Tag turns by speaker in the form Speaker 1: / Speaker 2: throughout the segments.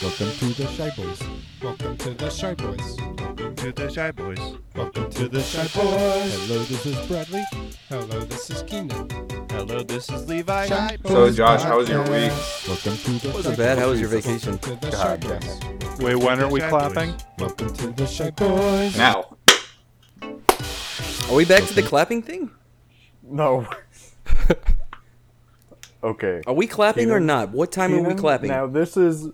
Speaker 1: Welcome to the Shy Boys.
Speaker 2: Welcome to the Shy Boys.
Speaker 3: to the Shy Boys.
Speaker 2: Welcome to the Shy Boys.
Speaker 1: Hello, this is Bradley.
Speaker 2: Hello, this is Keenan.
Speaker 3: Hello, this is Levi.
Speaker 2: Shy
Speaker 4: So
Speaker 2: Boys
Speaker 4: Josh, how was your
Speaker 2: podcast.
Speaker 4: week?
Speaker 1: Welcome to the
Speaker 5: Wasn't
Speaker 1: Shy
Speaker 5: bad. How
Speaker 1: Boys.
Speaker 5: was your vacation?
Speaker 2: To the Shy
Speaker 4: God,
Speaker 2: Boys.
Speaker 6: Wait, when are we
Speaker 3: Shy
Speaker 6: clapping?
Speaker 3: Boys.
Speaker 2: Welcome to the Shy Boys.
Speaker 4: Now.
Speaker 5: Are we back to the clapping thing?
Speaker 7: No. okay.
Speaker 5: Are we clapping or not? What time are we
Speaker 7: Keenan,
Speaker 5: clapping?
Speaker 7: Now this is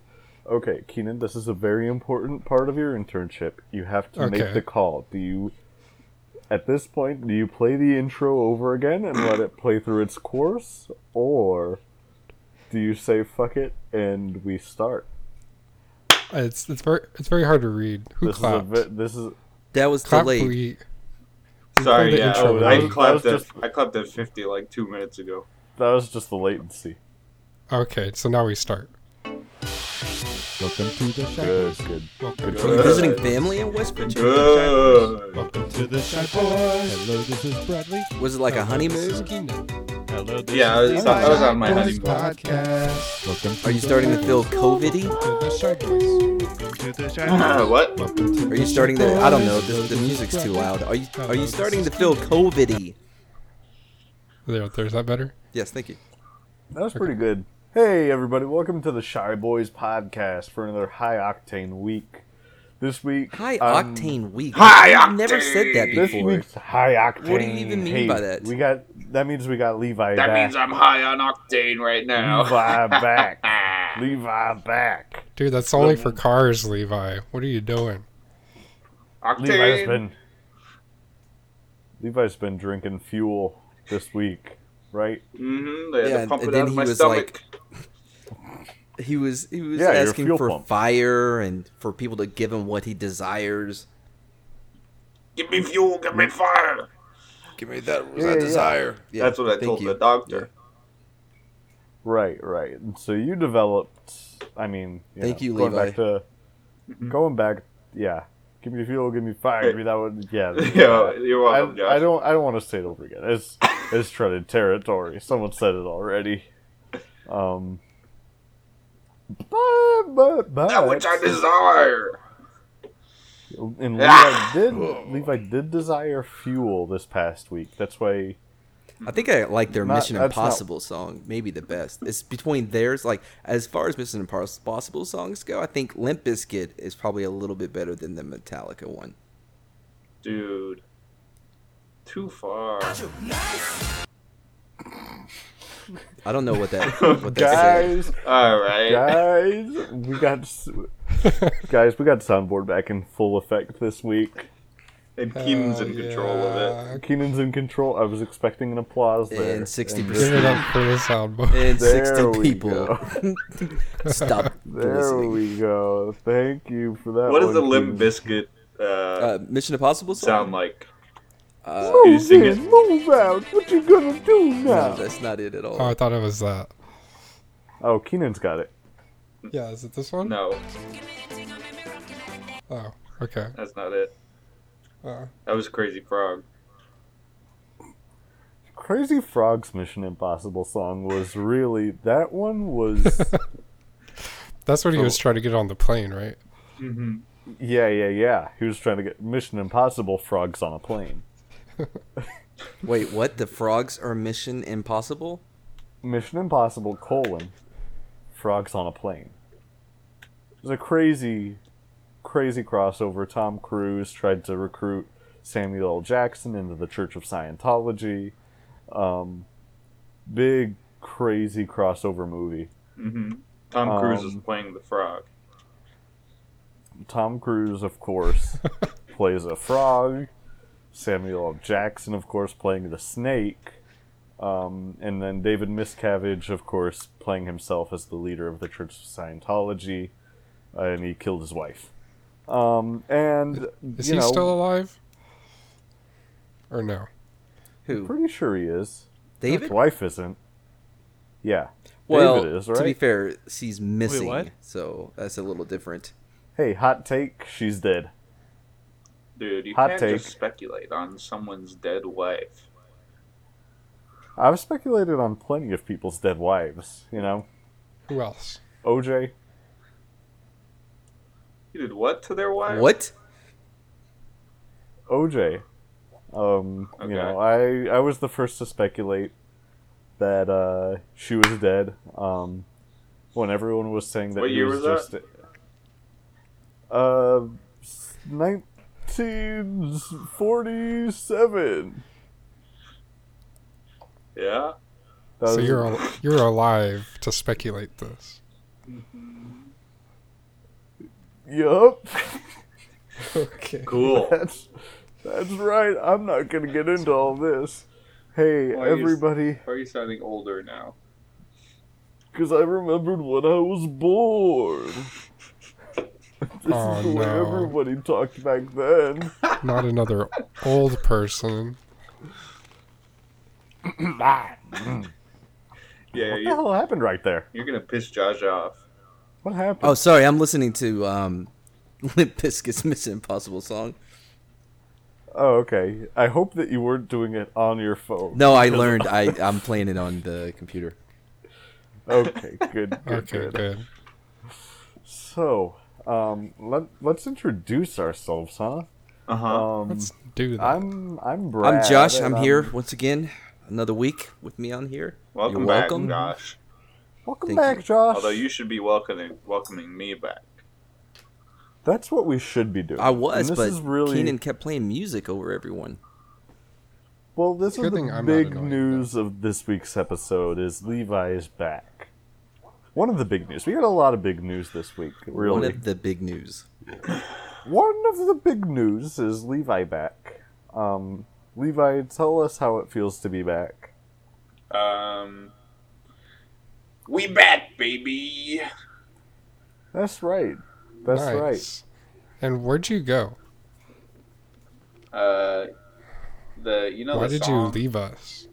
Speaker 7: okay, Keenan. This is a very important part of your internship. You have to
Speaker 2: Okay.
Speaker 7: make the call. Do you? At this point, do you play the intro over again and let it play through its course, or do you say "fuck it" and we start?
Speaker 2: It's it's very it's very hard to read. Who
Speaker 7: This
Speaker 2: clapped?
Speaker 7: is a bit. This is
Speaker 5: that was
Speaker 2: Clap
Speaker 5: delayed.
Speaker 2: we-
Speaker 4: Sorry,
Speaker 2: the
Speaker 4: yeah, oh,
Speaker 2: intro,
Speaker 7: that
Speaker 4: I
Speaker 7: was-
Speaker 4: clapped
Speaker 7: that
Speaker 4: at
Speaker 7: was just-
Speaker 4: I clapped at fifty like two minutes ago.
Speaker 7: that was just the latency.
Speaker 2: Okay, so now we start.
Speaker 1: Welcome to the Shy Boys.
Speaker 7: Good, good.
Speaker 2: Welcome
Speaker 5: Are
Speaker 2: to
Speaker 5: you
Speaker 4: Good.
Speaker 5: visiting family in West Virginia?
Speaker 4: Good.
Speaker 2: welcome to the Shy Boys.
Speaker 1: Hello, this is Bradley.
Speaker 5: Was it like a honeymoon?
Speaker 3: Hello, this
Speaker 4: Yeah, I
Speaker 3: is
Speaker 4: was,
Speaker 3: Levi.
Speaker 4: I was on my
Speaker 2: Boys
Speaker 4: honeymoon.
Speaker 2: podcast.
Speaker 1: Welcome to
Speaker 5: Are you
Speaker 1: the
Speaker 5: starting to feel COVIDy?
Speaker 2: To the Shy Boys.
Speaker 3: to the Shy
Speaker 4: Uh,
Speaker 3: Boys.
Speaker 4: what?
Speaker 2: Welcome to
Speaker 5: Are
Speaker 2: the
Speaker 5: you starting
Speaker 2: Shy
Speaker 5: to? I don't
Speaker 2: Boys.
Speaker 5: know. The, the music's too loud. Are you Are you
Speaker 2: this
Speaker 5: starting
Speaker 2: is
Speaker 5: to feel COVIDy?
Speaker 2: There, there's that better.
Speaker 5: Yes, thank you.
Speaker 7: That was pretty good. Hey, everybody, welcome to the Shy Boys podcast for another high octane week. This week,
Speaker 5: High
Speaker 7: I'm-
Speaker 5: octane week.
Speaker 4: High
Speaker 5: I've never said that
Speaker 7: This
Speaker 5: before.
Speaker 7: week's high octane.
Speaker 5: What do you even mean
Speaker 7: hate.
Speaker 5: by that?
Speaker 7: We got that means we got Levi.
Speaker 4: That
Speaker 7: back.
Speaker 4: means I'm high on octane
Speaker 7: Mm,
Speaker 4: right now.
Speaker 7: Levi back. Levi back.
Speaker 2: Dude, that's only for cars, Levi. What are you doing?
Speaker 7: Levi's
Speaker 4: Octane.
Speaker 7: been Levi's been drinking fuel this week, right?
Speaker 4: Mm-hmm. They had
Speaker 5: Yeah,
Speaker 4: to pump
Speaker 5: and
Speaker 4: it
Speaker 5: then
Speaker 4: out of
Speaker 5: he
Speaker 4: my
Speaker 5: was
Speaker 4: stomach.
Speaker 5: He was He was
Speaker 7: Yeah, your
Speaker 5: asking
Speaker 7: fuel
Speaker 5: for
Speaker 7: pump.
Speaker 5: fire and for people to give him what he desires.
Speaker 4: Give me fuel. Give me fire.
Speaker 5: Give me that
Speaker 7: Yeah, yeah. desire.
Speaker 5: Mm. Yeah,
Speaker 4: That's what I
Speaker 5: thank
Speaker 4: told
Speaker 5: you.
Speaker 4: the doctor.
Speaker 7: Right, right. And so you developed. I mean, you
Speaker 5: Thank
Speaker 7: know,
Speaker 5: you,
Speaker 7: going
Speaker 5: Levi.
Speaker 7: Back to,
Speaker 4: Mm-hmm.
Speaker 7: Going back, yeah. Give me fuel. Give me fire. Give me that one. Yeah.
Speaker 4: Yeah, you're welcome,
Speaker 7: I, I
Speaker 4: Josh.
Speaker 7: don't. I don't want to say it over again. It's it's treaded territory. Someone said it already. Um. But but but
Speaker 4: That which I desire.
Speaker 7: and
Speaker 4: Ah!
Speaker 7: Levi did Levi did desire fuel this past week. That's why
Speaker 5: I think I like their
Speaker 7: Not-
Speaker 5: Mission
Speaker 7: that's not-
Speaker 5: Impossible song, maybe the best. It's between theirs, like as far as Mission Impos- Impossible songs go, I think Limp Bizkit is probably a little bit better than the Metallica one.
Speaker 4: Dude. Too far.
Speaker 5: I don't know what that what that said.
Speaker 7: guys
Speaker 4: All right.
Speaker 7: guys we got s- guys we got soundboard back in full effect this week.
Speaker 4: And Keenan's
Speaker 5: Uh,
Speaker 4: in control of it.
Speaker 7: Keenan's in control. I was expecting an applause there.
Speaker 5: And sixty
Speaker 2: Uh, Give it
Speaker 5: percent
Speaker 2: up for the soundboard.
Speaker 5: and
Speaker 7: There
Speaker 5: sixty
Speaker 7: we
Speaker 5: people.
Speaker 7: go.
Speaker 5: Stop
Speaker 7: There
Speaker 5: listening.
Speaker 7: we go. Thank you for that.
Speaker 4: What does
Speaker 7: one,
Speaker 4: the Limp
Speaker 7: Keenan.
Speaker 4: Biscuit uh,
Speaker 5: Uh, Mission Impossible song?
Speaker 4: sound like?
Speaker 5: Uh,
Speaker 4: Can you sing it?
Speaker 7: move out. What you gonna do
Speaker 5: no, that's not it at all.
Speaker 2: Oh, I thought it was that.
Speaker 7: Oh, Keenan's got it.
Speaker 2: Yeah, is it this one?
Speaker 4: No,
Speaker 2: Oh, okay.
Speaker 4: that's not it.
Speaker 2: Uh,
Speaker 4: That was Crazy Frog.
Speaker 7: Crazy Frog's Mission Impossible song was really that one was
Speaker 2: that's what he was trying to get on the plane, right?
Speaker 7: yeah yeah yeah he was trying to get Mission Impossible frogs on a plane
Speaker 5: Wait, what? The frogs are Mission Impossible?
Speaker 7: Mission Impossible colon frogs on a plane it was a crazy crazy crossover Tom Cruise tried to recruit Samuel L Jackson into the Church of Scientology um big crazy crossover movie
Speaker 4: hmm Tom Cruise is
Speaker 7: Um,
Speaker 4: playing the frog.
Speaker 7: Tom Cruise, of course, plays a frog. Samuel L. Jackson, of course, playing the snake. Um, and then David Miscavige, of course, playing himself as the leader of the Church of Scientology. uh, and he killed his wife. Um, and,
Speaker 2: Is
Speaker 7: you
Speaker 2: he
Speaker 7: know,
Speaker 2: still alive? Or no?
Speaker 5: Who?
Speaker 7: pretty sure he is.
Speaker 5: David?
Speaker 7: His wife isn't. Yeah.
Speaker 5: Well,
Speaker 7: David is,
Speaker 5: to be
Speaker 7: right?
Speaker 5: fair, she's missing,
Speaker 3: what?
Speaker 5: so that's a little different.
Speaker 7: hey, hot take, she's dead.
Speaker 4: Dude, you
Speaker 7: hot
Speaker 4: can't just
Speaker 7: take.
Speaker 4: speculate on someone's dead wife.
Speaker 7: I've speculated on plenty of people's dead wives, you know?
Speaker 2: Who else?
Speaker 7: OJ,
Speaker 4: He did what to their wives?
Speaker 5: What?
Speaker 7: OJ. Um,
Speaker 4: Okay.
Speaker 7: you know, I I was the first to speculate that uh, she was dead. Um, when everyone was saying that
Speaker 4: What
Speaker 7: he
Speaker 4: year
Speaker 7: was,
Speaker 4: was
Speaker 7: just uh, nineteen forty-seven.
Speaker 4: Yeah.
Speaker 7: That
Speaker 2: So
Speaker 7: was-
Speaker 2: you're al- you're alive to speculate this.
Speaker 7: yup.
Speaker 2: Okay.
Speaker 4: Cool.
Speaker 7: That's that's right. I'm not gonna get into all this. Hey,
Speaker 4: Why is-
Speaker 7: everybody,
Speaker 4: Why are you sounding older now?
Speaker 7: because I remembered when I was born. This
Speaker 2: Oh,
Speaker 7: is the way
Speaker 2: no.
Speaker 7: everybody talked back then.
Speaker 2: Not another old person.
Speaker 4: Yeah,
Speaker 7: What the
Speaker 4: you,
Speaker 7: hell happened right there?
Speaker 4: you're gonna piss Josh off.
Speaker 7: What happened?
Speaker 5: Oh, sorry. I'm listening to um, Limp Bizkit's "Mission Impossible" song.
Speaker 7: Oh, okay. I hope that you weren't doing it on your phone.
Speaker 5: No, I learned. I I'm playing it on the computer.
Speaker 7: Okay, good, good,
Speaker 2: Okay,
Speaker 7: good.
Speaker 2: good.
Speaker 7: So, um, let let's introduce ourselves, huh?
Speaker 4: Uh huh.
Speaker 5: Oh,
Speaker 7: Um,
Speaker 2: Let's do that.
Speaker 7: I'm I'm Brad. um,
Speaker 5: I'm Josh. I'm
Speaker 7: and
Speaker 5: here once again. Another week with me on here.
Speaker 4: welcome
Speaker 5: You're
Speaker 4: back,
Speaker 5: welcome.
Speaker 4: Josh.
Speaker 7: Welcome
Speaker 5: Thank
Speaker 7: back,
Speaker 5: you.
Speaker 7: Josh.
Speaker 4: Although you should be welcoming welcoming me back.
Speaker 7: That's what we should be doing.
Speaker 5: I was,
Speaker 7: And
Speaker 5: but
Speaker 7: this is really
Speaker 5: Keenan kept playing music over everyone.
Speaker 7: well. This
Speaker 2: Good
Speaker 7: is
Speaker 2: thing
Speaker 7: the
Speaker 2: I'm not
Speaker 7: big
Speaker 2: annoying,
Speaker 7: news of this week's episode is Levi is back. One of the big news. We got a lot of big news this week. Really,
Speaker 5: One of the big news.
Speaker 7: One of the big news is Levi back. Um, Levi, tell us how it feels to be back.
Speaker 4: Um, we back, baby.
Speaker 7: That's right. That's right.
Speaker 2: Nice. And where'd you go?
Speaker 4: Uh, the you know
Speaker 2: Why
Speaker 4: the
Speaker 2: did
Speaker 4: song,
Speaker 2: you leave us?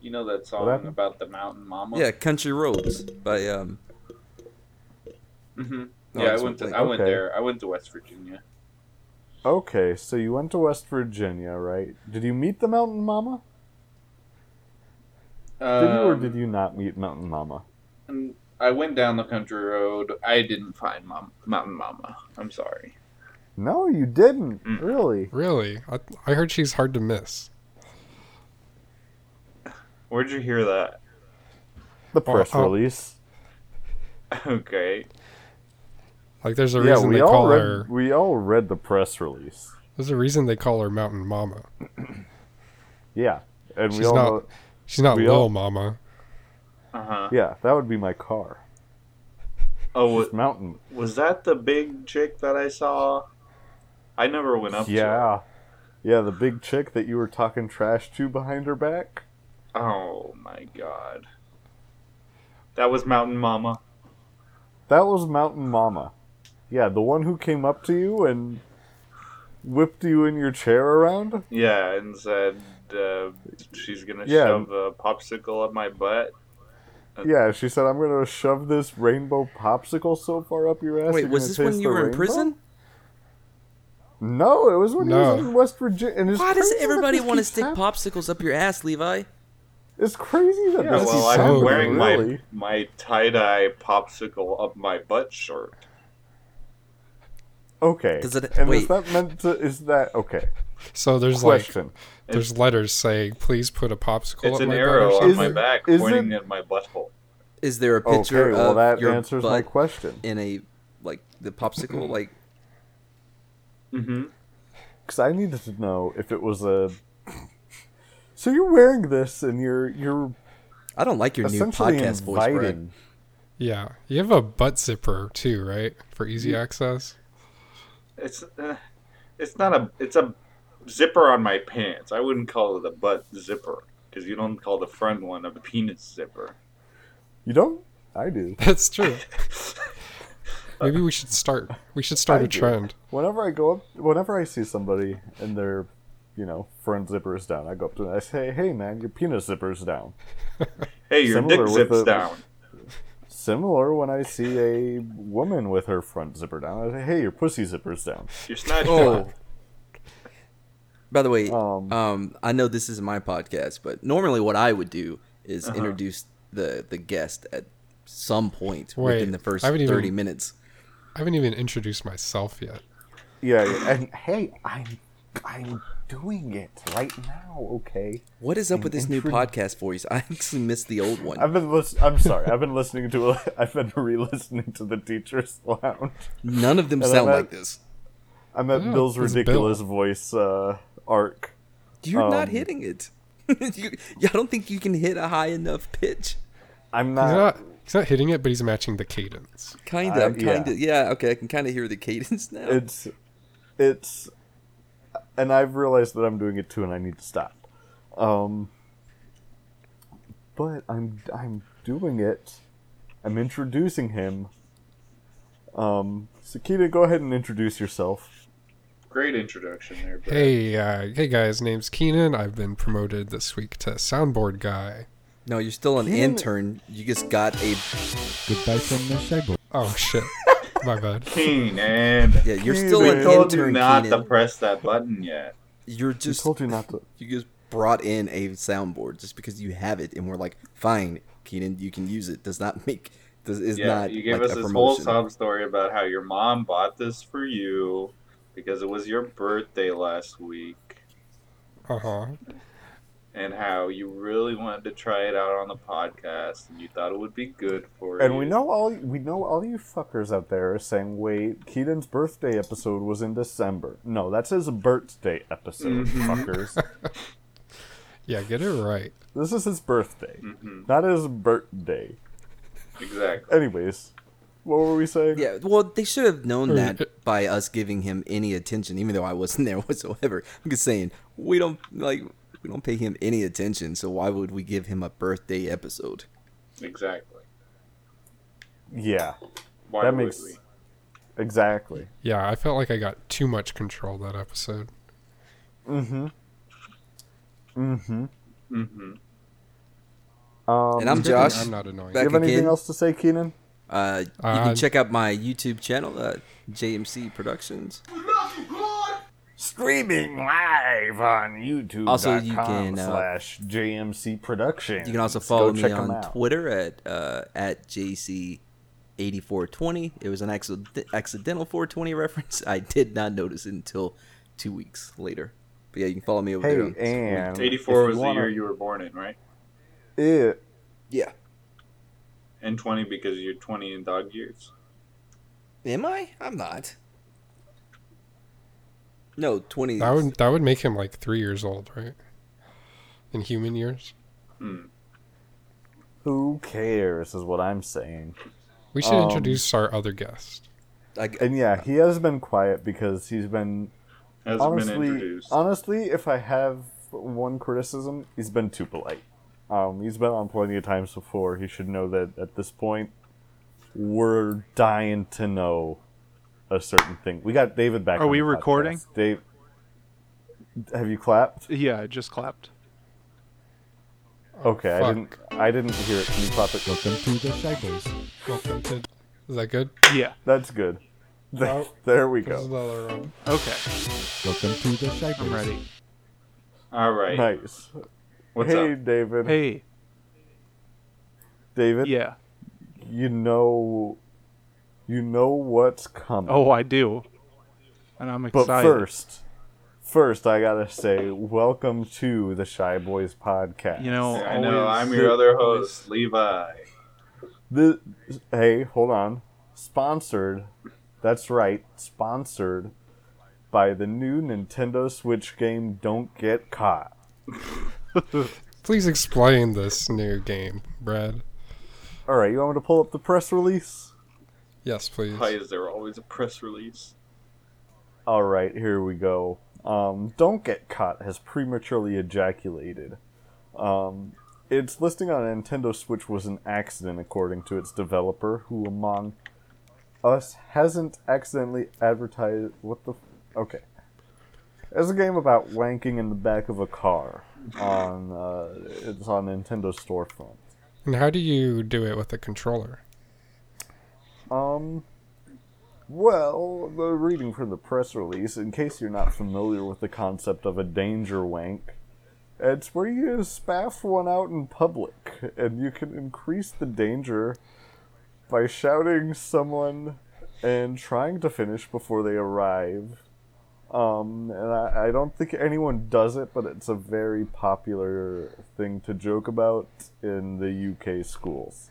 Speaker 4: You know that
Speaker 7: What
Speaker 4: song
Speaker 7: happened?
Speaker 4: about the mountain mama.
Speaker 5: Yeah, "Country Roads" by um.
Speaker 4: hmm
Speaker 5: No,
Speaker 4: yeah, I
Speaker 5: it's
Speaker 4: went. To,
Speaker 5: like-
Speaker 4: I went
Speaker 7: Oh, okay.
Speaker 4: there. I went to West Virginia.
Speaker 7: Okay, so you went to West Virginia, right? Did you meet the Mountain Mama? Did you or
Speaker 4: Um,
Speaker 7: did you not meet Mountain Mama?
Speaker 4: and I went down the country road. I didn't find mom, mountain mama. I'm sorry.
Speaker 7: No, you didn't.
Speaker 4: Mm.
Speaker 7: Really?
Speaker 2: Really? I, I heard she's hard to miss.
Speaker 4: Where'd you hear that?
Speaker 7: The press
Speaker 2: oh.
Speaker 7: release.
Speaker 4: Okay.
Speaker 2: Like there's a
Speaker 7: Yeah,
Speaker 2: reason
Speaker 7: we
Speaker 2: they
Speaker 7: all
Speaker 2: call
Speaker 7: read.
Speaker 2: her.
Speaker 7: We all read the press release.
Speaker 2: There's a reason they call her Mountain Mama.
Speaker 7: Yeah, and we
Speaker 2: She's
Speaker 7: all.
Speaker 2: not-
Speaker 7: Know,
Speaker 2: She's not
Speaker 7: We
Speaker 2: Little
Speaker 7: all-
Speaker 2: Mama.
Speaker 4: Uh huh.
Speaker 7: yeah, that would be my car.
Speaker 4: Oh, wa-
Speaker 7: It's mountain.
Speaker 4: was that the big chick that I saw? I never went up. To her.
Speaker 7: Yeah, yeah, the big chick that you were talking trash to behind her back.
Speaker 4: Oh my god. That was mountain mama.
Speaker 7: That was Mountain Mama. Yeah, the one who came up to you and whipped you in your chair around.
Speaker 4: Yeah, and said uh, she's gonna
Speaker 7: Yeah.
Speaker 4: shove a popsicle up my butt.
Speaker 7: Yeah, she said, "I'm gonna shove this rainbow popsicle so far up your ass."
Speaker 5: Wait,
Speaker 7: you're
Speaker 5: was
Speaker 7: gonna
Speaker 5: this when
Speaker 7: taste
Speaker 5: you
Speaker 7: the
Speaker 5: were in
Speaker 7: rainbow?"
Speaker 5: prison?
Speaker 7: No, it was when
Speaker 2: No.
Speaker 7: he was in West Virginia. And it's
Speaker 5: Why does
Speaker 7: crazy that
Speaker 5: everybody
Speaker 7: this
Speaker 5: want to
Speaker 7: keeps
Speaker 5: stick
Speaker 7: hap-
Speaker 5: popsicles up your ass, Levi?
Speaker 7: It's crazy that
Speaker 4: Yeah,
Speaker 7: this
Speaker 4: well,
Speaker 7: keeps
Speaker 4: I've
Speaker 2: so
Speaker 4: been
Speaker 7: happening,
Speaker 4: wearing
Speaker 7: really.
Speaker 4: my my tie dye popsicle up my butt shirt.
Speaker 7: Okay,
Speaker 5: Does it-
Speaker 7: and
Speaker 5: wait.
Speaker 7: is that meant to? Is that okay?
Speaker 2: So there's
Speaker 7: Question:
Speaker 2: like there's letters saying, "Please put a popsicle."
Speaker 4: It's
Speaker 2: up
Speaker 4: an
Speaker 2: my butt or
Speaker 4: arrow on
Speaker 2: something."
Speaker 4: my
Speaker 7: Isn't-
Speaker 4: back
Speaker 7: isn't-
Speaker 4: pointing at my butthole.
Speaker 5: Is there a picture
Speaker 7: Okay, well
Speaker 5: of
Speaker 7: that
Speaker 5: your
Speaker 7: answers
Speaker 5: butt
Speaker 7: my question
Speaker 5: in a like the popsicle? Like
Speaker 4: Mm-hmm.
Speaker 7: because I needed to know if it was a. So you're wearing this and you're you're
Speaker 5: I don't like your new
Speaker 7: essentially
Speaker 5: podcast voice, Brad.
Speaker 7: inviting.
Speaker 2: Yeah, you have a butt zipper too, right? For easy
Speaker 7: Mm.
Speaker 2: access.
Speaker 4: It's uh, it's not a it's a zipper on my pants. I wouldn't call it a butt zipper because you don't call the front one a penis zipper.
Speaker 7: You don't? I do.
Speaker 2: That's true. Maybe we should start. We should start
Speaker 7: I
Speaker 2: a
Speaker 7: do.
Speaker 2: trend.
Speaker 7: Whenever I go up, whenever I see somebody and their, you know, front zipper is down, I go up to them and I say, "Hey, man, your penis zipper's down."
Speaker 4: Hey, your
Speaker 7: Similar
Speaker 4: dick
Speaker 7: with
Speaker 4: zips
Speaker 7: the-
Speaker 4: down.
Speaker 7: Similar when I see a woman with her front zipper down, I say, "Hey, your pussy zipper's down."
Speaker 4: Your snatch.
Speaker 5: Oh. By the way,
Speaker 7: Um.
Speaker 5: um, I know this isn't my podcast, but normally what I would do is introduce the the guest at some point
Speaker 2: Wait,
Speaker 5: within the first
Speaker 2: I haven't
Speaker 5: thirty
Speaker 2: even-
Speaker 5: minutes.
Speaker 2: I haven't even introduced myself yet.
Speaker 7: Yeah, yeah, and hey, I'm I'm doing it right now. Okay,
Speaker 5: What is up with this new
Speaker 7: Intro-
Speaker 5: podcast voice? I actually missed the old one.
Speaker 7: I've been listen- I'm sorry. I've been listening to. A, I've been re-listening to the Teachers Lounge.
Speaker 5: None of them
Speaker 7: And I'm
Speaker 5: sound
Speaker 7: at-
Speaker 5: like this.
Speaker 7: I'm at
Speaker 2: Yeah,
Speaker 7: Bill's
Speaker 2: it's
Speaker 7: ridiculous voice uh, arc.
Speaker 5: You're not
Speaker 7: Um,
Speaker 5: hitting it. you, I don't think you can hit a high enough pitch.
Speaker 7: I'm
Speaker 2: He's
Speaker 7: not.
Speaker 2: not he's not hitting it, but he's matching the cadence.
Speaker 5: Kind
Speaker 7: I-
Speaker 5: of. I'm
Speaker 7: yeah.
Speaker 5: kind of. Yeah. Okay. I can kind of hear the cadence now.
Speaker 7: It's, it's, and I've realized that I'm doing it too, and I need to stop. Um, but I'm I'm doing it. I'm introducing him. Um, Sakita, go ahead and introduce yourself.
Speaker 4: Great introduction there. Brad.
Speaker 2: Hey, uh, hey guys, name's Keenan. I've been promoted this week to soundboard guy.
Speaker 5: no, you're still an
Speaker 7: Damn it.
Speaker 5: intern. You just got a.
Speaker 1: Goodbye from the shy boy.
Speaker 2: Oh shit, my bad.
Speaker 4: Keen and
Speaker 5: Yeah. You're
Speaker 7: Keenan.
Speaker 5: still
Speaker 4: we
Speaker 5: an
Speaker 4: told you
Speaker 5: intern.
Speaker 4: not to
Speaker 5: Keenan.
Speaker 4: press that button yet.
Speaker 5: You're
Speaker 7: I
Speaker 5: just.
Speaker 7: told you not to.
Speaker 5: You just brought in a soundboard just because you have it, and we're like, fine, Keenan, you can use it. Does not make. Does is
Speaker 4: yeah,
Speaker 5: not.
Speaker 4: you gave
Speaker 5: like
Speaker 4: us
Speaker 5: a
Speaker 4: this whole
Speaker 5: promotion.
Speaker 4: sob story about how your mom bought this for you because it was your birthday last week,
Speaker 2: Uh huh.
Speaker 7: Uh-huh.
Speaker 4: and how you really wanted to try it out on the podcast, and you thought it would be good for you.
Speaker 7: And we know all we know all you fuckers out there are saying, "Wait, Keaton's birthday episode was in December." No, that's his birthday episode,
Speaker 4: Mhm.
Speaker 7: fuckers.
Speaker 2: Yeah, get it right.
Speaker 7: This is his birthday,
Speaker 4: Mhm,
Speaker 7: not his birthday.
Speaker 4: exactly.
Speaker 7: Anyways, what were we saying?
Speaker 5: Yeah, well, they should have known that by us giving him any attention, even though I wasn't there whatsoever. I'm just saying we don't like we don't pay him any attention, so why would we give him a birthday episode?
Speaker 4: Exactly.
Speaker 7: Yeah,
Speaker 4: Why
Speaker 7: That
Speaker 4: would
Speaker 7: makes-
Speaker 4: we?
Speaker 7: exactly.
Speaker 2: Yeah, I felt like I got too much control that episode.
Speaker 7: Mm-hmm. Mm-hmm.
Speaker 4: hmm
Speaker 7: Um,
Speaker 5: And
Speaker 2: Good
Speaker 5: I'm
Speaker 7: do
Speaker 2: thing
Speaker 5: Josh.
Speaker 2: I'm not annoying.
Speaker 7: you
Speaker 5: Back
Speaker 7: have anything
Speaker 5: again.
Speaker 7: else to say, Keenan?
Speaker 5: Uh, you
Speaker 2: Uh,
Speaker 5: can check out my YouTube channel, uh, JMC Productions.
Speaker 7: Streaming live on YouTube.
Speaker 5: Also, you can, uh,
Speaker 7: slash JMC Productions.
Speaker 5: You can also
Speaker 7: Go
Speaker 5: follow me
Speaker 7: check
Speaker 5: on
Speaker 7: 'em out.
Speaker 5: Twitter at uh, at JC. 8420. It was an accident- accidental 420 reference. I did not notice it until two weeks later. But yeah, you can follow me over
Speaker 7: Hey,
Speaker 5: there. on Twitter.
Speaker 7: and if
Speaker 4: Eighty-four
Speaker 7: you
Speaker 4: was the
Speaker 7: wanna-
Speaker 4: year you were born in, right?
Speaker 7: It,
Speaker 5: yeah.
Speaker 4: And twenty because you're twenty in dog years.
Speaker 5: Am I? I'm not. No, 20.
Speaker 2: That would that would make him like three years old, right? In human years,
Speaker 4: Hmm.
Speaker 7: who cares? Is what I'm saying.
Speaker 2: we should
Speaker 7: Um,
Speaker 2: introduce our other guest.
Speaker 5: I,
Speaker 7: And yeah, he has been quiet because he's been
Speaker 4: Hasn't been
Speaker 7: honestly,
Speaker 4: introduced.
Speaker 7: honestly, if I have one criticism, he's been too polite. Um, he's been on plenty of times before. He should know that at this point, we're dying to know a certain thing. We got David back.
Speaker 3: Are
Speaker 7: on
Speaker 3: we
Speaker 7: the podcast.
Speaker 3: recording?
Speaker 7: Dave, have you clapped?
Speaker 3: Yeah, I just clapped.
Speaker 7: Okay, I
Speaker 2: fuck.
Speaker 7: didn't. I didn't hear it. Can you clap it?
Speaker 1: Welcome to the shy boys.
Speaker 2: Welcome to. Is that good?
Speaker 3: Yeah.
Speaker 7: That's good. There,
Speaker 2: Oh.
Speaker 7: there we
Speaker 2: This is
Speaker 7: go.
Speaker 2: another one.
Speaker 3: Okay.
Speaker 1: Welcome to the shy boys.
Speaker 3: I'm ready.
Speaker 4: All right.
Speaker 7: Nice.
Speaker 4: What's
Speaker 7: hey,
Speaker 4: up?
Speaker 7: David.
Speaker 3: Hey.
Speaker 7: David.
Speaker 3: Yeah.
Speaker 7: You know. You know what's coming.
Speaker 3: Oh, I do. And I'm
Speaker 7: But
Speaker 3: excited.
Speaker 7: first, first I gotta say, welcome to the Shy Boys podcast.
Speaker 3: you know,
Speaker 4: I know.
Speaker 3: always-
Speaker 4: I'm your other host, Levi.
Speaker 7: the hey, hold on, sponsored. That's right, sponsored by the new Nintendo Switch game. Don't get caught.
Speaker 2: Please explain this new game, Brad.
Speaker 7: All right, you want me to pull up the press release?
Speaker 2: Yes, please.
Speaker 4: Why is there always a press release?
Speaker 7: All right, here we go. Um, Don't Get Caught has prematurely ejaculated. Um, its listing on Nintendo Switch was an accident, according to its developer, who, among us, hasn't accidentally advertised. What the? F- okay. It's a game about wanking in the back of a car. On uh, it's on Nintendo storefront.
Speaker 2: And how do you do it with a controller?
Speaker 7: Um, well, the reading from the press release, in case you're not familiar with the concept of a danger wank, it's where you spaff one out in public, and you can increase the danger by shouting someone and trying to finish before they arrive. Um, and I, I don't think anyone does it, but it's a very popular thing to joke about in the UK schools.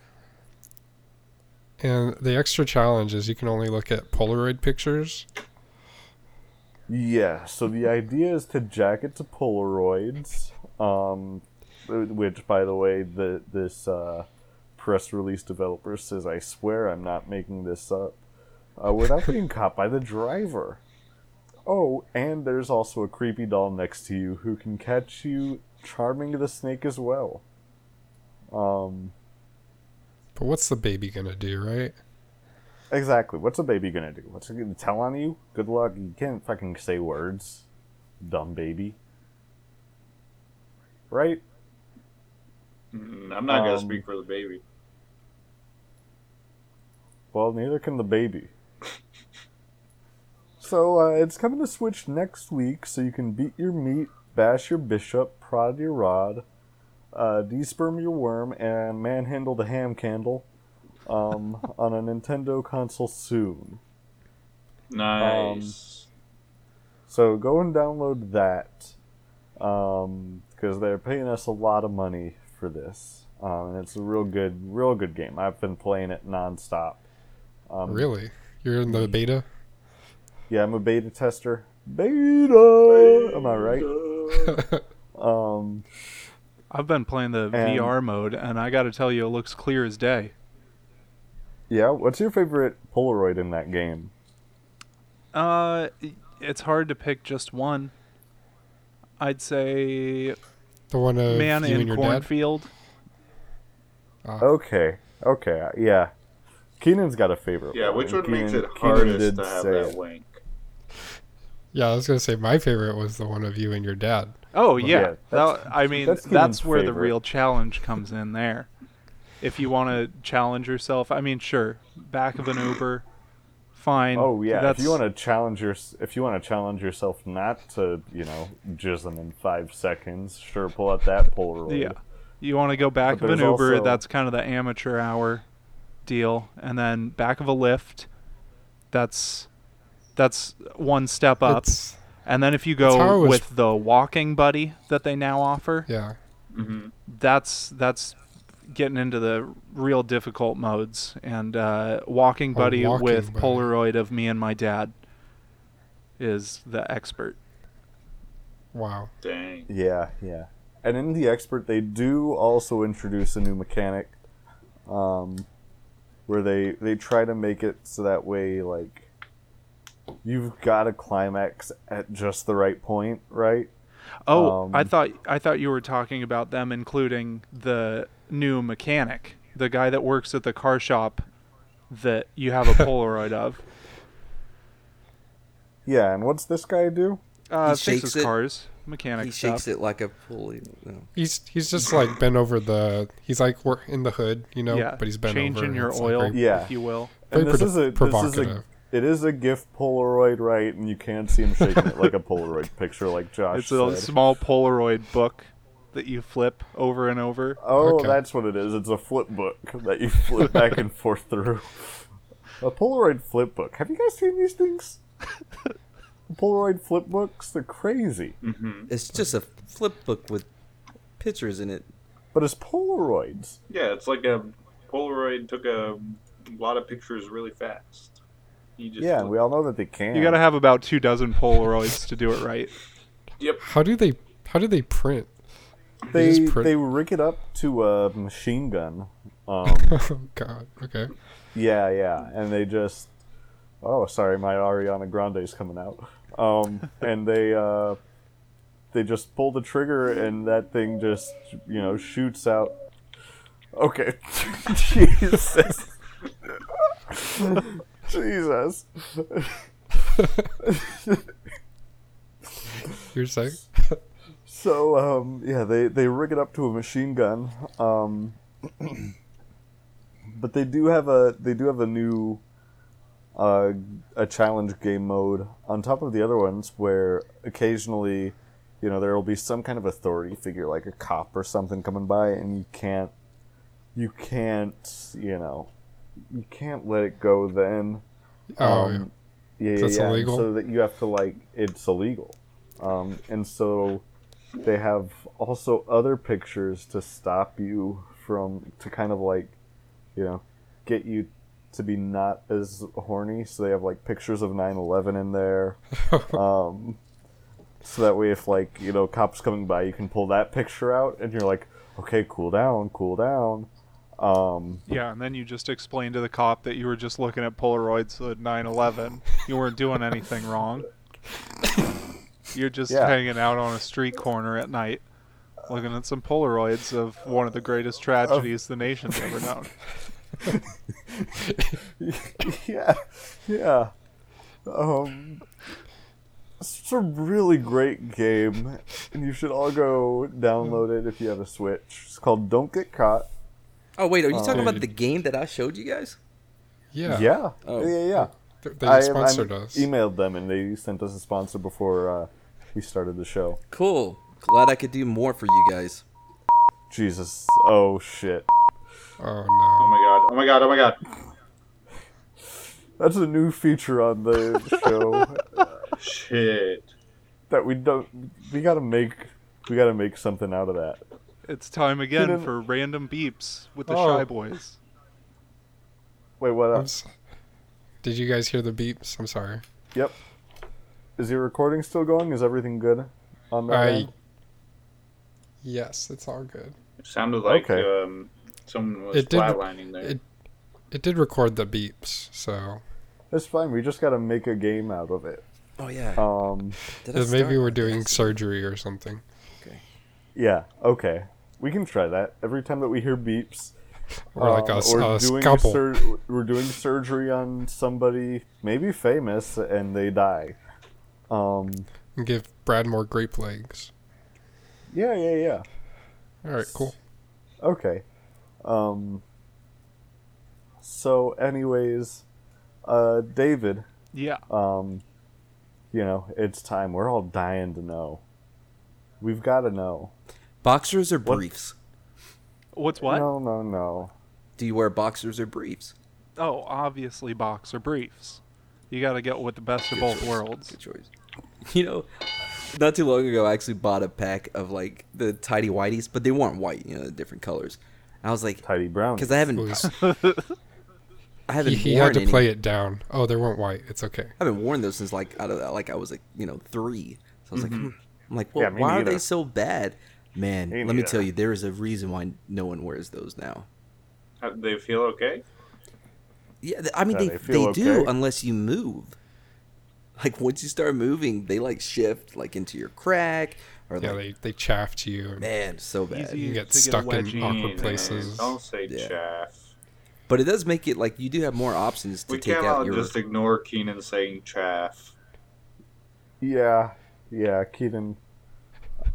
Speaker 2: And the extra challenge is you can only look at Polaroid pictures.
Speaker 7: Yeah, so the idea is to jack it to Polaroids, um, which, by the way, the this uh, press release developer says, I swear I'm not making this up, uh, without being caught by the driver. Oh, and there's also a creepy doll next to you who can catch you charming the snake as well. Um,
Speaker 2: But what's the baby gonna do, right?
Speaker 7: exactly. What's a baby gonna do? What's it gonna tell on you? Good luck. You can't fucking say words, dumb baby. Right?
Speaker 4: Mm, I'm not gonna
Speaker 7: Um,
Speaker 4: speak for the baby.
Speaker 7: Well, neither can the baby. so uh, it's coming to Switch next week, so you can beat your meat, bash your bishop, prod your rod, uh, desperm your worm, and manhandle the ham candle um, on a Nintendo console soon.
Speaker 4: Nice.
Speaker 7: Um, So go and download that because they're paying us a lot of money for this, um, and it's a real good, real good game. I've been playing it nonstop. Um,
Speaker 2: really? You're in the beta?
Speaker 7: Yeah, I'm a beta tester. Beta. Am I right? Um,
Speaker 3: I've been playing the VR mode, and I got to tell you, it looks clear as day.
Speaker 7: yeah. What's your favorite Polaroid in that game?
Speaker 3: Uh, it's hard to pick just one. I'd say
Speaker 2: The one of
Speaker 3: man
Speaker 2: you and
Speaker 3: in
Speaker 2: your Ah,
Speaker 3: cornfield.
Speaker 7: Okay. Okay. Yeah. Keenan's got a favorite.
Speaker 4: yeah, which one makes it
Speaker 7: Keenan- Keenan
Speaker 4: hardest
Speaker 7: did
Speaker 4: to have
Speaker 7: say
Speaker 4: that
Speaker 7: it.
Speaker 4: link?
Speaker 2: dad. Yeah, I was gonna say my favorite was the one of you and your dad.
Speaker 3: Oh yeah,
Speaker 7: yeah,
Speaker 3: that, I mean
Speaker 7: that's
Speaker 3: that's,
Speaker 7: Keenan's
Speaker 3: where the
Speaker 7: favorite.
Speaker 3: real challenge comes in there. If you want to challenge yourself, I mean, sure, back of an Uber, fine.
Speaker 7: Oh yeah.
Speaker 3: that's,
Speaker 7: If you want to challenge your, if you want to challenge yourself not to, you know, jizz them in five seconds, sure, pull out that Polaroid.
Speaker 3: yeah, you want to go back
Speaker 7: But
Speaker 3: of an
Speaker 7: there's
Speaker 3: Uber.
Speaker 7: also-
Speaker 3: That's kind of the amateur hour deal, and then back of a lift. That's that's one step up,
Speaker 2: It's-
Speaker 3: and then if you
Speaker 2: how I
Speaker 3: go
Speaker 2: was-
Speaker 3: with the walking buddy that they now offer,
Speaker 2: yeah.
Speaker 3: that's that's getting into the real difficult modes and uh, walking buddy
Speaker 2: Oh, walking
Speaker 3: with
Speaker 2: buddy.
Speaker 3: Polaroid of me and my dad is the expert.
Speaker 2: Wow.
Speaker 4: Dang.
Speaker 7: Yeah, yeah. And in the expert, they do also introduce a new mechanic, um, where they they try to make it so that way like you've got a climax at just the right point, right?
Speaker 3: Oh, I
Speaker 7: Um,
Speaker 3: thought I thought you were talking about them including the new mechanic, the guy that works at the car shop that you have a Polaroid of.
Speaker 7: Yeah. And what's this guy do?
Speaker 3: Uh,
Speaker 5: shakes
Speaker 3: fixes
Speaker 5: it.
Speaker 3: cars, mechanic
Speaker 5: He
Speaker 3: stuff.
Speaker 5: shakes it like a pulley. no.
Speaker 2: He's he's just like bent over the he's like we in the hood, you know,
Speaker 3: yeah,
Speaker 2: but he's bent
Speaker 3: changing
Speaker 2: over. and
Speaker 3: your
Speaker 2: it's, like,
Speaker 3: oil,
Speaker 2: very-
Speaker 7: Yeah.
Speaker 3: if you will.
Speaker 7: And
Speaker 2: Very
Speaker 7: this is
Speaker 2: produ-
Speaker 7: a this is a
Speaker 2: provocative.
Speaker 7: it is a GIF Polaroid, right? And you can see him shaking it like a Polaroid picture, like Josh
Speaker 3: It's a
Speaker 7: said.
Speaker 3: small Polaroid book that you flip over and over.
Speaker 7: Oh,
Speaker 2: Okay.
Speaker 7: that's what it is. It's a flip book that you flip back and forth through. A Polaroid flip book. Have you guys seen these things? Polaroid flip books? They're crazy.
Speaker 5: It's just a flip book with pictures in it.
Speaker 7: But it's Polaroids.
Speaker 4: Yeah, it's like a Polaroid took a lot of pictures really fast. You just
Speaker 7: Yeah, and we all know that they can.
Speaker 3: You got to have about two dozen Polaroids to do it right.
Speaker 2: How do they how do they print?
Speaker 7: they
Speaker 2: just print-
Speaker 7: they rig it up to a machine gun. Um,
Speaker 2: Oh god. Okay.
Speaker 7: yeah, yeah, and they just. Oh, sorry, my Ariana Grande's coming out. Um, and they uh, they just pull the trigger, and that thing just you know shoots out. Okay, Jesus, Jesus.
Speaker 2: You're saying
Speaker 7: So um, yeah, they they rig it up to a machine gun. Um, but they do have a they do have a new uh, a challenge game mode on top of the other ones where occasionally, you know, there will be some kind of authority figure like a cop or something coming by, and you can't you can't you know you can't let it go then.
Speaker 2: Oh,
Speaker 7: Um, yeah, yeah,
Speaker 2: That's
Speaker 7: yeah. And
Speaker 2: illegal?
Speaker 7: So that you have to like it's illegal, um, and so they have also other pictures to stop you from to kind of like, you know, get you to be not as horny. So they have like pictures of 9/11 in there, um, so that way if like you know cops coming by, you can pull that picture out, and you're like, okay, cool down, cool down. Um,
Speaker 3: Yeah, and then you just explained to the cop that you were just looking at Polaroids at 9/11. You weren't doing anything wrong. You're just
Speaker 7: Yeah.
Speaker 3: hanging out on a street corner at night, looking at some Polaroids of one of the greatest tragedies the nation's ever known.
Speaker 7: yeah, yeah. Um, it's a really great game, and you should all go download it if you have a Switch. It's called Don't Get Caught.
Speaker 5: Oh wait, are you talking about
Speaker 2: Dude.
Speaker 5: the game that I showed you guys?
Speaker 2: yeah.
Speaker 7: Yeah,
Speaker 5: Oh.
Speaker 7: yeah, yeah.
Speaker 2: Th- They
Speaker 7: I- I
Speaker 2: sponsored us.
Speaker 7: Emailed them, and they sent us a sponsor before uh, we started the show.
Speaker 5: Cool. Glad I could do more for you guys.
Speaker 7: Jesus, oh shit,
Speaker 2: oh
Speaker 4: Oh
Speaker 2: no.
Speaker 4: my god! Oh my god! Oh my god!
Speaker 7: that's a new feature on the show
Speaker 4: Shit!
Speaker 7: that we don't. We gotta make. We gotta make something out of that.
Speaker 3: It's time
Speaker 7: Did
Speaker 3: again
Speaker 7: it-
Speaker 3: for random beeps with the
Speaker 2: Oh.
Speaker 3: Shy Boys.
Speaker 7: Wait, what?
Speaker 2: I'm
Speaker 7: Else?
Speaker 2: s- Did you guys hear the beeps? I'm sorry.
Speaker 7: Yep. Is your recording still going? Is everything good on that?
Speaker 2: I-
Speaker 7: end?
Speaker 2: Yes, it's all good.
Speaker 4: It sounded like
Speaker 7: Okay.
Speaker 4: um, someone was
Speaker 2: It did-
Speaker 4: flatlining there.
Speaker 2: it- It did record the beeps, so
Speaker 7: That's fine. We just got to make a game out of it.
Speaker 5: Oh yeah.
Speaker 7: Um,
Speaker 5: Did I
Speaker 2: uh,
Speaker 5: start?
Speaker 2: maybe we're
Speaker 5: Did I
Speaker 2: doing
Speaker 5: s-
Speaker 2: surgery or something.
Speaker 7: yeah. Okay. We can try that. Every time that we hear beeps,
Speaker 2: Or like a,
Speaker 7: um,
Speaker 2: s-
Speaker 7: or
Speaker 2: a
Speaker 7: doing
Speaker 2: scalpel.
Speaker 7: sur- we're doing surgery on somebody, maybe famous, and they die. Um,
Speaker 2: and give Brad more grape legs.
Speaker 7: yeah, yeah, yeah.
Speaker 2: All right, cool.
Speaker 7: Okay. Um, so, anyways, uh, David,
Speaker 3: Yeah.
Speaker 7: um, you know, it's time. We're all dying to know. We've got to know.
Speaker 5: boxers or briefs?
Speaker 3: What's what?
Speaker 7: No, no, no.
Speaker 5: Do you wear boxers or briefs?
Speaker 3: Oh, obviously boxer briefs. You got to get with the best of both worlds.
Speaker 5: Good choice. You know, not too long ago, I actually bought a pack of like the tidy whiteys, but they weren't white. You know, they're different colors. I was like,
Speaker 7: Tidy Brown.
Speaker 5: because I haven't,
Speaker 2: It was-
Speaker 5: I haven't
Speaker 2: he, he
Speaker 5: worn
Speaker 2: had to
Speaker 5: any.
Speaker 2: play it down. Oh, they weren't white. It's okay.
Speaker 5: I haven't worn those since like out of like I was like you know three. So I was
Speaker 2: Mm-hmm.
Speaker 5: like, hmm. I'm like, well,
Speaker 7: Yeah, me
Speaker 5: why are
Speaker 7: neither.
Speaker 5: they so bad? Man,
Speaker 7: Me
Speaker 5: let me tell
Speaker 7: neither.
Speaker 5: you, there is a reason why no one wears those now.
Speaker 4: How- they feel okay?
Speaker 5: Yeah, th- I mean
Speaker 7: Yeah,
Speaker 5: they
Speaker 7: they
Speaker 5: they,
Speaker 7: feel
Speaker 5: do
Speaker 7: okay.
Speaker 5: unless you move. Like once you start moving, they like shift like into your crack or
Speaker 2: Yeah,
Speaker 5: like
Speaker 2: they, they chaffed you. and-
Speaker 5: man, so bad.
Speaker 3: Easy
Speaker 2: You get
Speaker 3: to
Speaker 2: stuck
Speaker 3: a
Speaker 2: in
Speaker 3: wedgie uh,
Speaker 2: awkward
Speaker 3: in.
Speaker 2: places.
Speaker 4: Don't say
Speaker 5: Yeah.
Speaker 4: chaff.
Speaker 5: But it does make it like you do have more options to
Speaker 4: We
Speaker 5: take
Speaker 4: can't
Speaker 5: out
Speaker 4: all
Speaker 5: your.
Speaker 4: just ignore Keenan saying chaff.
Speaker 7: yeah, yeah, Keaton.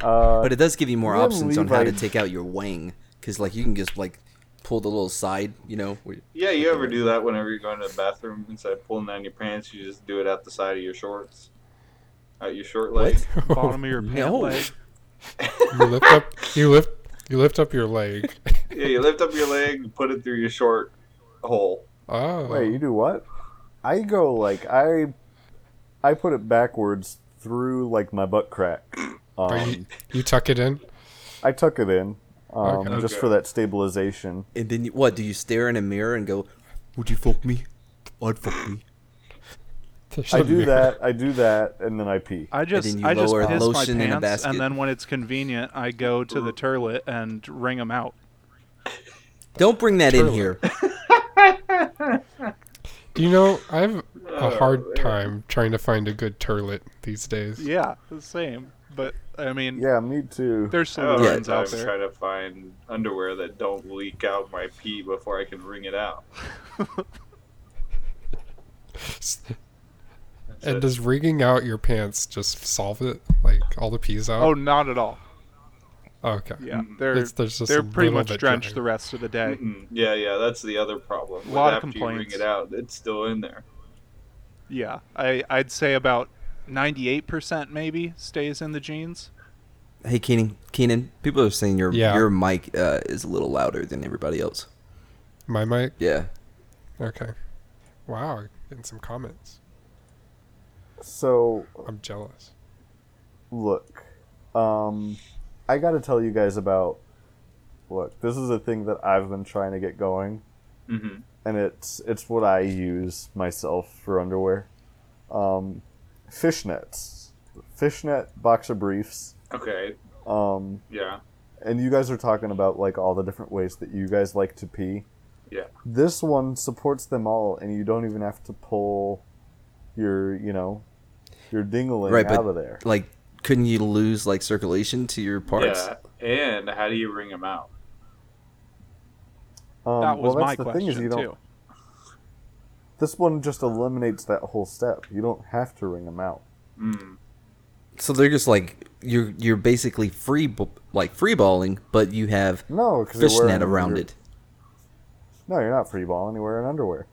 Speaker 7: Uh,
Speaker 5: But it does give you more
Speaker 7: Them
Speaker 5: options on how to
Speaker 7: Levi's-
Speaker 5: take out your wang, because like you can just like pull the little side, you know. Where,
Speaker 4: Yeah, you ever do that whenever you're going to the bathroom? Instead of pulling down your pants, you just do it out the side of your shorts, out your short leg.
Speaker 3: Bottom of your pant
Speaker 5: no.
Speaker 3: leg.
Speaker 2: you lift up. You lift. You lift up your leg.
Speaker 4: Yeah, you lift up your leg and put it through your short hole.
Speaker 2: Oh,
Speaker 7: wait, you do what? I go like I, I put it backwards through like my butt crack.
Speaker 2: Are
Speaker 7: Um,
Speaker 2: you, you tuck it in.
Speaker 7: I tuck it in, um,
Speaker 2: Okay.
Speaker 7: just
Speaker 4: Okay.
Speaker 7: for that stabilization.
Speaker 5: And then you, what? Do you stare in a mirror and go, "Would you fuck me? I'd fuck me."
Speaker 2: There's
Speaker 7: I
Speaker 2: a Um,
Speaker 7: do
Speaker 2: mirror.
Speaker 7: that. I do that, and then I pee.
Speaker 3: I just
Speaker 5: then you
Speaker 3: I just
Speaker 5: lower
Speaker 3: piss
Speaker 5: lotion
Speaker 3: my
Speaker 5: in a
Speaker 3: pants,
Speaker 5: basket.
Speaker 3: and then when it's convenient, I go to the toilet and wring them out.
Speaker 5: Don't bring that in here.
Speaker 2: Do you know I have a
Speaker 3: Oh,
Speaker 2: hard time trying to find a good turlet these days?
Speaker 3: Yeah, the same. But I mean,
Speaker 7: Yeah, me too.
Speaker 3: there's
Speaker 4: Oh,
Speaker 5: Yeah.
Speaker 4: yeah, I'm
Speaker 3: solutions out there.
Speaker 4: trying to find underwear that don't leak out my pee before I can wring it out.
Speaker 2: And does wringing out your pants just solve it? Like all the peas
Speaker 3: Oh,
Speaker 2: out? Oh,
Speaker 3: not at all.
Speaker 2: okay.
Speaker 3: Yeah, they're
Speaker 2: It's- there's just
Speaker 3: they're
Speaker 2: a
Speaker 3: pretty
Speaker 2: little
Speaker 3: much
Speaker 2: bit
Speaker 3: drenched
Speaker 2: dry.
Speaker 3: the rest of the day.
Speaker 4: Mm, yeah, yeah, that's the other problem.
Speaker 3: Lot of
Speaker 4: after you wring
Speaker 3: complaints.
Speaker 4: it out, it's still in there.
Speaker 3: Yeah, I I'd say about 98% maybe stays in the jeans.
Speaker 5: Hey, Keenan, Keenan, people are saying your
Speaker 2: Yeah.
Speaker 5: your mic uh, is a little louder than everybody else.
Speaker 2: My mic.
Speaker 5: Yeah,
Speaker 2: Okay. Wow. and some comments.
Speaker 7: So
Speaker 2: I'm jealous.
Speaker 7: look, um, I got to tell you guys about. Look, this is a thing that I've been trying to get going,
Speaker 4: Mhm.
Speaker 7: and it's it's what I use myself for underwear. Um, fishnets, fishnet boxer briefs.
Speaker 4: Okay.
Speaker 7: Um,
Speaker 4: Yeah.
Speaker 7: and you guys are talking about like all the different ways that you guys like to pee.
Speaker 4: Yeah.
Speaker 7: This one supports them all, and you don't even have to pull your, you know, your dingling
Speaker 5: Right, but-
Speaker 7: out of there.
Speaker 5: Like, couldn't you lose like circulation to your parts?
Speaker 4: Yeah. And how do you wring them out?
Speaker 7: Um,
Speaker 3: that was
Speaker 7: well,
Speaker 3: my
Speaker 7: that's the
Speaker 3: question
Speaker 7: thing is you don't.
Speaker 3: too.
Speaker 7: This one just eliminates that whole step. You don't have to wring them out.
Speaker 4: Mm.
Speaker 5: So they're just like you're you're basically free b- like free balling, but you have
Speaker 7: No, because
Speaker 5: fishnet around it.
Speaker 7: No, you're not free balling. You're wearing underwear.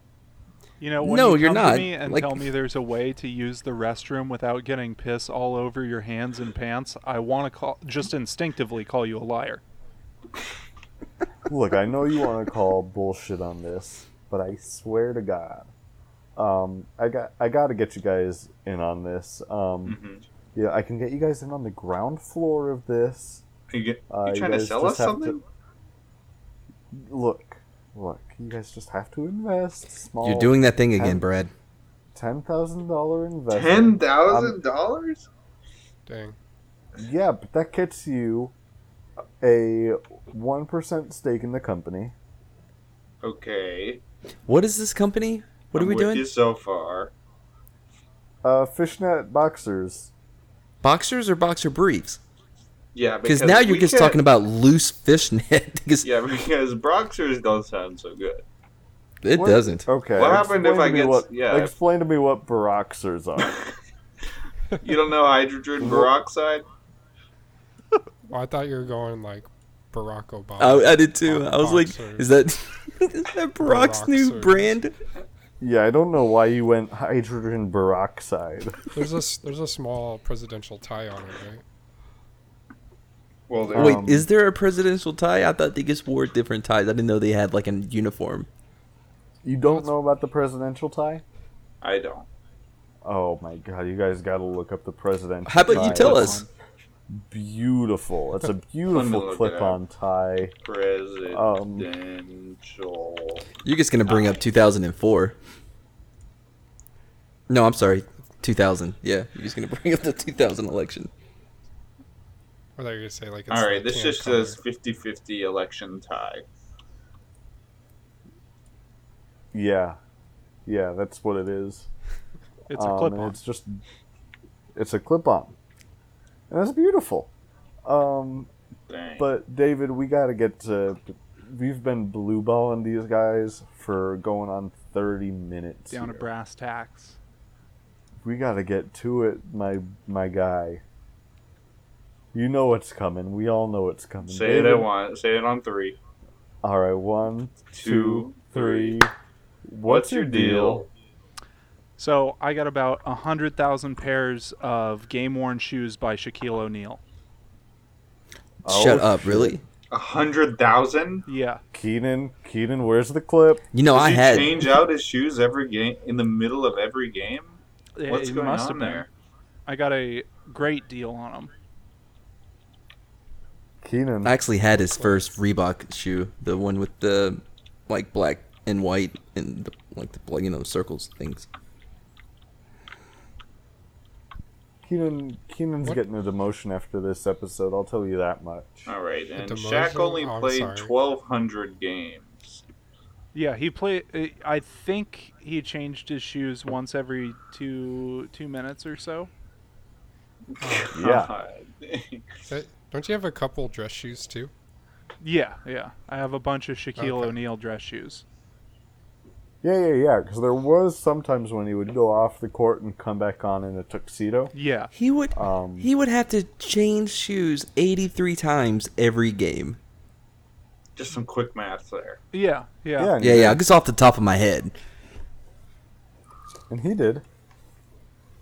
Speaker 3: You know, when
Speaker 5: No,
Speaker 3: you
Speaker 5: you're
Speaker 3: come
Speaker 5: not.
Speaker 3: To me and
Speaker 5: Like-
Speaker 3: tell me there's a way to use the restroom without getting piss all over your hands and pants. I want to call just instinctively call you a liar.
Speaker 7: Look, I know you want to call bullshit on this, but I swear to God, um, I got I got to get you guys in on this. Um,
Speaker 4: Mhm.
Speaker 7: Yeah, I can get you guys in on the ground floor of this.
Speaker 4: You, get,
Speaker 7: Uh,
Speaker 4: you
Speaker 7: you
Speaker 4: trying to
Speaker 7: guys
Speaker 4: sell us
Speaker 7: just have to-
Speaker 4: something?
Speaker 7: Look, look, you guys just have to invest small.
Speaker 5: You're doing that thing again,
Speaker 7: and-
Speaker 5: Brad.
Speaker 7: ten thousand dollar
Speaker 4: Ten
Speaker 7: investment.
Speaker 4: thousand dollars?
Speaker 2: Dang.
Speaker 7: Yeah, but that gets you a one percent stake in the company.
Speaker 4: Okay.
Speaker 5: What is this company? What are
Speaker 4: I'm
Speaker 5: we
Speaker 4: with
Speaker 5: doing?
Speaker 4: You so far.
Speaker 7: Uh, fishnet boxers.
Speaker 5: Boxers or boxer briefs?
Speaker 4: Yeah,
Speaker 5: Because now you're
Speaker 4: we
Speaker 5: just
Speaker 4: can't-
Speaker 5: talking about loose fishnet. Because
Speaker 4: Yeah, because boxers don't sound so good.
Speaker 5: it
Speaker 7: What-
Speaker 5: doesn't.
Speaker 7: Okay.
Speaker 4: What happened if
Speaker 7: explain to
Speaker 4: I
Speaker 7: me
Speaker 4: get-
Speaker 7: What,
Speaker 4: yeah.
Speaker 7: Explain to me what baroxers are.
Speaker 4: You don't know hydrogen peroxide?
Speaker 2: Well, I thought you were going like Barack Obama.
Speaker 7: Oh,
Speaker 5: I, I did too. I was like,
Speaker 2: Boxers.
Speaker 5: is that is that Brock's new
Speaker 2: Baroxers.
Speaker 5: brand?
Speaker 7: yeah, I don't know why you went hydrogen peroxide.
Speaker 2: There's a s- there's a small presidential tie on it, right?
Speaker 4: Well, there-
Speaker 7: Um,
Speaker 5: Oh, Wait, is there a presidential tie? I thought they just wore different ties. I didn't know they had like a uniform.
Speaker 7: You don't know about the presidential tie?
Speaker 4: I don't.
Speaker 7: Oh my god, you guys got to look up the presidential.
Speaker 5: How about you
Speaker 7: tie.
Speaker 5: tell
Speaker 7: It's
Speaker 5: us?
Speaker 7: Beautiful. It's a
Speaker 4: Let me look
Speaker 7: beautiful
Speaker 4: it
Speaker 7: clip-on tie.
Speaker 4: Presidential.
Speaker 5: You're just gonna bring up 2004. No, I'm sorry, 2000. Yeah, you're just gonna bring up the 2000 election.
Speaker 2: I thought you were gonna say like. It's
Speaker 4: All right,
Speaker 2: the
Speaker 4: this
Speaker 2: tan
Speaker 4: just
Speaker 2: color.
Speaker 4: says 50-50 election tie.
Speaker 7: Yeah, yeah, that's what it is.
Speaker 3: It's a
Speaker 7: Um,
Speaker 3: clip
Speaker 7: and
Speaker 3: on.
Speaker 7: It's just, it's a clip-on, and it's beautiful. Um,
Speaker 4: Dang.
Speaker 7: but David, we got to get to. We've been blue balling these guys for going on thirty minutes.
Speaker 3: Down to
Speaker 7: here.
Speaker 3: brass tacks.
Speaker 7: We got to get to it, my my guy. You know what's coming. We all know it's coming.
Speaker 4: say it
Speaker 7: David,
Speaker 4: at one. Say it on three.
Speaker 7: All right, one, two,
Speaker 4: Two,
Speaker 7: three.
Speaker 4: three.
Speaker 7: What's your deal?
Speaker 3: So I got about a hundred thousand pairs of game worn shoes by Shaquille O'Neal.
Speaker 5: Shut
Speaker 7: Oh,
Speaker 5: up, really?
Speaker 4: A hundred thousand?
Speaker 3: Yeah,
Speaker 7: Keenan, Keenan, where's the clip?
Speaker 5: You know,
Speaker 4: Does
Speaker 5: I
Speaker 4: he
Speaker 5: had.
Speaker 4: change out his shoes every game in the middle of every game.
Speaker 3: It-
Speaker 4: What's
Speaker 3: it
Speaker 4: going
Speaker 3: must have
Speaker 4: on
Speaker 3: been.
Speaker 4: there?
Speaker 3: I got a great deal on them.
Speaker 7: Keenan.
Speaker 5: I actually had his first Reebok shoe, the one with the like black and white and the, like the like, you know circles things.
Speaker 7: Keenan Keenan's
Speaker 2: What?
Speaker 7: getting a demotion after this episode, I'll tell you that much.
Speaker 4: All right, and
Speaker 2: the
Speaker 4: Shaq
Speaker 2: motion?
Speaker 4: only
Speaker 2: Oh, I'm
Speaker 4: played
Speaker 2: sorry.
Speaker 4: twelve hundred games.
Speaker 3: Yeah, he played. I think he changed his shoes once every two two minutes or so.
Speaker 7: Yeah.
Speaker 4: God.
Speaker 2: Is that- Don't you have a couple dress shoes too?
Speaker 3: Yeah, yeah. I have a bunch of Shaquille
Speaker 2: Okay.
Speaker 3: O'Neal dress shoes.
Speaker 7: Yeah, yeah, yeah. Because there was sometimes when he would go off the court and come back on in a tuxedo.
Speaker 3: Yeah,
Speaker 5: He would
Speaker 7: Um,
Speaker 5: he would have to change shoes 83 times every game.
Speaker 4: Just some quick math there.
Speaker 3: yeah, yeah.
Speaker 7: Yeah, and,
Speaker 5: Yeah, yeah, just off the top of my head.
Speaker 7: and he did.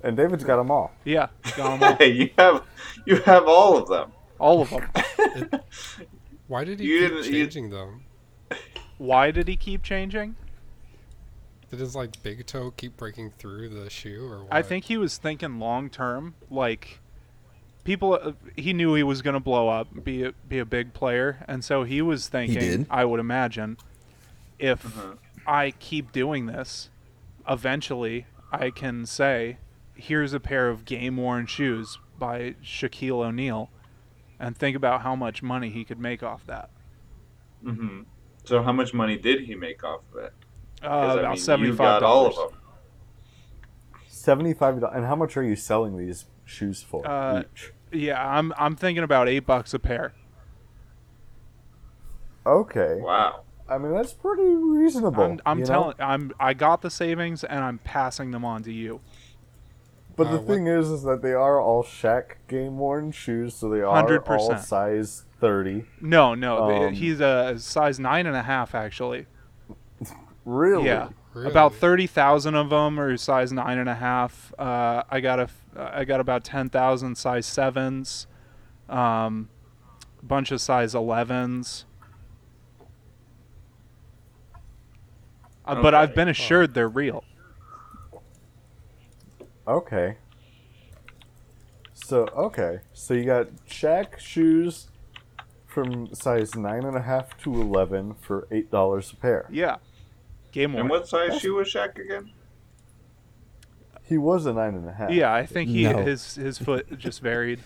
Speaker 7: And David's got them all.
Speaker 3: Yeah, got 'em all.
Speaker 4: Hey, you have you have all of them.
Speaker 3: all of them.
Speaker 2: Why did he
Speaker 4: You
Speaker 2: keep
Speaker 4: didn't- you-
Speaker 2: changing them?
Speaker 3: Why did he keep changing?
Speaker 2: Did his like big toe keep breaking through the shoe or what?
Speaker 3: I think he was thinking long term, like people. uh, He knew he was going to blow up, be a, be a big player, and so he was thinking.
Speaker 5: did.
Speaker 3: I would imagine, if
Speaker 4: Uh-huh.
Speaker 3: I keep doing this, eventually I can say, "Here's a pair of game worn shoes by Shaquille O'Neal," and think about how much money he could make off that.
Speaker 4: hmm So how much money did he make off of it?
Speaker 3: Uh, about
Speaker 4: you
Speaker 3: seventy five
Speaker 4: got all of
Speaker 3: dollars.
Speaker 4: them.
Speaker 7: Seventy-five dollars. And how much are you selling these shoes for?
Speaker 3: Uh,
Speaker 7: each?
Speaker 3: Yeah, I'm I'm thinking about eight bucks a pair.
Speaker 7: Okay.
Speaker 4: Wow.
Speaker 7: I mean, that's pretty reasonable.
Speaker 3: I'm, I'm
Speaker 7: you know?
Speaker 3: telling. I'm. I got the savings, and I'm passing them on to you.
Speaker 7: But
Speaker 2: Uh,
Speaker 7: the
Speaker 2: what-
Speaker 7: thing is, is that they are all Shaq game worn shoes, so they are
Speaker 3: 100%.
Speaker 7: all size thirty.
Speaker 3: No, no. th-
Speaker 7: Um,
Speaker 3: he's a size nine and a half, actually.
Speaker 7: Really?
Speaker 3: Yeah,
Speaker 2: Really?
Speaker 3: about thirty thousand of them are size nine and a half. Uh, I got a. f- I got about ten thousand size sevens, um, bunch of size elevens. Uh, But I've
Speaker 4: Okay.
Speaker 3: been assured they're real.
Speaker 7: Okay. So okay, so you got Shaq shoes from size nine and a half to eleven for eight dollars a pair.
Speaker 3: Yeah, game one.
Speaker 4: And what size shoe was Shaq again?
Speaker 7: He was a nine and a half.
Speaker 3: Yeah, I think he
Speaker 5: No.
Speaker 3: his his foot just varied.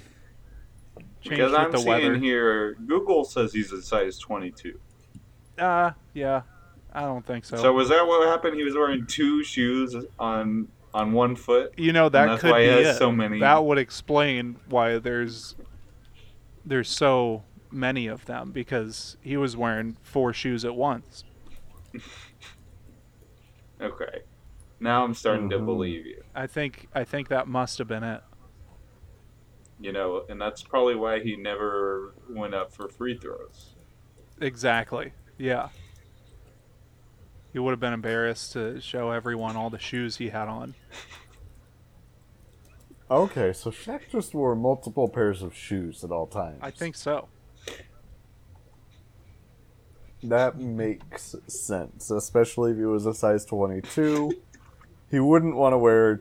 Speaker 3: Changed
Speaker 4: Because
Speaker 3: with
Speaker 4: I'm
Speaker 3: the
Speaker 4: seeing
Speaker 3: weather.
Speaker 4: here, Google says he's a size 22.
Speaker 3: Uh, yeah. I don't think so.
Speaker 4: So was that what happened? He was wearing two shoes on on one foot.
Speaker 3: you know
Speaker 4: and
Speaker 3: that
Speaker 4: that's
Speaker 3: could
Speaker 4: why
Speaker 3: be
Speaker 4: he has
Speaker 3: it.
Speaker 4: so many-
Speaker 3: That would explain why there's there's so many of them because he was wearing four shoes at once.
Speaker 4: Okay. Now I'm starting to
Speaker 3: Mm-hmm.
Speaker 7: Mhm.
Speaker 4: believe you.
Speaker 3: I think I think that must have been it.
Speaker 4: You know, and that's probably why he never went up for free throws.
Speaker 3: Exactly. Yeah. He would have been embarrassed to show everyone all the shoes he had on.
Speaker 7: Okay, so Shaq just wore multiple pairs of shoes at all times.
Speaker 3: I think so.
Speaker 7: that makes sense, especially if he was a size twenty-two. he wouldn't want to wear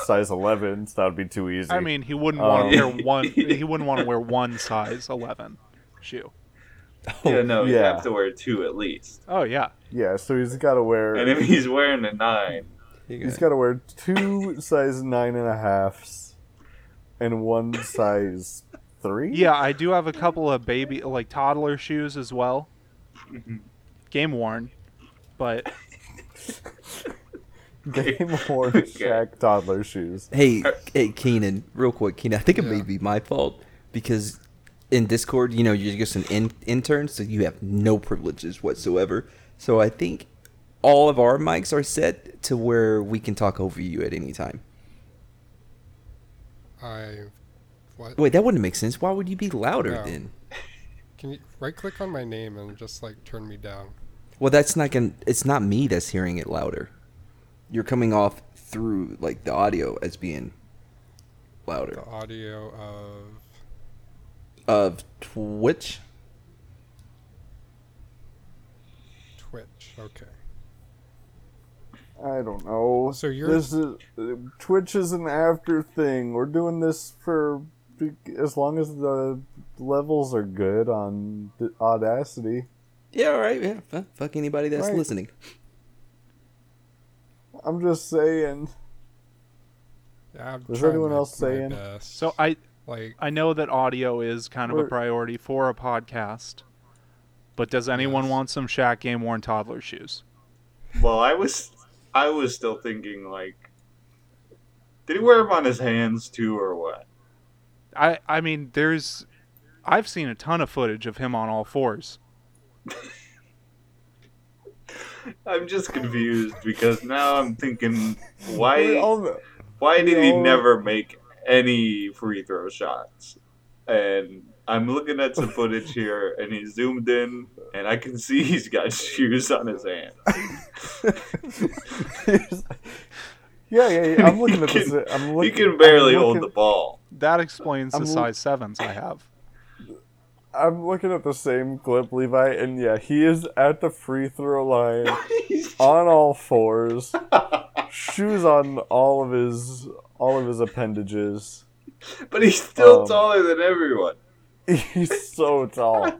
Speaker 7: size 11s. That would be too easy.
Speaker 3: I mean, he wouldn't want to
Speaker 7: Um,
Speaker 3: wear one. He wouldn't want to wear one size eleven shoe.
Speaker 4: yeah, no, you
Speaker 7: yeah.
Speaker 4: have to wear two at least.
Speaker 3: Oh yeah,
Speaker 7: yeah. So he's got to wear.
Speaker 4: And if he's wearing a nine,
Speaker 5: You
Speaker 7: He's
Speaker 5: got-
Speaker 7: got to wear two size nine and a halfs and one size three.
Speaker 3: yeah. I do have a couple of baby, like toddler shoes as well, game worn, but
Speaker 7: game worn
Speaker 4: Okay.
Speaker 7: Shaq toddler shoes.
Speaker 5: Hey, hey, Keenan, real quick, Keenan. I think it may
Speaker 2: Yeah.
Speaker 5: be my fault because in Discord, you know, you're just an in- intern, so you have no privileges whatsoever. So I think all of our mics are set to where we can talk over you at any time.
Speaker 2: I what?
Speaker 5: Wait, that wouldn't make sense. Why would you be louder
Speaker 2: No.
Speaker 5: then?
Speaker 2: Can you right click on my name and just like turn me down?
Speaker 5: Well, that's not gonna. It's not me that's hearing it louder. You're coming off through like the audio as being louder
Speaker 2: The audio of
Speaker 5: of Twitch.
Speaker 2: Twitch. Okay.
Speaker 7: I don't know.
Speaker 2: So you're-
Speaker 7: this is uh, Twitch is an after thing. We're doing this for as long as the levels are good on the Audacity.
Speaker 5: Yeah, all right. Yeah, fu- fuck anybody that's
Speaker 7: Right.
Speaker 5: listening.
Speaker 7: I'm just saying.
Speaker 2: Yeah, I'm
Speaker 7: Was
Speaker 2: trying
Speaker 7: anyone
Speaker 2: my-
Speaker 7: else
Speaker 2: my
Speaker 7: saying?
Speaker 2: best.
Speaker 3: so I
Speaker 2: like
Speaker 3: I know that audio is kind of a
Speaker 7: We're-
Speaker 3: priority for a podcast. But does anyone
Speaker 2: Yes.
Speaker 3: want some Shaq game worn toddler shoes?
Speaker 4: well, I was I was still thinking like, did he wear them on his hands too, or what?
Speaker 3: I I mean, there's I've seen a ton of footage of him on all fours.
Speaker 4: I'm just confused because now I'm thinking, why
Speaker 7: We're all the-
Speaker 4: why did he
Speaker 7: No.
Speaker 4: never make any free throw shots? And I'm looking at some footage here, and he zoomed in, and I can see he's got shoes on his hand.
Speaker 7: yeah, yeah, yeah. I'm looking at this.
Speaker 4: He can-
Speaker 7: I'm
Speaker 4: He
Speaker 7: looking.
Speaker 4: can barely
Speaker 7: I'm
Speaker 4: hold
Speaker 7: looking-
Speaker 4: the ball.
Speaker 3: That explains the
Speaker 7: I'm l-
Speaker 3: size sevens I have.
Speaker 7: I'm looking at the same clip, Levi, and yeah, he is at the free throw line on all fours, shoes on all of his all of his appendages.
Speaker 4: but he's still
Speaker 7: Um,
Speaker 4: taller than everyone.
Speaker 7: He's so tall.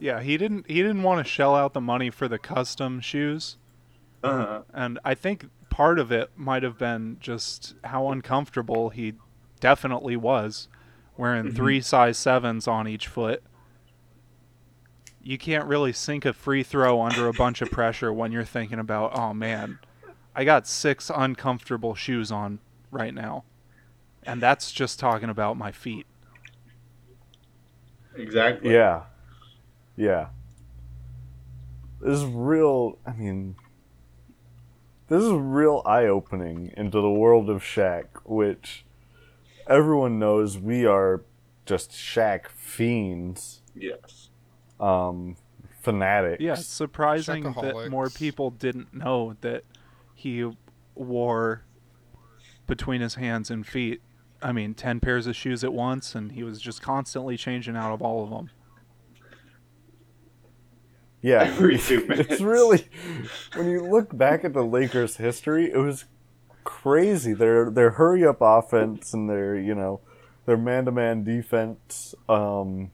Speaker 3: Yeah, he didn't he didn't want to shell out the money for the custom shoes,
Speaker 4: Uh-huh.
Speaker 3: and I think part of it might have been just how uncomfortable he definitely was wearing three size 7s on each foot. You can't really sink a free throw under a bunch of pressure when you're thinking about, "Oh man, I got six uncomfortable shoes on right now." And that's just talking about my feet.
Speaker 4: Exactly.
Speaker 7: Yeah. Yeah. This is real. I mean, this is real eye opening into the world of Shaq, which everyone knows we are just Shaq fiends,
Speaker 4: Yes.
Speaker 7: um, fanatics.
Speaker 3: Yeah, it's surprising that more
Speaker 2: Shakaholics.
Speaker 3: people didn't know that he wore between his hands and feet. I mean, ten pairs of shoes at once, and he was just constantly changing out of all of them.
Speaker 7: Yeah.
Speaker 4: Every two minutes.
Speaker 7: It's really when you look back at the Lakers' history, it was crazy. Their their hurry up offense and their you know their man to man defense. Um,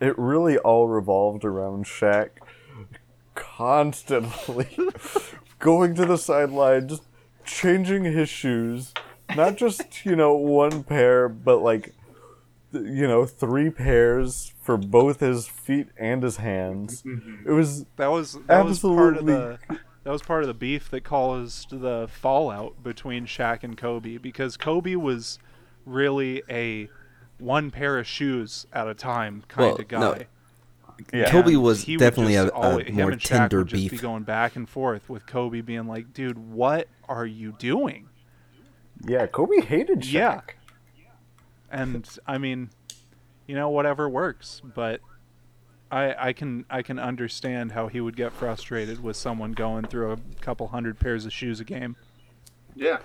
Speaker 7: it really all revolved around Shaq constantly going to the sideline, just changing his shoes. Not just you know one pair, but like th- you know three pairs for both his feet and his hands.
Speaker 4: Mm-hmm.
Speaker 7: It was
Speaker 3: That was that was part of
Speaker 7: Absolutely.
Speaker 3: the that was part of the beef that caused the fallout between Shaq and Kobe because Kobe was really a one pair of shoes at a time kind
Speaker 5: Well, no,
Speaker 3: of guy.
Speaker 7: yeah.
Speaker 5: Kobe
Speaker 3: And
Speaker 5: was
Speaker 3: he would
Speaker 5: definitely
Speaker 3: just
Speaker 5: a, a
Speaker 3: always- him
Speaker 5: more
Speaker 3: and Shaq
Speaker 5: tender
Speaker 3: would just Be
Speaker 5: beef.
Speaker 3: going back and forth with Kobe being like, "Dude, what are you doing?"
Speaker 7: Yeah, Kobe hated Shaq.
Speaker 3: Yeah. And I mean, you know, whatever works, but I I can I can understand how he would get frustrated with someone going through a couple hundred pairs of shoes a game.
Speaker 4: Yeah.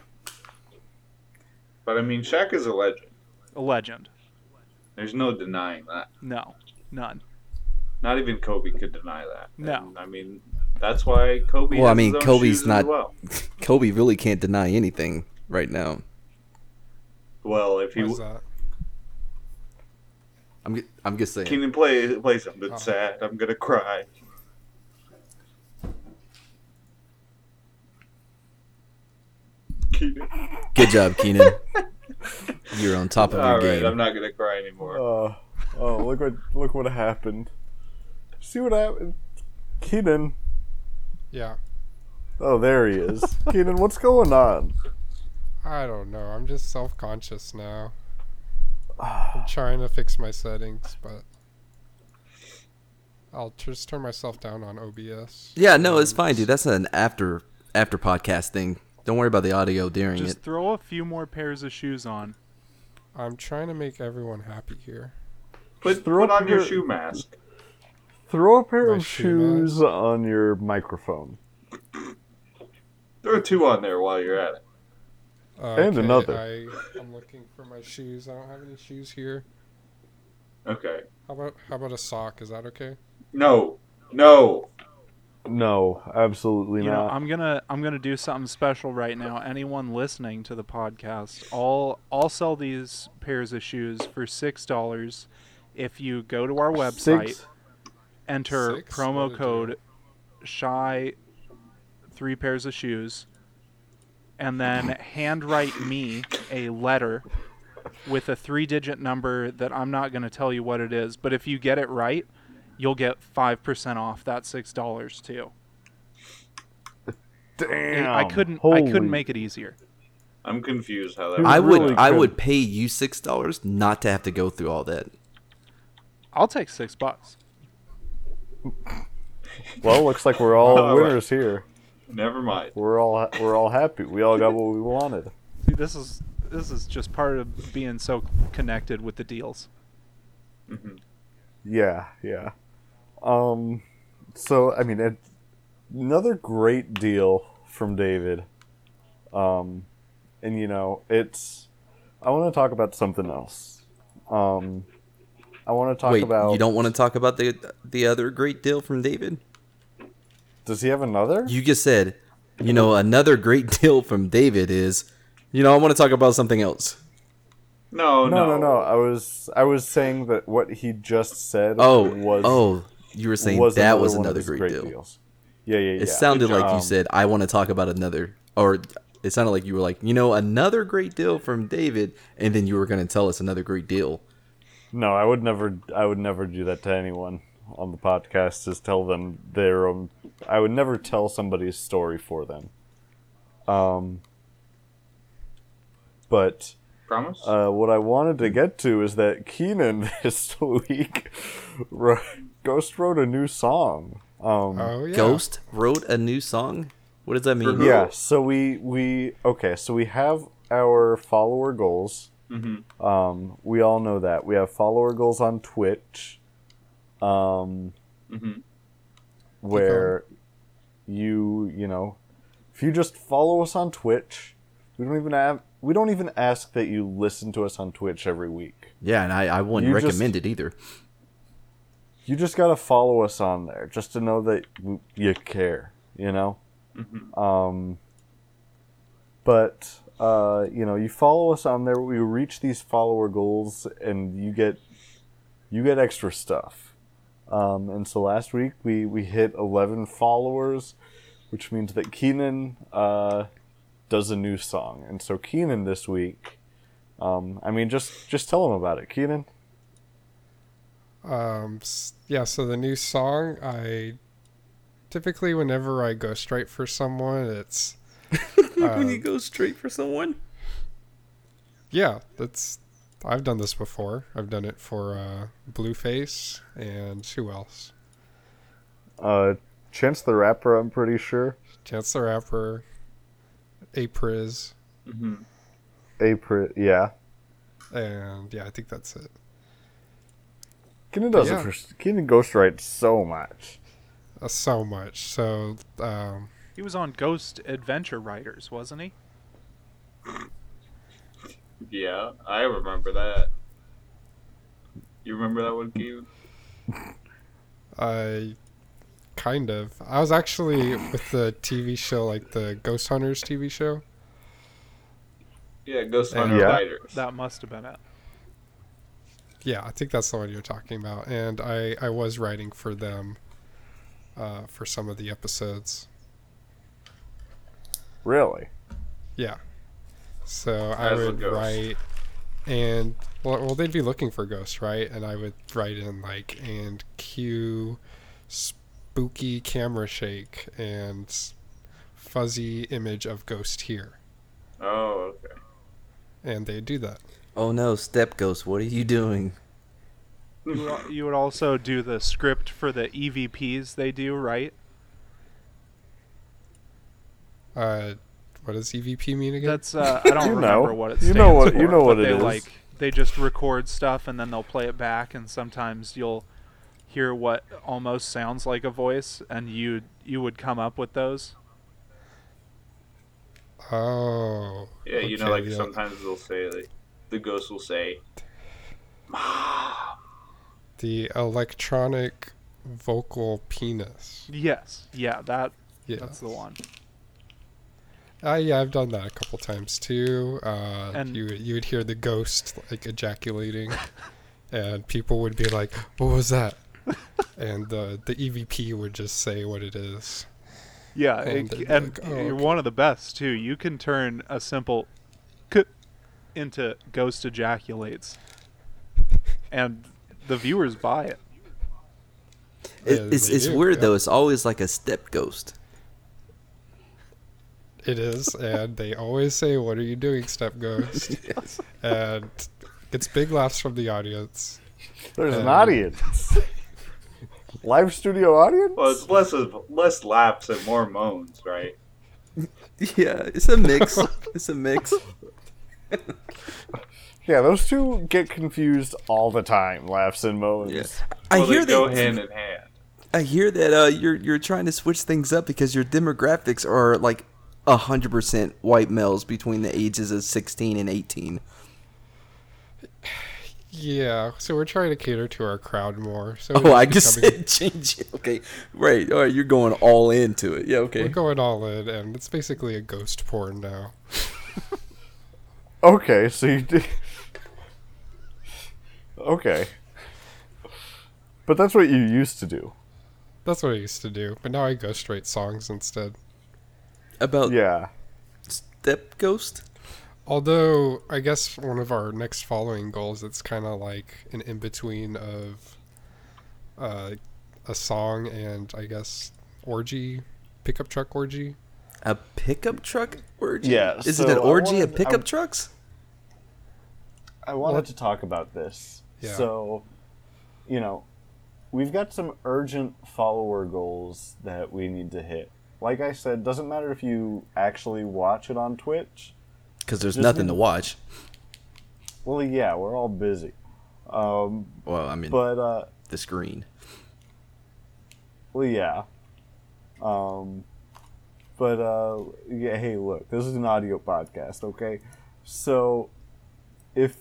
Speaker 4: But I mean, Shaq is a legend.
Speaker 3: A legend.
Speaker 4: There's no denying that.
Speaker 3: No. None.
Speaker 4: Not even Kobe could deny that.
Speaker 3: No.
Speaker 4: And, I mean, that's why Kobe.
Speaker 5: Well, I
Speaker 4: has
Speaker 5: mean,
Speaker 4: his own
Speaker 5: Kobe's
Speaker 4: shoes as
Speaker 5: not-
Speaker 4: well.
Speaker 5: Kobe really can't deny anything right now.
Speaker 4: Well, if he
Speaker 2: What's that?
Speaker 5: I'm ju- I'm just saying.
Speaker 4: can play play
Speaker 7: Oh.
Speaker 4: something sad, I'm gonna cry. Keenan.
Speaker 5: Good job, Keenan. You're on top of
Speaker 4: All
Speaker 5: your
Speaker 4: right,
Speaker 5: game.
Speaker 4: I'm not gonna cry anymore.
Speaker 7: Uh, oh, look what look what happened. See what happened? Keenan.
Speaker 2: Yeah.
Speaker 7: Oh, there he is. Keenan, what's going on?
Speaker 2: I don't know. I'm just self conscious now. I'm trying to fix my settings, but I'll just turn myself down on OBS.
Speaker 5: Yeah, no, it's fine, dude. That's an after after podcast thing. Don't worry about the audio during
Speaker 3: Just
Speaker 5: it.
Speaker 3: throw a few more pairs of shoes on.
Speaker 2: I'm trying to make everyone happy here.
Speaker 4: Put,
Speaker 7: throw
Speaker 4: put
Speaker 7: up
Speaker 4: on your
Speaker 7: your-
Speaker 4: shoe mask.
Speaker 7: Throw a pair
Speaker 2: My
Speaker 7: of
Speaker 2: shoe
Speaker 7: shoes on your microphone.
Speaker 4: Throw two on there while you're at it.
Speaker 2: Uh,
Speaker 7: And another.
Speaker 2: I, I'm looking for my shoes. I don't have any shoes here.
Speaker 4: Okay.
Speaker 2: How about how about a sock? Is that okay?
Speaker 4: No, no.
Speaker 7: No, absolutely
Speaker 3: You know,
Speaker 7: not.
Speaker 3: I'm gonna I'm gonna do something special right now. Anyone listening to the podcast, I'll I'll sell these pairs of shoes for six dollars if you go to our website,
Speaker 7: Six.
Speaker 3: enter
Speaker 2: Six? What
Speaker 3: promo
Speaker 2: a
Speaker 3: code shy three pairs of shoes, and then handwrite me a letter with a three digit number that I'm not gonna tell you what it is, but if you get it right, you'll get five percent off that six dollars too.
Speaker 7: Damn.
Speaker 3: I couldn't I
Speaker 7: Holy-
Speaker 3: couldn't make it easier.
Speaker 4: I'm confused how that.
Speaker 7: Who-
Speaker 4: works.
Speaker 5: I would
Speaker 7: really
Speaker 5: I
Speaker 7: good.
Speaker 5: would pay you six dollars not to have to go through all that.
Speaker 3: I'll take six bucks.
Speaker 7: Well, looks like we're all
Speaker 4: All right.
Speaker 7: winners here.
Speaker 4: Never mind.
Speaker 7: We're all we're all happy. We all got what we wanted.
Speaker 3: See, this is this is just part of being so connected with the deals.
Speaker 7: Yeah, yeah. Um, so I mean, it, another great deal from David. Um, and you know, it's. I want to talk about something else. Um, I want to talk
Speaker 5: Wait,
Speaker 7: about.
Speaker 5: you don't want to talk about the the other great deal from David?
Speaker 7: Does he have another?
Speaker 5: You just said, you know, another great deal from David is, you know, I want to talk about something else.
Speaker 4: No,
Speaker 7: no,
Speaker 4: no,
Speaker 7: no, no. I was I was saying that what he just said.
Speaker 5: Oh,
Speaker 7: was
Speaker 5: oh, you were saying
Speaker 7: was
Speaker 5: that
Speaker 7: another
Speaker 5: was
Speaker 7: one of
Speaker 5: another
Speaker 7: his
Speaker 5: great, deal.
Speaker 7: deals. Yeah, yeah, yeah.
Speaker 5: It sounded like
Speaker 7: Um,
Speaker 5: you said, I want to talk about another, or it sounded like you were like, you know, another great deal from David, and then you were going to tell us another great deal.
Speaker 7: No, I would never. I would never do that to anyone on the podcast. Is tell them their own. I would never tell somebody's story for them. Um. But
Speaker 4: Promise?
Speaker 7: uh, what I wanted to get to is that Keenan this week, wrote, Ghost wrote a new song. Um,
Speaker 2: Oh yeah.
Speaker 5: Ghost wrote a new song. What does that mean?
Speaker 4: who?
Speaker 7: yeah. So we we okay. So we have our follower goals.
Speaker 4: Mhm.
Speaker 7: Um, we all know that we have follower goals on Twitch. Um,
Speaker 4: Mhm.
Speaker 7: where you you know if you just follow us on Twitch, we don't even have we don't even ask that you listen to us on Twitch every week.
Speaker 5: Yeah, and I, I wouldn't
Speaker 7: You just-
Speaker 5: recommend it either.
Speaker 7: you just gotta follow us on there just to know that w- you care you know um but uh you know you follow us on there we reach these follower goals and you get you get extra stuff um and so last week we we hit 11 followers which means that keenan uh does a new song and so keenan this week um i mean just just tell him about it keenan
Speaker 2: Um, s- yeah, so the new song, I typically, whenever I go straight for someone, it's,
Speaker 5: when you go straight for someone.
Speaker 2: yeah, that's, I've done this before. I've done it for uh, Blueface and who else?
Speaker 7: Uh, Chance the Rapper, I'm pretty sure.
Speaker 2: Chance the Rapper, Apriz,
Speaker 4: hmm
Speaker 7: April, yeah.
Speaker 2: and yeah, I think that's it.
Speaker 7: Keenan does
Speaker 2: Yeah.
Speaker 7: it for Keenan ghostwrites so much.
Speaker 2: Uh, so much. So, um,
Speaker 3: He was on Ghost Adventure Riders, wasn't he?
Speaker 4: Yeah, I remember that. You remember that one, Keegan?
Speaker 2: I kind of. I was actually with the TV show, like the Ghost Hunters TV show.
Speaker 4: Yeah, Ghost Hunter
Speaker 7: Yeah.
Speaker 4: Riders.
Speaker 3: That must have been it.
Speaker 2: Yeah, I think that's the one you're talking about. And I, I was writing for them uh, for some of the episodes.
Speaker 7: Really?
Speaker 2: So I
Speaker 4: As a
Speaker 2: would
Speaker 4: ghost.
Speaker 2: write, and well, well, they'd be looking for ghosts, right? And I would write in like and cue spooky camera shake and fuzzy image of ghost here,
Speaker 4: Oh, okay.
Speaker 2: and they'd do that.
Speaker 5: Oh no, Step Ghost, what are you doing?
Speaker 3: You would al- you would also do the script for the EVPs they do, right?
Speaker 2: Uh, what does EVP mean again?
Speaker 3: That's uh, I don't
Speaker 7: You know.
Speaker 3: remember what it
Speaker 7: You
Speaker 3: stands
Speaker 7: know what-
Speaker 3: for,
Speaker 7: you know
Speaker 3: but
Speaker 7: what it
Speaker 3: they
Speaker 7: is.
Speaker 3: like they just record stuff and then they'll play it back and sometimes you'll hear what almost sounds like a voice and you you would come up with those.
Speaker 2: Oh.
Speaker 4: Yeah, you know,
Speaker 2: okay,
Speaker 4: like
Speaker 2: yeah.
Speaker 4: sometimes they'll say, like, the ghost will say,
Speaker 2: the electronic vocal penis.
Speaker 3: Yes. Yeah, that
Speaker 2: Yeah.
Speaker 3: that's the one.
Speaker 2: Uh, yeah, I've done that a couple times too. Uh,
Speaker 3: And-
Speaker 2: you you would hear the ghost like ejaculating, and people would be like, "What was that?" and uh, the EVP would just say what it is.
Speaker 3: Yeah,
Speaker 2: And
Speaker 3: it-
Speaker 2: they'd be
Speaker 3: and
Speaker 2: like, "Oh,
Speaker 3: you're
Speaker 2: okay."
Speaker 3: one of the best too. You can turn a simple k into ghost ejaculates, and the viewers buy it.
Speaker 2: Yeah,
Speaker 5: It, it's
Speaker 2: they
Speaker 5: it's
Speaker 2: do,
Speaker 5: weird
Speaker 2: yeah.
Speaker 5: though. It's always like a Step Ghost.
Speaker 2: It is, and they always say, "What are you doing, step ghost?" And it's big laughs from the audience.
Speaker 7: There's an
Speaker 2: Um,
Speaker 7: audience. Live studio audience?
Speaker 4: well, it's less, of- less laps and more moans, right?
Speaker 5: Yeah, it's a mix. it's a mix.
Speaker 7: Yeah, those two get confused all the time. Laughs and moans.
Speaker 5: Yeah.
Speaker 4: Well,
Speaker 5: I hear
Speaker 4: they go
Speaker 5: that.
Speaker 4: hand in hand.
Speaker 5: I hear that uh, you're you're trying to switch things up because your demographics are like hundred percent white males between the ages of sixteen and eighteen.
Speaker 2: Yeah, so we're trying to cater to our crowd more. So
Speaker 5: Oh, I just
Speaker 2: guess
Speaker 5: said change it. Okay, right. All right, you're going all into it. Yeah,
Speaker 2: we're
Speaker 5: okay.
Speaker 2: going all in, and it's basically a ghost porn now.
Speaker 7: Okay, so you did. okay. But that's what you used to do.
Speaker 2: That's what I used to do, but now I ghost write songs instead. Oh.
Speaker 5: About
Speaker 7: Yeah.
Speaker 5: Step Ghost?
Speaker 2: Although I guess one of our next following goals, it's kind of like an in between of uh, a song and I guess orgy, pickup truck orgy.
Speaker 5: A pickup truck orgy?
Speaker 7: Yeah,
Speaker 5: Is
Speaker 7: so
Speaker 5: it an
Speaker 7: I
Speaker 5: orgy
Speaker 7: wanted-
Speaker 5: of pickup
Speaker 7: I-
Speaker 5: trucks?
Speaker 7: I wanted to talk about this.
Speaker 2: Yeah.
Speaker 7: So, you know, we've got some urgent follower goals that we need to hit. Like I said, doesn't matter if you actually watch it on Twitch.
Speaker 5: Because there's
Speaker 7: Just
Speaker 5: nothing
Speaker 7: me.
Speaker 5: to watch.
Speaker 7: Well, yeah, we're all busy. Um,
Speaker 5: Well, I mean,
Speaker 7: but uh,
Speaker 5: the screen.
Speaker 7: Well, yeah. Um, but uh, yeah, hey, look, this is an audio podcast, okay? So if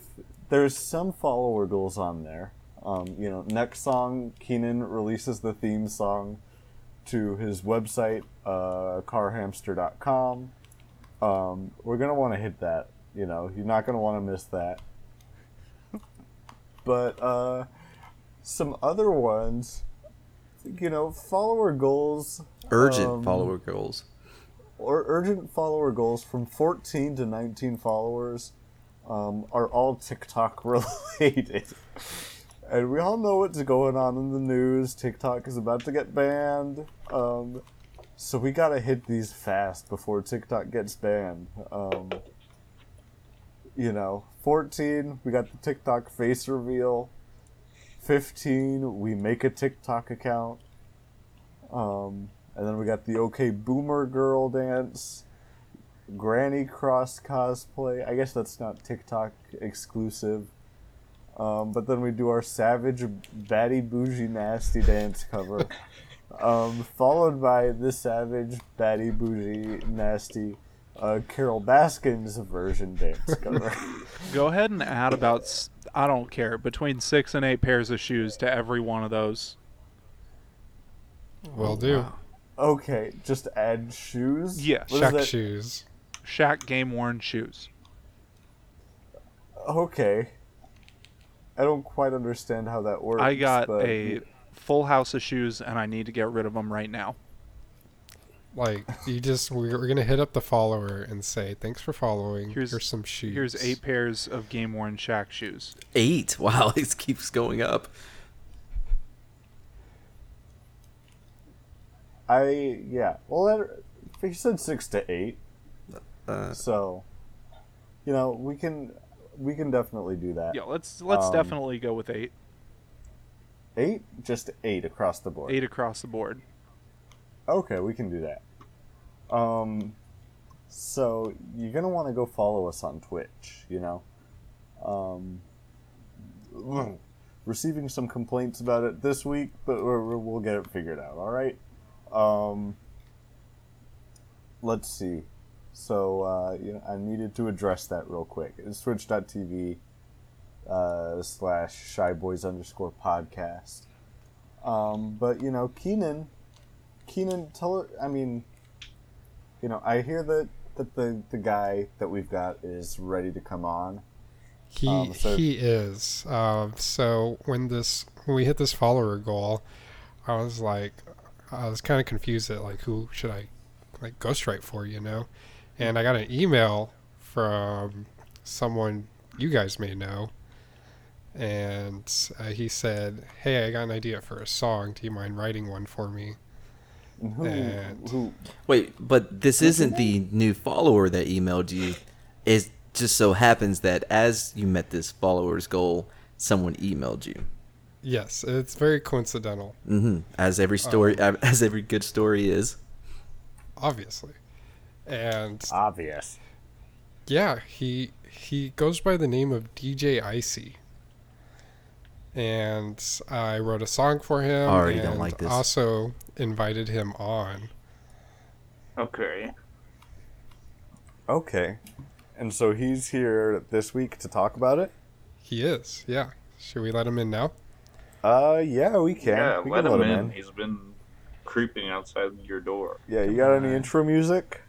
Speaker 7: there's some follower goals on there, um, you know, next song, Keenan releases the theme song to his website, uh, carhamster.com. Um, we're going to want to hit that. You know, you're not going to want to miss that. But uh, some other ones you know, follower goals
Speaker 5: Urgent
Speaker 7: Um,
Speaker 5: follower goals.
Speaker 7: or urgent follower goals from 14 to 19 followers um, are all TikTok related. And we all know what's going on in the news. TikTok is about to get banned. Um, so we got to hit these fast before TikTok gets banned. Um, you know, 14, we got the TikTok face reveal. 15, we make a TikTok account. Um, and then we got the OK Boomer Girl dance, Granny Cross cosplay. I guess that's not TikTok exclusive. Um, but then we do our Savage Batty Bougie Nasty dance cover, um, followed by the Savage Batty Bougie Nasty uh, Carol Baskin's version dance cover.
Speaker 3: Go ahead and add about s- I don't care between six and eight pairs of shoes to every one of those.
Speaker 2: Will do.
Speaker 7: okay, just add shoes?
Speaker 3: Yeah.
Speaker 7: What is
Speaker 2: Shack
Speaker 7: that?
Speaker 2: shoes.
Speaker 3: Shaq game worn shoes.
Speaker 7: Okay. I don't quite understand how that works.
Speaker 3: I got
Speaker 7: but-
Speaker 3: a full house of shoes and I need to get rid of them right now.
Speaker 2: Like you just we're, we're gonna hit up the follower and say thanks for following.
Speaker 3: Here's-
Speaker 2: Here's, some shoes.
Speaker 3: Here's eight pairs of game worn Shaq shoes.
Speaker 5: Eight. Wow, it keeps going up.
Speaker 7: I yeah. Well, that, he said six to eight,
Speaker 5: Uh,
Speaker 7: so you know we can we can definitely do that.
Speaker 3: Yeah, let's let's
Speaker 7: Um,
Speaker 3: definitely go with eight.
Speaker 7: Eight, just eight across the board.
Speaker 3: Eight across the board.
Speaker 7: Okay, we can do that. Um, so you're gonna want to go follow us on Twitch. You know, um, receiving some complaints about it this week, but we're, we're- we'll get it figured out. All right. Um, let's see. So uh, you know, I needed to address that real quick. It's Twitch.tv uh, slash shyboys underscore podcast. Um, but you know, Keenan Keenan, tell her. I mean, you know, I hear that that the the guy that we've got is ready to come on.
Speaker 2: He
Speaker 7: Um, so-
Speaker 2: he is. Um, so when this when we hit this follower goal, I was like, I was kind of confused at like who should I like ghostwrite for, you know? And I got an email from someone you guys may know, and uh, he said, "Hey, I got an idea for a song. Do you mind writing one for me?"
Speaker 7: And who?
Speaker 2: And-
Speaker 7: Who?
Speaker 5: wait, but this isn't the new follower that emailed you. It just so happens that as you met this follower's goal, someone emailed you.
Speaker 2: Yes, it's very coincidental,
Speaker 5: hmm As every story,
Speaker 2: Oh.
Speaker 5: as every good story is.
Speaker 2: obviously, and
Speaker 7: Obvious.
Speaker 2: Yeah, he he goes by the name of DJ Icy. And I wrote a song for him.
Speaker 5: I already
Speaker 2: and
Speaker 5: don't like this.
Speaker 2: Also invited him on.
Speaker 4: Okay.
Speaker 7: Okay. And so he's here this week to talk about it.
Speaker 2: He is, yeah. Should we let him in now?
Speaker 7: Uh, yeah, we can.
Speaker 4: Yeah,
Speaker 7: we
Speaker 4: let, him,
Speaker 7: can
Speaker 4: in. He's been creeping outside your door.
Speaker 7: Yeah, you got any intro music?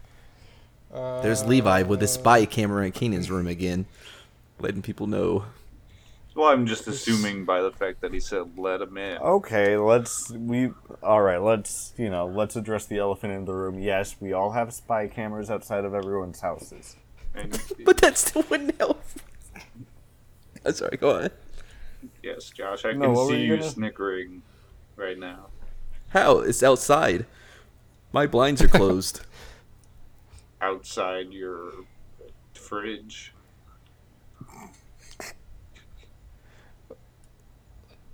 Speaker 2: Uh,
Speaker 5: There's Levi with his spy camera in Keenan's room again, letting people know.
Speaker 4: Well, I'm just assuming by the fact that he said let him in.
Speaker 7: Okay, let's we all right. Let's you know, let's address the elephant in the room. Yes, we all have spy cameras outside of everyone's houses.
Speaker 4: And,
Speaker 5: But that still wouldn't help. I'm sorry, go on.
Speaker 4: yes, Josh, I
Speaker 7: No,
Speaker 4: can
Speaker 7: what were
Speaker 4: see
Speaker 7: you
Speaker 4: you
Speaker 7: gonna-
Speaker 4: snickering right now.
Speaker 5: How? It's outside. My blinds are closed.
Speaker 4: outside your fridge.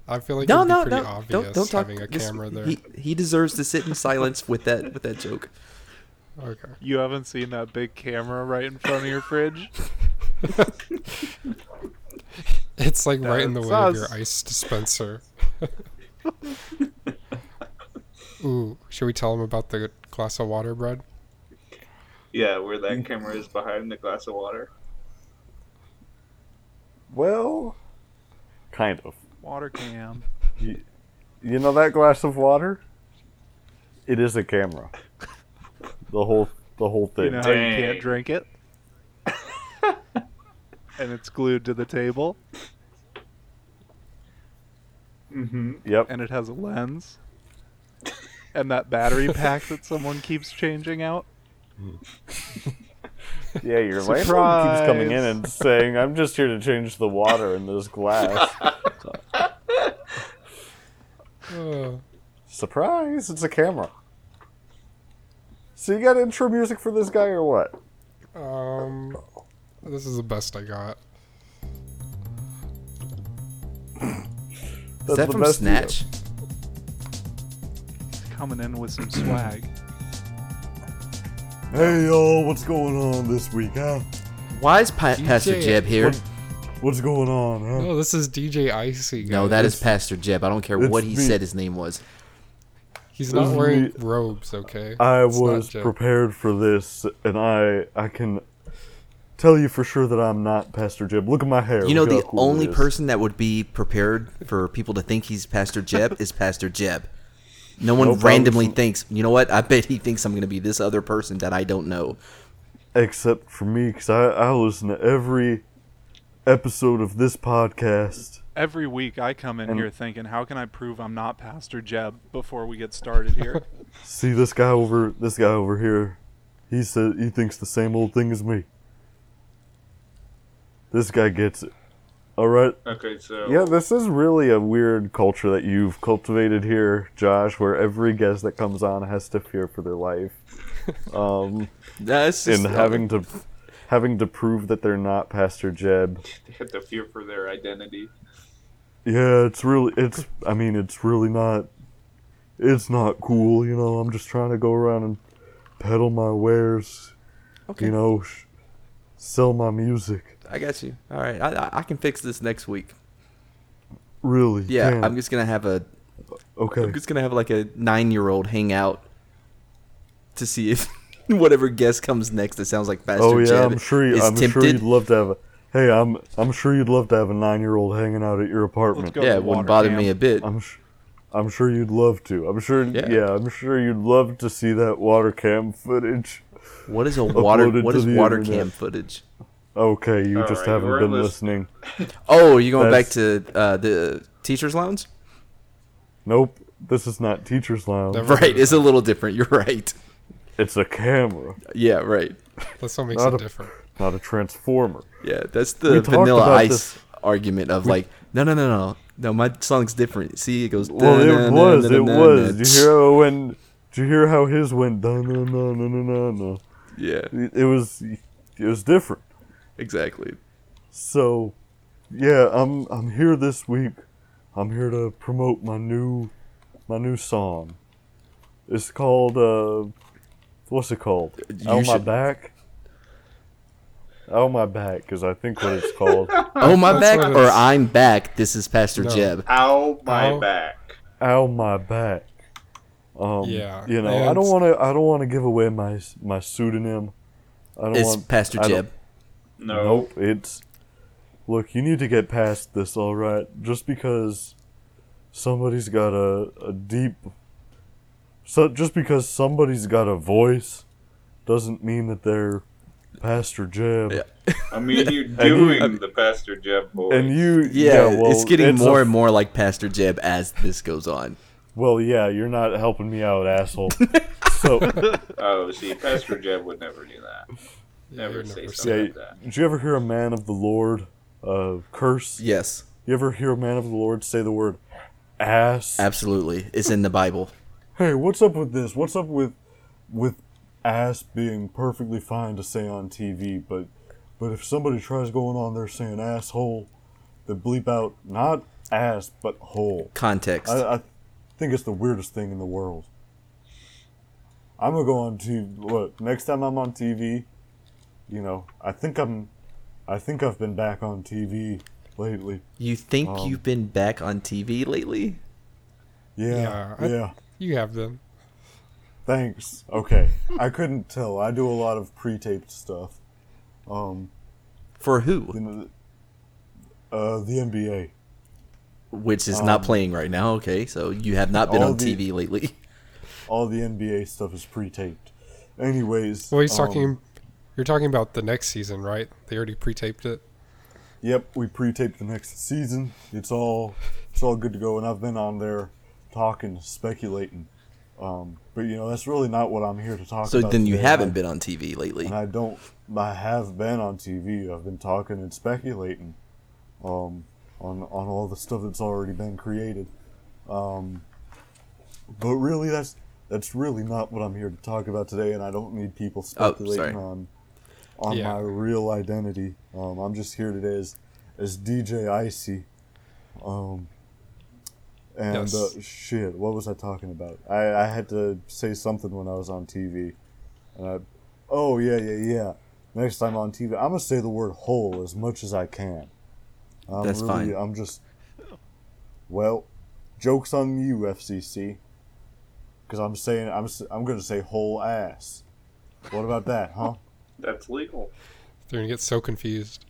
Speaker 2: I feel like
Speaker 5: no,
Speaker 2: it'd be
Speaker 5: no,
Speaker 2: pretty
Speaker 5: no.
Speaker 2: obvious
Speaker 5: Don't, don't talk.
Speaker 2: having a
Speaker 5: just-
Speaker 2: camera there.
Speaker 5: He, he deserves to sit in silence with that with that joke.
Speaker 2: Okay.
Speaker 3: You haven't seen that big camera right in front of your fridge?
Speaker 2: It's like right in the
Speaker 3: That's
Speaker 2: way of
Speaker 3: us.
Speaker 2: your ice dispenser. Ooh, should we tell him about the glass of water, Brad?
Speaker 4: Yeah, where that camera is behind the glass of water.
Speaker 7: Well, kind of.
Speaker 3: Water cam.
Speaker 7: You know that glass of water? It is a camera. The whole the whole thing.
Speaker 3: You know how you
Speaker 4: Dang.
Speaker 3: can't drink it? and it's glued to the table,
Speaker 4: Mm-hmm.
Speaker 7: yep.
Speaker 3: and it has a lens. And that battery pack that someone keeps changing out.
Speaker 7: Yeah, your landlord keeps coming in
Speaker 3: Surprise.
Speaker 7: and saying, "I'm just here to change the water in this glass."
Speaker 2: Oh,
Speaker 7: Surprise! It's a camera. So you got intro music for this guy or what?
Speaker 2: um, this is the best I got.
Speaker 5: Is that
Speaker 7: the
Speaker 5: from
Speaker 7: best you
Speaker 5: Snatch?
Speaker 3: It's coming in with some swag.
Speaker 7: have. Hey y'all, what's going on this week, huh?
Speaker 5: Why is pa-
Speaker 2: You
Speaker 5: Pastor
Speaker 2: did.
Speaker 5: Jeb here?
Speaker 7: What's going on,
Speaker 2: No, Oh, this is DJ Icy. Guys.
Speaker 5: No, that is Pastor Jeb. I don't care
Speaker 7: it's
Speaker 5: what he
Speaker 7: me.
Speaker 5: said his name was.
Speaker 2: He's
Speaker 7: this
Speaker 2: not
Speaker 7: is
Speaker 2: wearing
Speaker 7: me.
Speaker 2: robes. Okay.
Speaker 7: I
Speaker 2: It's not
Speaker 7: was
Speaker 2: Jeb.
Speaker 7: prepared for this, and I I can tell you for sure that I'm not Pastor Jeb. Look at my hair.
Speaker 5: You know,
Speaker 7: Look how
Speaker 5: the
Speaker 7: cool it
Speaker 5: only
Speaker 7: is.
Speaker 5: person that would be prepared for people to think he's Pastor Jeb is Pastor Jeb. No one
Speaker 7: No problem.
Speaker 5: randomly thinks, you know what? I bet he thinks I'm going to be this other person that I don't know.
Speaker 7: except for me, because I I listen to every episode of this podcast.
Speaker 3: Every week I come in
Speaker 7: And-
Speaker 3: here thinking, how can I prove I'm not Pastor Jeb before we get started here?
Speaker 7: See this guy over this guy over here. He said he thinks the same old thing as me. This guy gets it. All right.
Speaker 4: Okay, so
Speaker 7: Yeah, this is really a weird culture that you've cultivated here, Josh, where every guest that comes on has to fear for their life. Um,
Speaker 5: That's
Speaker 7: and having to having to prove that they're not Pastor Jeb.
Speaker 4: they have to fear for their identity.
Speaker 7: Yeah, it's really it's I mean, it's really not it's not cool, you know. I'm just trying to go around and peddle my wares.
Speaker 5: Okay.
Speaker 7: You know, sh- sell my music.
Speaker 5: I got you. All right, I, I- I can fix this next week.
Speaker 7: Really?
Speaker 5: Yeah,
Speaker 7: damn.
Speaker 5: I'm just gonna have a
Speaker 7: okay.
Speaker 5: I'm just gonna have like a nine year old hang out to see if whatever guest comes next that sounds like Pastor
Speaker 7: Oh yeah,
Speaker 5: Jeb
Speaker 7: I'm sure. You,
Speaker 5: is
Speaker 7: I'm
Speaker 5: tempted.
Speaker 7: sure you'd love to have. A, hey, I'm I'm sure you'd love to have a nine year old hanging out at your apartment.
Speaker 3: go.
Speaker 5: yeah, it
Speaker 3: Water
Speaker 5: wouldn't bother
Speaker 3: cam.
Speaker 5: me a bit.
Speaker 7: I'm sh- I'm sure you'd love to. I'm sure.
Speaker 5: Yeah.
Speaker 7: Yeah. I'm sure you'd love to see that water cam footage.
Speaker 5: What is a water?
Speaker 7: uploaded
Speaker 5: What
Speaker 7: to
Speaker 5: is
Speaker 7: the
Speaker 5: water
Speaker 7: internet.
Speaker 5: cam footage?
Speaker 7: Okay, you
Speaker 4: All
Speaker 7: just
Speaker 4: right,
Speaker 7: haven't
Speaker 4: we're
Speaker 7: been
Speaker 4: listening.
Speaker 7: listening.
Speaker 5: Oh, you're going back
Speaker 7: That's-
Speaker 5: to uh, the teachers' lounge?
Speaker 7: Nope, this is not teacher's lounge.
Speaker 2: Never-
Speaker 5: Right, it's a little different. You're right.
Speaker 7: It's a camera,
Speaker 5: Yeah, right.
Speaker 2: That's what makes
Speaker 7: Not
Speaker 2: it
Speaker 7: a-
Speaker 2: different.
Speaker 7: not a transformer.
Speaker 5: Yeah, that's
Speaker 7: We
Speaker 5: the
Speaker 7: talked
Speaker 5: vanilla
Speaker 7: about
Speaker 5: ice
Speaker 7: this.
Speaker 5: argument of like, no, no, no, no, no. My song's different. See, it goes.
Speaker 7: Well, it was. It
Speaker 5: dun-dun-dun-dun-dun.
Speaker 7: was. Did you hear how it went? Did you hear how his went? No, no, no, no, no, no.
Speaker 5: Yeah,
Speaker 7: It was. It was different.
Speaker 5: exactly.
Speaker 7: So, yeah, I'm I'm here this week. I'm here to promote my new my new song. It's called uh, what's it called?
Speaker 5: You
Speaker 7: Out my
Speaker 5: should-
Speaker 7: back. Out my back is I think what it's called.
Speaker 5: Oh, my
Speaker 2: That's
Speaker 5: back
Speaker 2: what
Speaker 5: or
Speaker 2: it's-
Speaker 5: I'm back. This is Pastor
Speaker 2: No.
Speaker 5: Jeb.
Speaker 4: Ow, my
Speaker 2: Ow.
Speaker 4: back.
Speaker 7: Out Oh, my back. Um,
Speaker 2: Yeah,
Speaker 7: You know, I
Speaker 2: and-
Speaker 7: don't want to. I don't want to give away my s- my pseudonym. I don't
Speaker 5: It's
Speaker 7: want
Speaker 5: Pastor
Speaker 7: I don't-
Speaker 5: Jeb.
Speaker 4: No,
Speaker 7: Nope. It's look, you need to get past this, all right? Just because somebody's got a, a deep. So just because somebody's got a voice doesn't mean that they're Pastor Jeb.
Speaker 5: Yeah.
Speaker 4: I mean, you're doing
Speaker 5: I'm-
Speaker 4: the Pastor Jeb voice.
Speaker 7: And you,
Speaker 5: Yeah,
Speaker 7: well,
Speaker 5: it's getting
Speaker 7: a-
Speaker 5: more and more like Pastor Jeb as this goes on.
Speaker 7: Well, yeah, you're not helping me out, asshole. so,
Speaker 4: oh, see, Pastor Jeb would never do that. Never
Speaker 2: you'd
Speaker 4: say
Speaker 2: never
Speaker 4: something
Speaker 7: yeah,
Speaker 4: like that.
Speaker 7: did you ever hear a man of the Lord uh, curse?
Speaker 5: Yes,
Speaker 7: You ever hear a man of the Lord say the word ass?
Speaker 5: absolutely. It's in the Bible.
Speaker 7: hey, what's up with this? What's up with with ass being perfectly fine to say on TV, but but if somebody tries going on there saying asshole, they bleep out not ass but hole.
Speaker 5: Context.
Speaker 7: I, I think it's the weirdest thing in the world. I'm gonna go on TV. Look, next time I'm on TV, you know, I think I'm, I think I've been back on TV lately.
Speaker 5: you think
Speaker 7: um,
Speaker 5: you've been back on TV lately?
Speaker 7: Yeah,
Speaker 2: Yeah, I-
Speaker 7: yeah.
Speaker 2: You have them.
Speaker 7: Thanks. Okay. I couldn't tell. I do a lot of pre-taped stuff. Um,
Speaker 5: For who?
Speaker 7: you know, uh, the NBA.
Speaker 5: Which is not playing right now. Okay, so you have not been
Speaker 7: um, all
Speaker 5: on
Speaker 7: the-
Speaker 5: TV lately.
Speaker 7: All the NBA stuff is pre-taped. Anyways.
Speaker 2: Well, he's
Speaker 7: um,
Speaker 2: talking. You're talking about the next season, right? They already pre-taped it.
Speaker 7: Yep, we pre-taped the next season. It's all it's all good to go, and I've been on there talking, speculating. Um, but you know, that's really not what I'm here to talk
Speaker 5: So
Speaker 7: about.
Speaker 5: then you
Speaker 7: today.
Speaker 5: haven't been on TV lately.
Speaker 7: And I don't. I have been on TV. I've been talking and speculating, um, on on all the stuff that's already been created. Um, but really, that's that's really not what I'm here to talk about today, and I don't need people
Speaker 5: sorry.
Speaker 7: speculating on on
Speaker 2: Yeah.
Speaker 7: my real identity. Um, I'm just here today as as DJ Icy. Um, and
Speaker 2: Yes.
Speaker 7: uh, shit, what was I talking about? I, I had to say something when I was on TV. And I, oh yeah, yeah, yeah. Next time on TV, I'm gonna say the word "hole" as much as I can. I'm
Speaker 5: That's
Speaker 7: really,
Speaker 5: fine.
Speaker 7: I'm just. Well, jokes on you, FCC. Because I'm saying I'm s- I'm gonna say whole ass. What about that, huh?
Speaker 4: That's legal.
Speaker 2: They're gonna get so confused.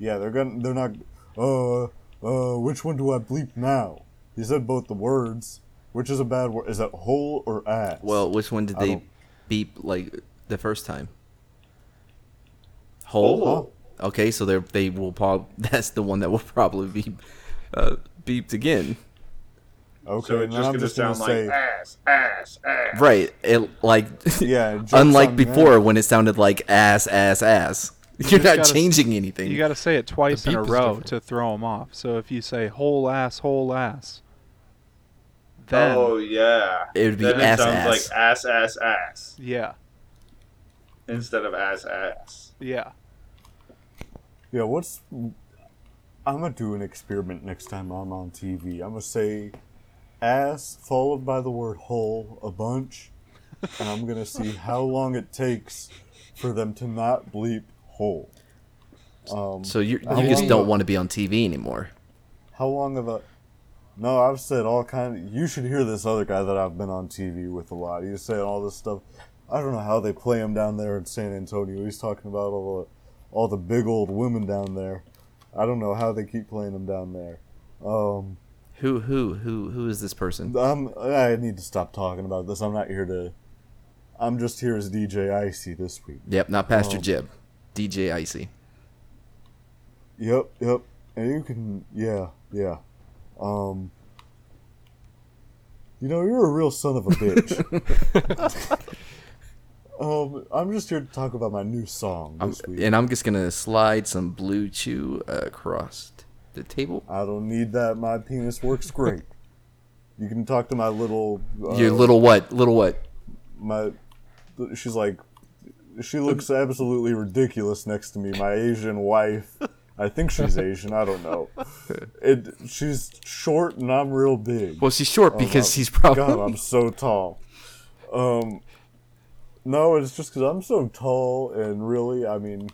Speaker 7: Yeah, they're gonna. They're not. Uh, uh, which one do I bleep now? He said both the words. Which is a bad word? Is that whole or ass?
Speaker 5: Well, which one did
Speaker 7: I
Speaker 5: they
Speaker 7: don't-
Speaker 5: beep like the first time? Hole.
Speaker 7: Hole.
Speaker 5: Okay, so they they will prob- that's the one that will probably be uh, beeped again.
Speaker 7: okay.
Speaker 4: so it's
Speaker 7: then
Speaker 4: just going
Speaker 7: I'm
Speaker 4: to
Speaker 7: gonna
Speaker 4: sound like ass, ass, ass.
Speaker 5: Right. It like
Speaker 7: Yeah, jokes
Speaker 5: unlike
Speaker 7: on
Speaker 5: before
Speaker 7: them.
Speaker 5: when it sounded like ass ass ass. You're
Speaker 3: just
Speaker 5: not
Speaker 3: gotta-
Speaker 5: changing anything.
Speaker 3: You got to say it twice in a
Speaker 2: beep is
Speaker 3: row
Speaker 2: different.
Speaker 3: to throw them off. So if you say whole ass, whole ass, then
Speaker 4: oh yeah.
Speaker 5: It would be
Speaker 4: then
Speaker 5: ass,
Speaker 4: it sounds
Speaker 5: ass.
Speaker 4: like ass, ass, ass
Speaker 3: yeah,
Speaker 4: instead of ass, ass.
Speaker 3: yeah.
Speaker 7: Yeah, what's. I'm gonna do an experiment next time I'm on TV. I'm gonna say ass followed by the word hole a bunch, and I'm gonna see how long it takes for them to not bleep hole. Um,
Speaker 5: so you
Speaker 7: How
Speaker 5: you just
Speaker 7: long-
Speaker 5: don't want to be on TV anymore.
Speaker 7: how long of a. No, I've said all kind. you should hear this other guy that I've been on TV with a lot. He's saying all this stuff. I don't know how they play him down there in San Antonio. He's talking about all the, all the big old women down there. I don't know how they keep playing him down there. Um,
Speaker 5: Who who who who is this person?
Speaker 7: I'm, I need to stop talking about this. I'm not here to. I'm just here as DJ Icy this week.
Speaker 5: Yep, not Pastor
Speaker 7: Um,
Speaker 5: Jeb. DJ Icy.
Speaker 7: Yep, yep. And you can, yeah, yeah. Um, you know, you're a real son of a bitch. um, I'm just here to talk about my new song
Speaker 5: I'm,
Speaker 7: this week.
Speaker 5: and I'm just gonna slide some blue chew uh, across the table.
Speaker 7: I don't need that. My penis works great. you can talk to my little. Uh,
Speaker 5: Your little what? Little what?
Speaker 7: My, she's like, she looks absolutely ridiculous next to me. My Asian wife. I think she's Asian. I don't know. It. She's short and I'm real big. Oh
Speaker 5: Well, she's short because he's probably
Speaker 7: God, I'm so tall. Um, no, it's just because I'm so tall and really, I mean,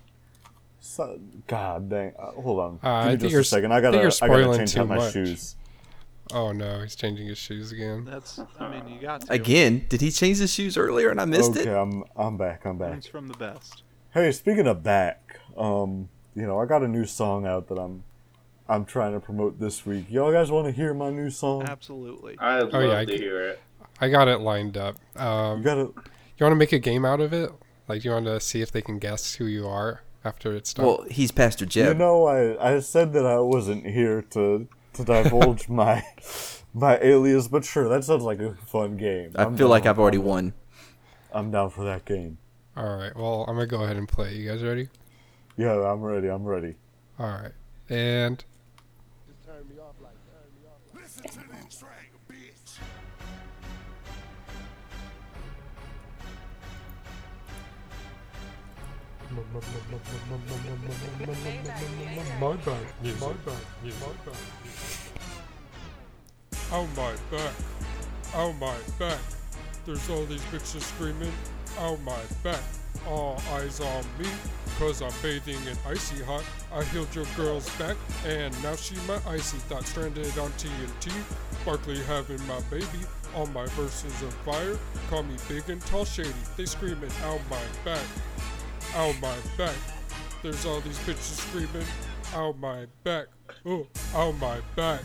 Speaker 7: so, God dang. Uh, hold on,
Speaker 2: Uh, I
Speaker 7: give me
Speaker 2: think
Speaker 7: just
Speaker 2: you're
Speaker 7: a
Speaker 2: s-
Speaker 7: second.
Speaker 2: I
Speaker 7: I
Speaker 2: think
Speaker 7: gotta,
Speaker 2: you're
Speaker 7: I gotta
Speaker 2: spoiling
Speaker 7: change
Speaker 2: too
Speaker 7: out my
Speaker 2: much.
Speaker 7: shoes.
Speaker 2: Oh no, he's changing his shoes again.
Speaker 3: That's I mean you got to.
Speaker 5: again. Did he change his shoes earlier and I missed
Speaker 7: okay,
Speaker 5: it?
Speaker 7: I'm I'm back. I'm back.
Speaker 3: It's from the best.
Speaker 7: Hey, speaking of back, um, you know, I got a new song out that I'm I'm trying to promote this week. Y'all guys want to hear my new song?
Speaker 3: Absolutely.
Speaker 4: I'd love
Speaker 2: Oh, yeah, I
Speaker 4: to
Speaker 2: can-
Speaker 4: hear it.
Speaker 2: I got it lined up. Um,
Speaker 7: You gotta.
Speaker 2: You want to make a game out of it? Like, you want to see if they can guess who you are after it's done?
Speaker 5: Well, he's Pastor
Speaker 7: You
Speaker 5: Jeb.
Speaker 7: know, I I said that I wasn't here to to divulge my my alias, but sure, that sounds like a fun game.
Speaker 5: I
Speaker 7: I'm
Speaker 5: feel like
Speaker 7: down-
Speaker 5: I've already won.
Speaker 7: I'm down for that game.
Speaker 2: All right. Well, I'm going to go ahead and play. You guys ready?
Speaker 7: Yeah, I'm ready. I'm ready.
Speaker 2: All right. And my back, my back, my back. Oh my back, oh my back. There's all these bitches screaming, oh my back. All eyes on me, cause I'm bathing in icy hot. I healed your girl's back, and now she my icy thought. Stranded on TNT, Barkley having my baby. All my verses of fire, call me big and tall shady. They screaming, ow my back, ow my back. There's all these bitches screaming, ow my back, ooh, ow my back.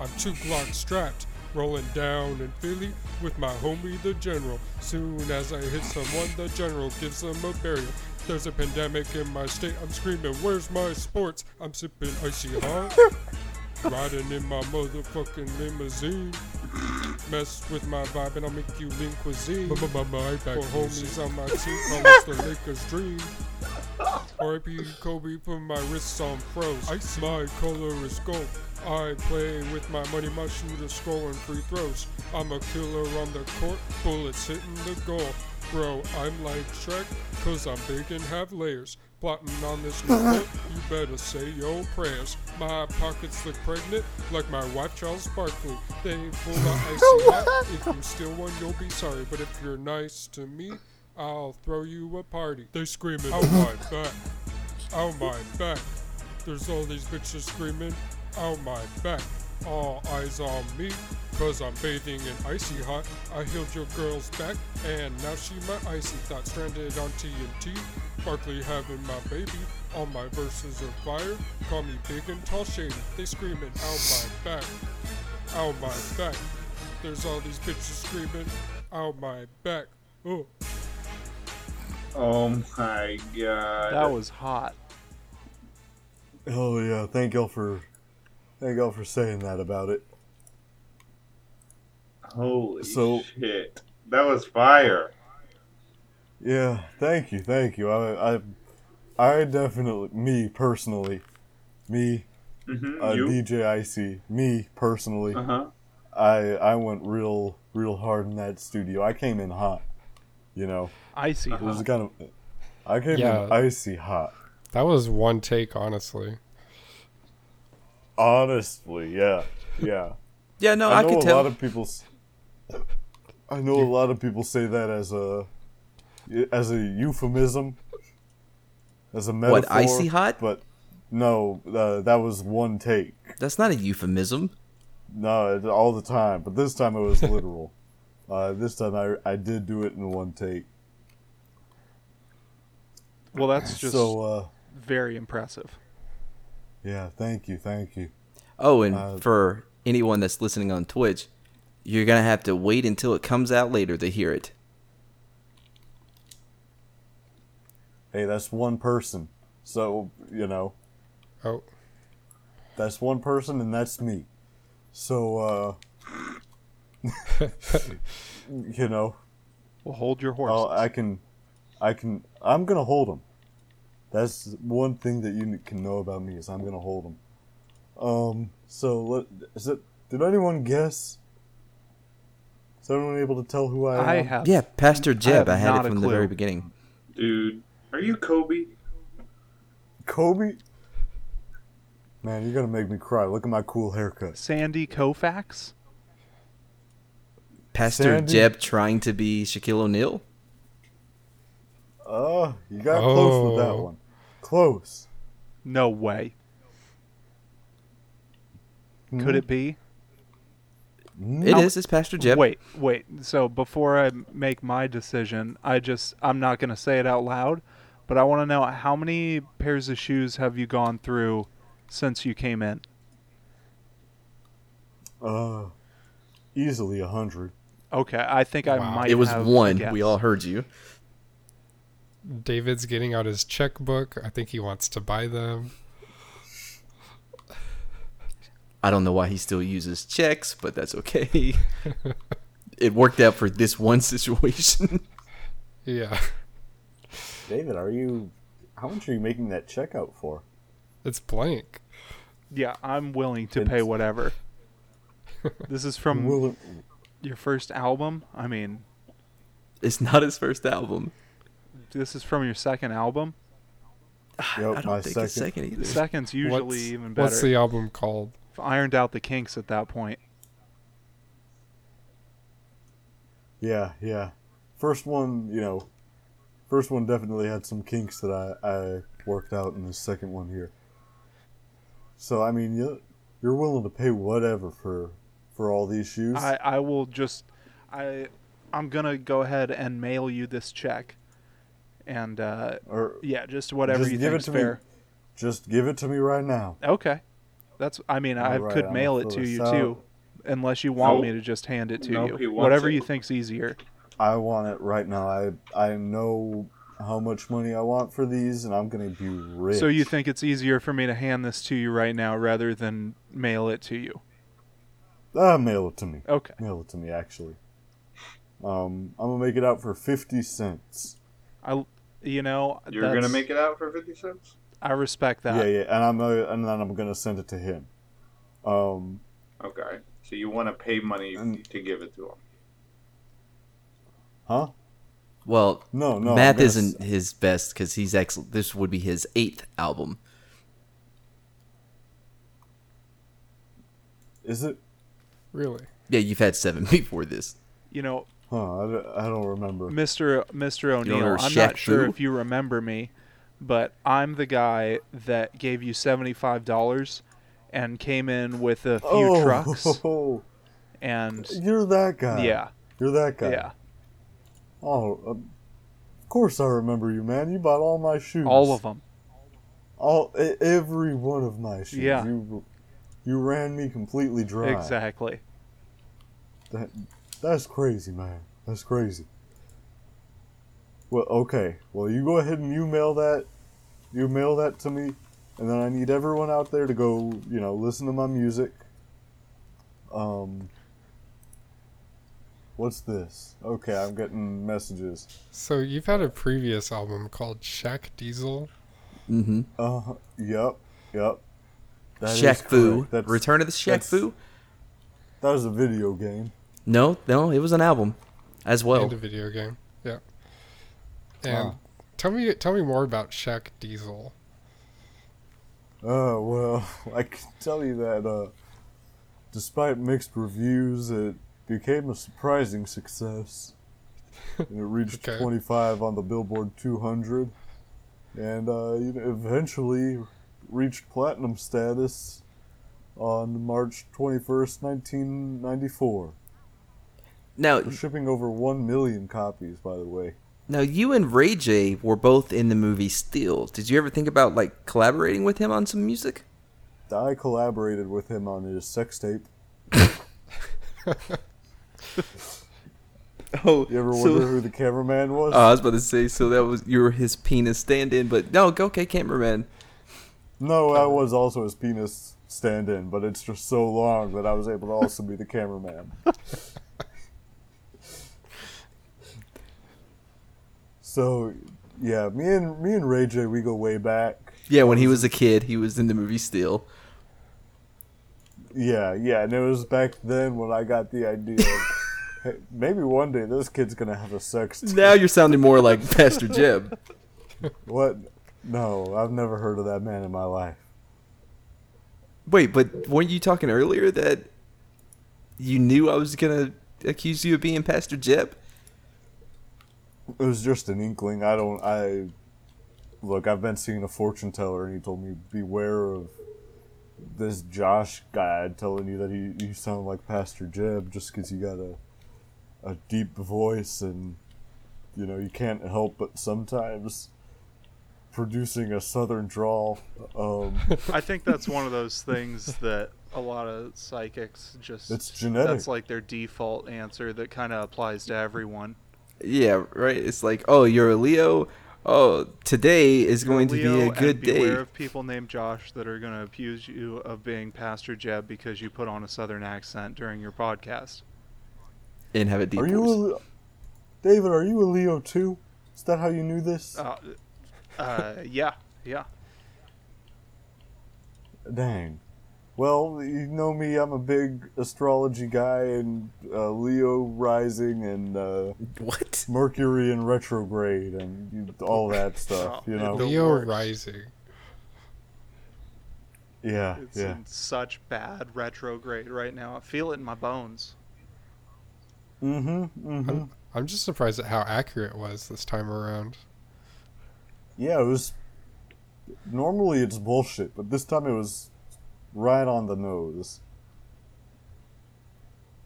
Speaker 2: I'm two Glock strapped, rolling down in Philly with my homie the general. Soon as I hit someone, the general gives them a burial. There's a pandemic in my state, I'm screaming, where's my sports? I'm sipping icy hot, riding in my motherfucking limousine. Mess with my vibe and I'll make you lean cuisine. For homies on my team, promise the Lakers dream. RIP Kobe put my wrists on froze. Icy. My color is gold. I play with my money, my shooter scoring free throws. I'm a killer on the court, bullets hitting the goal. Bro, I'm like Shrek, cause I'm big and have layers. Plotting on this new court, you better say your prayers. My pockets look pregnant, like my wife Charles Barkley. They full of icy hot. If you steal one, you'll be sorry. But if you're nice to me, I'll throw you a party. They screaming, oh my back, oh my back. There's all these bitches screaming, oh my back. All eyes on me, cause I'm bathing in icy hot. I healed your girl's back, and now she my icy thought. Stranded on TNT, Barkley having my baby. All my verses of fire, call me big and tall shady. They screaming, oh my back, oh my back. There's all these bitches screaming, oh my back. Ooh.
Speaker 4: Oh my god.
Speaker 3: That was hot.
Speaker 7: Oh yeah, thank y'all for thank y'all for saying that about it.
Speaker 4: holy
Speaker 7: so-
Speaker 4: shit. That was fire.
Speaker 7: Yeah, thank you, thank you. I I, I definitely me personally, me
Speaker 4: hmm
Speaker 7: uh,
Speaker 4: you?
Speaker 7: DJ IC, me personally,
Speaker 4: uh-huh.
Speaker 7: I I went real real hard in that studio. I came in hot, you know.
Speaker 3: Icy.
Speaker 7: It was kind of I came
Speaker 2: Yeah.
Speaker 7: in icy hot.
Speaker 2: That was one take, honestly.
Speaker 7: Honestly, yeah, yeah.
Speaker 5: Yeah, no, I,
Speaker 7: know
Speaker 5: could
Speaker 7: a lot
Speaker 5: tell.
Speaker 7: of people. s- I know a lot of people say that as a as a euphemism, as a metaphor.
Speaker 5: What, icy hot?
Speaker 7: But no, uh, that was one take.
Speaker 5: That's not a euphemism.
Speaker 7: No, it- all the time. But this time it was literal. uh, this time I I did do it in one take.
Speaker 3: Well, that's just
Speaker 7: so uh,
Speaker 3: very impressive.
Speaker 7: yeah, thank you, thank you.
Speaker 5: Oh, and
Speaker 7: Uh,
Speaker 5: for anyone that's listening on Twitch, you're gonna have to wait until it comes out later to hear it.
Speaker 7: Hey, that's one person. So you know.
Speaker 2: Oh,
Speaker 7: That's one person, and that's me. So, uh, you know,
Speaker 3: Well, hold your horses.
Speaker 5: Oh,
Speaker 7: I'll, Oh, I can, I can, I'm gonna hold him. That's one thing that you can know about me is I'm gonna hold him. Um, so let is it? Did anyone guess? Is anyone able to tell who I
Speaker 3: I
Speaker 7: am?
Speaker 3: have.
Speaker 5: uh, Yeah, Pastor Jeb.
Speaker 3: have
Speaker 5: I, had
Speaker 3: not
Speaker 5: it
Speaker 3: a
Speaker 5: from the very
Speaker 3: clue.
Speaker 5: beginning.
Speaker 4: Dude, are you Kobe?
Speaker 7: Kobe. Man, you're gonna make me cry. Look at my cool haircut.
Speaker 3: Sandy Koufax.
Speaker 5: Pastor
Speaker 7: Sandy?
Speaker 5: Jeb trying to be Shaquille O'Neal.
Speaker 7: Oh, you got close with that
Speaker 2: Oh.
Speaker 7: one. Close.
Speaker 3: No way.
Speaker 5: Mm-hmm.
Speaker 3: Could it be?
Speaker 5: It is.
Speaker 7: No.
Speaker 5: It's Pastor Jeb.
Speaker 3: Wait, wait. So before I make my decision, I just I'm not gonna say it out loud, But I want to know how many pairs of shoes have you gone through since you came in?
Speaker 7: Uh, easily a hundred.
Speaker 3: Okay, I think I
Speaker 2: Wow.
Speaker 3: might.
Speaker 5: It was
Speaker 3: have a
Speaker 5: one.
Speaker 3: guess.
Speaker 5: We all heard you.
Speaker 2: David's getting out his checkbook. I think he wants to buy them.
Speaker 5: I don't know why he still uses checks, but that's okay. it worked out for this one situation.
Speaker 2: Yeah.
Speaker 7: David, are you? How much are you making that check out for?
Speaker 2: It's blank.
Speaker 3: Yeah, I'm willing to
Speaker 7: It's-
Speaker 3: pay whatever. this is from
Speaker 7: Will it-
Speaker 3: your first album. I mean,
Speaker 5: it's not his first album.
Speaker 3: this is from your second album.
Speaker 7: Yep,
Speaker 5: I
Speaker 7: my
Speaker 5: don't think it's second either.
Speaker 3: Second's usually
Speaker 2: What's-
Speaker 3: even better.
Speaker 2: What's the album called?
Speaker 3: I've ironed out the kinks at that point.
Speaker 7: Yeah, yeah. First one, you know, first one definitely had some kinks that I, I worked out in the second one here. So I mean, you you're willing to pay whatever for for all these shoes.
Speaker 3: I, I will just I I'm gonna go ahead and mail you this check. And uh
Speaker 7: or
Speaker 3: yeah, just whatever
Speaker 7: Just
Speaker 3: you
Speaker 7: give
Speaker 3: think
Speaker 7: it
Speaker 3: is
Speaker 7: to me.
Speaker 3: fair.
Speaker 7: just give it to me right now.
Speaker 3: Okay. That's I mean I
Speaker 7: All right,
Speaker 3: could
Speaker 7: I'm
Speaker 3: mail
Speaker 7: gonna
Speaker 3: it
Speaker 7: fill
Speaker 3: to
Speaker 7: this
Speaker 3: you
Speaker 7: out.
Speaker 3: too. Unless you want
Speaker 4: Nope.
Speaker 3: me to just hand it to
Speaker 4: Nope, he
Speaker 3: you.
Speaker 4: wants
Speaker 3: Whatever
Speaker 4: it.
Speaker 3: you think's easier.
Speaker 7: I want it right now. I I know how much money I want for these, and I'm gonna be rich.
Speaker 3: So you think it's easier for me to hand this to you right now rather than mail it to you.
Speaker 7: Ah, mail it to me.
Speaker 3: Okay.
Speaker 7: Mail it to me. Actually, um, I'm gonna make it out for fifty cents.
Speaker 3: I you know
Speaker 4: You're gonna
Speaker 3: that's-
Speaker 4: make it out for fifty cents.
Speaker 3: I respect that.
Speaker 7: Yeah, yeah, and I'm uh, and then I'm gonna send it to him. Um,
Speaker 4: Okay, so you want to pay money
Speaker 7: And-
Speaker 4: to give it to him.
Speaker 7: huh?
Speaker 5: Well,
Speaker 7: No, no. I'm
Speaker 5: math
Speaker 7: gonna
Speaker 5: isn't
Speaker 7: s-
Speaker 5: his best because he's excellent. This would be his eighth album.
Speaker 7: Is it?
Speaker 2: Really?
Speaker 5: Yeah, you've had seven before this.
Speaker 3: You know,
Speaker 7: Huh? I don't, I don't remember.
Speaker 3: Mr. Mr. O'Neill,
Speaker 5: remember
Speaker 3: I'm
Speaker 5: Shaq
Speaker 3: not sure
Speaker 5: Fu?
Speaker 3: if you remember me, but I'm the guy that gave you seventy-five dollars and came in with a few
Speaker 7: oh,
Speaker 3: trucks and
Speaker 7: you're that guy.
Speaker 3: yeah,
Speaker 7: you're that guy.
Speaker 3: yeah,
Speaker 7: Oh, um, of course I remember you, man. You bought all my shoes.
Speaker 3: all of them.
Speaker 7: All e- every one of my shoes.
Speaker 3: Yeah.
Speaker 7: You, you ran me completely dry.
Speaker 3: Exactly.
Speaker 7: That, that's crazy, man. That's crazy. Well, okay. Well, you go ahead and you mail that. You mail that to me, and then I need everyone out there to go. You know, listen to my music. Um. What's this? Okay, I'm getting messages.
Speaker 2: So you've had a previous album called Shaq Diesel.
Speaker 5: Mm-hmm.
Speaker 7: Uh, yep, yep. That is
Speaker 5: Shaq Fu.
Speaker 7: correct. That's,
Speaker 5: Return of the Shaq
Speaker 7: that's-
Speaker 5: Fu?
Speaker 7: that was a video game.
Speaker 5: No, no, it was an album as
Speaker 2: and
Speaker 5: well.
Speaker 2: a video game. Yeah. And tell me tell me more about Shaq Diesel.
Speaker 7: Oh well, I can tell you that uh, despite mixed reviews, it became a surprising success, and it reached
Speaker 2: Okay.
Speaker 7: 25 on the Billboard 200, and uh, you know, eventually reached platinum status on March 21st, 1994,
Speaker 5: Now,
Speaker 7: for shipping over one million copies. By the way,
Speaker 5: now you and Ray J were both in the movie Steel. Did you ever think about like collaborating with him on some music?
Speaker 7: I collaborated with him on his sex tape.
Speaker 5: Oh,
Speaker 7: You ever
Speaker 5: so-
Speaker 7: wonder who the cameraman was?
Speaker 5: Oh, I was about to say, so that was you were his penis stand-in, but no, go okay, cameraman.
Speaker 7: No, I was also his penis stand-in, but it's just so long that I was able to also be the cameraman. so, yeah, me and me and Ray J, we go way back.
Speaker 5: Yeah, when he was a kid, he was in the movie Steel.
Speaker 7: Yeah, yeah, and it was back then when I got the idea. Of, hey, maybe one day this kid's gonna have a sex. tape."
Speaker 5: Now you're sounding more like Pastor Jeb.
Speaker 7: What? No, I've never heard of that man in my life.
Speaker 5: Wait, but weren't you talking earlier that you knew I was gonna accuse you of being Pastor Jeb?
Speaker 7: It was just an inkling. I don't. I look. I've been seeing a fortune teller, and he told me beware of this Josh guy telling you that he you sound like Pastor Jeb just because you got a a deep voice and you know you can't help but sometimes producing a southern drawl. Um,
Speaker 3: I think that's one of those things that a lot of psychics just
Speaker 7: It's genetic.
Speaker 3: That's like their default answer that kind of applies to everyone.
Speaker 6: Yeah, right. It's like, oh, you're a Leo. Oh, today is going
Speaker 3: Leo,
Speaker 6: to be a
Speaker 3: and
Speaker 6: good
Speaker 3: Beware
Speaker 6: day.
Speaker 3: of people named Josh that are going to accuse you of being Pastor Jeb because you put on a southern accent during your podcast.
Speaker 6: And have a deep
Speaker 7: are you, a,
Speaker 6: voice.
Speaker 7: Le- David? Are you a Leo too? Is that how you knew this?
Speaker 3: Uh, uh, yeah, yeah.
Speaker 7: Dang. Well, you know me. I'm a big astrology guy, and uh, Leo rising, and uh,
Speaker 5: What?
Speaker 7: Mercury in retrograde, and you- all that stuff. You know?
Speaker 2: Leo
Speaker 3: worst.
Speaker 2: rising.
Speaker 7: Yeah,
Speaker 3: It's
Speaker 7: yeah.
Speaker 3: in such bad retrograde right now. I feel it in my bones.
Speaker 7: Mm-hmm. Mm-hmm.
Speaker 2: I'm just surprised at how accurate it was this time around.
Speaker 7: Yeah, it was. Normally it's bullshit, but this time it was right on the nose.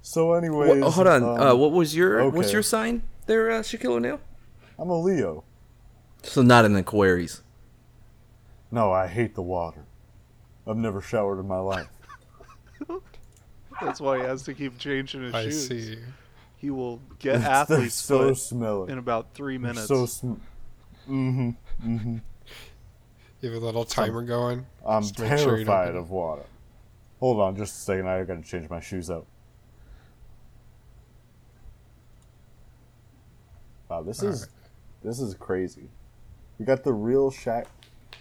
Speaker 7: So, anyways,
Speaker 5: What, oh, hold on.
Speaker 7: um,
Speaker 5: uh, what was your what's
Speaker 7: okay.
Speaker 5: your sign there, uh, Shaquille O'Neal?
Speaker 7: I'm a Leo.
Speaker 5: So not an Aquarius.
Speaker 7: No, I hate the water. I've never showered in my life.
Speaker 3: That's why he has to keep changing his
Speaker 2: I
Speaker 3: shoes.
Speaker 2: see.
Speaker 3: He will get
Speaker 7: It's- they're
Speaker 3: athlete's
Speaker 7: so
Speaker 3: foot
Speaker 7: smelly.
Speaker 3: in about three
Speaker 7: They're
Speaker 3: minutes.
Speaker 7: So sm- mm-hmm. Mm-hmm.
Speaker 2: You have a little timer going.
Speaker 7: I'm
Speaker 2: Just make sure you don't
Speaker 7: terrified
Speaker 2: get-
Speaker 7: of water. Hold on, just a second. I gotta change my shoes out. Wow, this
Speaker 2: All
Speaker 7: is this is crazy. We got the real Shaq.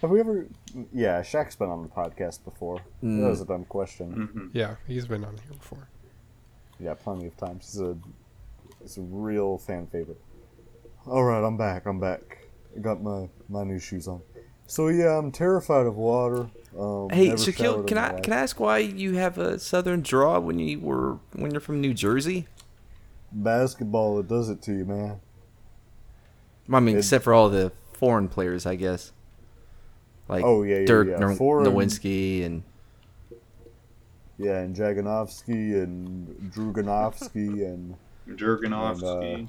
Speaker 7: Have we ever? Yeah, Shaq's been on the podcast before. That was a dumb question.
Speaker 2: Yeah, he's been on here before.
Speaker 7: Yeah, plenty of times. He's a it's a real fan favorite. All right, I'm back. I'm back. I got my my new shoes on. So yeah, I'm terrified of water. Um,
Speaker 5: Hey,
Speaker 7: never showered
Speaker 5: Shaquille,
Speaker 7: in
Speaker 5: can
Speaker 7: my
Speaker 5: I
Speaker 7: life.
Speaker 5: can I ask why you have a Southern draw when you were when you're from New Jersey?
Speaker 7: Basketball, it does it to you, man.
Speaker 5: I mean,
Speaker 7: It-
Speaker 5: except for all the foreign players, I guess. Like
Speaker 7: Oh, yeah, yeah,
Speaker 5: Dirk
Speaker 7: yeah.
Speaker 5: Nor-
Speaker 7: Foreign-
Speaker 5: Nowitzki and
Speaker 7: Yeah, and Jaganovsky and Druganovsky and
Speaker 4: Jurganovsky.
Speaker 7: And, uh, Nope,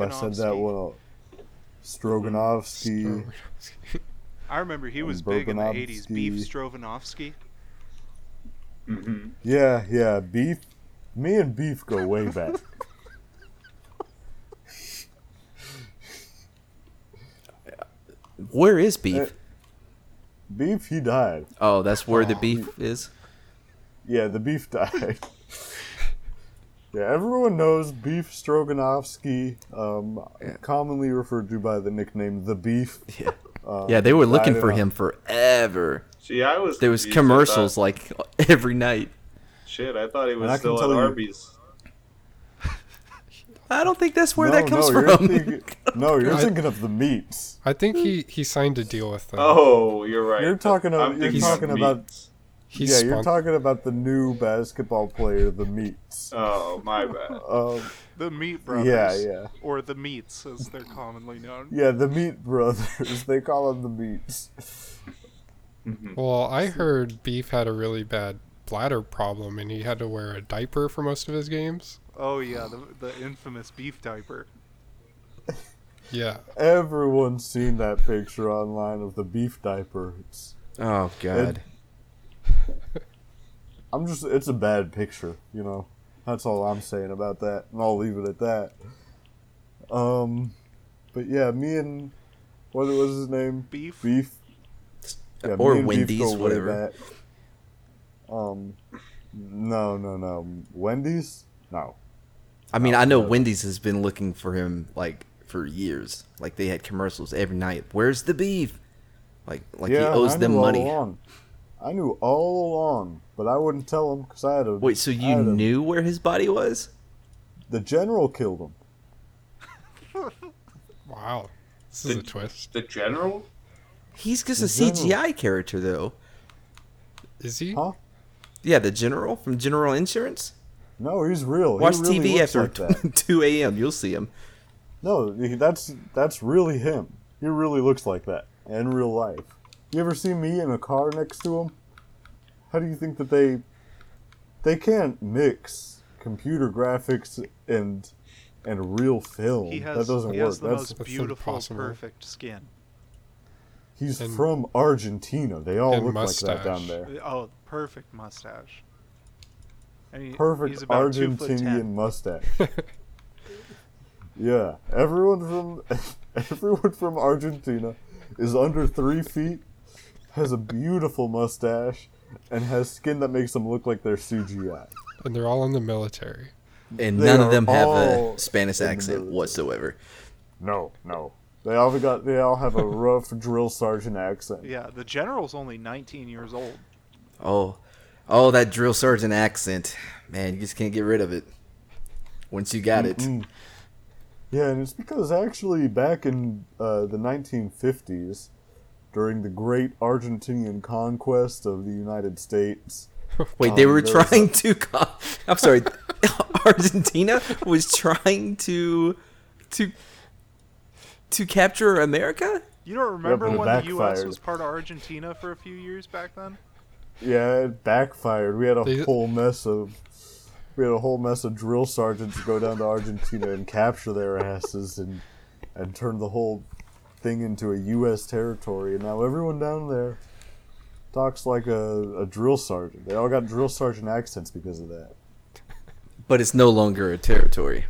Speaker 7: I
Speaker 3: Stroganovsky.
Speaker 7: said that well. Stroganovsky.
Speaker 3: I remember he
Speaker 7: And
Speaker 3: was big in the 80s. Beef Strovanovsky.
Speaker 7: Bogdanovsky.
Speaker 4: hmm
Speaker 7: Yeah, yeah, beef. Me and beef go way back.
Speaker 5: where is
Speaker 7: Uh,
Speaker 5: beef?
Speaker 7: beef, he died.
Speaker 5: oh, that's where
Speaker 7: um,
Speaker 5: the beef is.
Speaker 7: Yeah, the beef died. yeah, everyone knows Beef Stroganovsky, um, commonly referred to by the nickname the Beef.
Speaker 5: Yeah, yeah, they were looking
Speaker 7: uh, I
Speaker 5: for
Speaker 7: know.
Speaker 5: him forever.
Speaker 4: See, I was.
Speaker 5: There was
Speaker 4: confused. I thought-
Speaker 5: commercials like every night.
Speaker 4: Shit, I thought he
Speaker 7: And I
Speaker 4: was
Speaker 7: can
Speaker 4: still
Speaker 7: tell
Speaker 4: at
Speaker 7: you-
Speaker 4: Arby's.
Speaker 5: I don't think that's where that comes
Speaker 7: you're
Speaker 5: from.
Speaker 7: thinking- no, you're
Speaker 2: I-
Speaker 7: thinking of the meats.
Speaker 2: I think he, he signed a deal with them.
Speaker 4: Oh, you're right.
Speaker 7: You're talking
Speaker 4: I'm
Speaker 7: about- you're
Speaker 4: thinking
Speaker 7: talking
Speaker 4: of
Speaker 7: about-
Speaker 4: meats.
Speaker 2: He
Speaker 7: yeah, you're
Speaker 2: spon-
Speaker 7: talking about the new basketball player, the meats.
Speaker 4: Oh, my bad.
Speaker 7: Um,
Speaker 3: The Meat Brothers.
Speaker 7: yeah, yeah,
Speaker 3: Or the Meats, as they're commonly known.
Speaker 7: yeah. The meat brothers. They call them the meats.
Speaker 4: Mm-hmm.
Speaker 2: Well, I heard Beef had a really bad bladder problem and he had to wear a diaper for most of his games.
Speaker 3: Oh, yeah, the, the infamous beef diaper.
Speaker 2: Yeah.
Speaker 7: Everyone's seen that picture online of the beef diaper. It's,
Speaker 5: oh God.
Speaker 7: I'm just it's a bad picture, you know. That's all I'm saying about that, and I'll leave it at that. Um but yeah, me and what was his name?
Speaker 3: Beef?
Speaker 7: Beef. Yeah,
Speaker 5: Or
Speaker 7: me and Beef
Speaker 5: Wendy's,
Speaker 7: go way
Speaker 5: whatever.
Speaker 7: back. Um no, no, no. Wendy's? No.
Speaker 5: I mean, I know Wendy's has been looking for him like for years. Like they had commercials every night. Where's the beef? Like like
Speaker 7: yeah,
Speaker 5: he owes
Speaker 7: I
Speaker 5: them
Speaker 7: knew
Speaker 5: money.
Speaker 7: All along. I knew all along, but I wouldn't tell him because I had a
Speaker 5: Wait, so
Speaker 7: I
Speaker 5: you
Speaker 7: had a-
Speaker 5: knew where his body was?
Speaker 7: the general killed him.
Speaker 2: Wow. This is a
Speaker 4: The-
Speaker 2: twist.
Speaker 4: The general?
Speaker 5: He's just a
Speaker 7: The general.
Speaker 5: CGI character though.
Speaker 2: Is he?
Speaker 7: Huh?
Speaker 5: Yeah, the general from General Insurance.
Speaker 7: No, he's real. He
Speaker 5: Watch
Speaker 7: really
Speaker 5: TV
Speaker 7: looks
Speaker 5: after
Speaker 7: like that.
Speaker 5: 2 a.m. You'll see him.
Speaker 7: No, that's that's really him. He really looks like that in real life. You ever see me in a car next to him? How do you think that they they can't mix computer graphics and and real film?
Speaker 3: He has,
Speaker 7: that doesn't
Speaker 3: he
Speaker 7: work.
Speaker 3: has the
Speaker 7: That's
Speaker 3: most beautiful,
Speaker 2: impossible.
Speaker 3: perfect skin.
Speaker 7: He's
Speaker 2: And-
Speaker 7: from Argentina. They all
Speaker 2: and
Speaker 7: look
Speaker 2: mustache.
Speaker 7: like that down there.
Speaker 3: Oh, perfect mustache. And he- he's
Speaker 7: Perfect
Speaker 3: about two foot
Speaker 7: Argentinian
Speaker 3: ten.
Speaker 7: mustache. Yeah, everyone from everyone from Argentina is under three feet, has a beautiful mustache, and has skin that makes them look like they're CGI.
Speaker 2: and they're all in the military.
Speaker 5: And
Speaker 7: They
Speaker 5: none of
Speaker 7: are
Speaker 5: them have a
Speaker 7: all
Speaker 5: Spanish
Speaker 7: in the
Speaker 5: accent
Speaker 7: military.
Speaker 5: whatsoever.
Speaker 7: No, no, they all got they all have a rough drill sergeant accent.
Speaker 3: Yeah, the general's only 19 years old.
Speaker 5: Oh, oh, that drill sergeant accent, man! You just can't get rid of it. Once you got it,
Speaker 7: Mm. Yeah, and it's because actually back in uh, the 1950s, during the Great Argentinian conquest of the United States,
Speaker 5: wait, they
Speaker 7: Um,
Speaker 5: were
Speaker 7: there was
Speaker 5: trying to. co- I'm sorry, Argentina was trying to to to capture America.
Speaker 3: You don't remember
Speaker 7: but it
Speaker 3: when the U.S.
Speaker 7: backfired.
Speaker 3: was part of Argentina for a few years back then?
Speaker 7: Yeah, it backfired. We had a
Speaker 2: They-
Speaker 7: whole mess of we had a whole mess of drill sergeants go down to Argentina and capture their asses and and turn the whole thing into a U.S. territory. And now everyone down there talks like a, a drill sergeant. They all got drill sergeant accents because of that.
Speaker 5: But it's no longer a territory.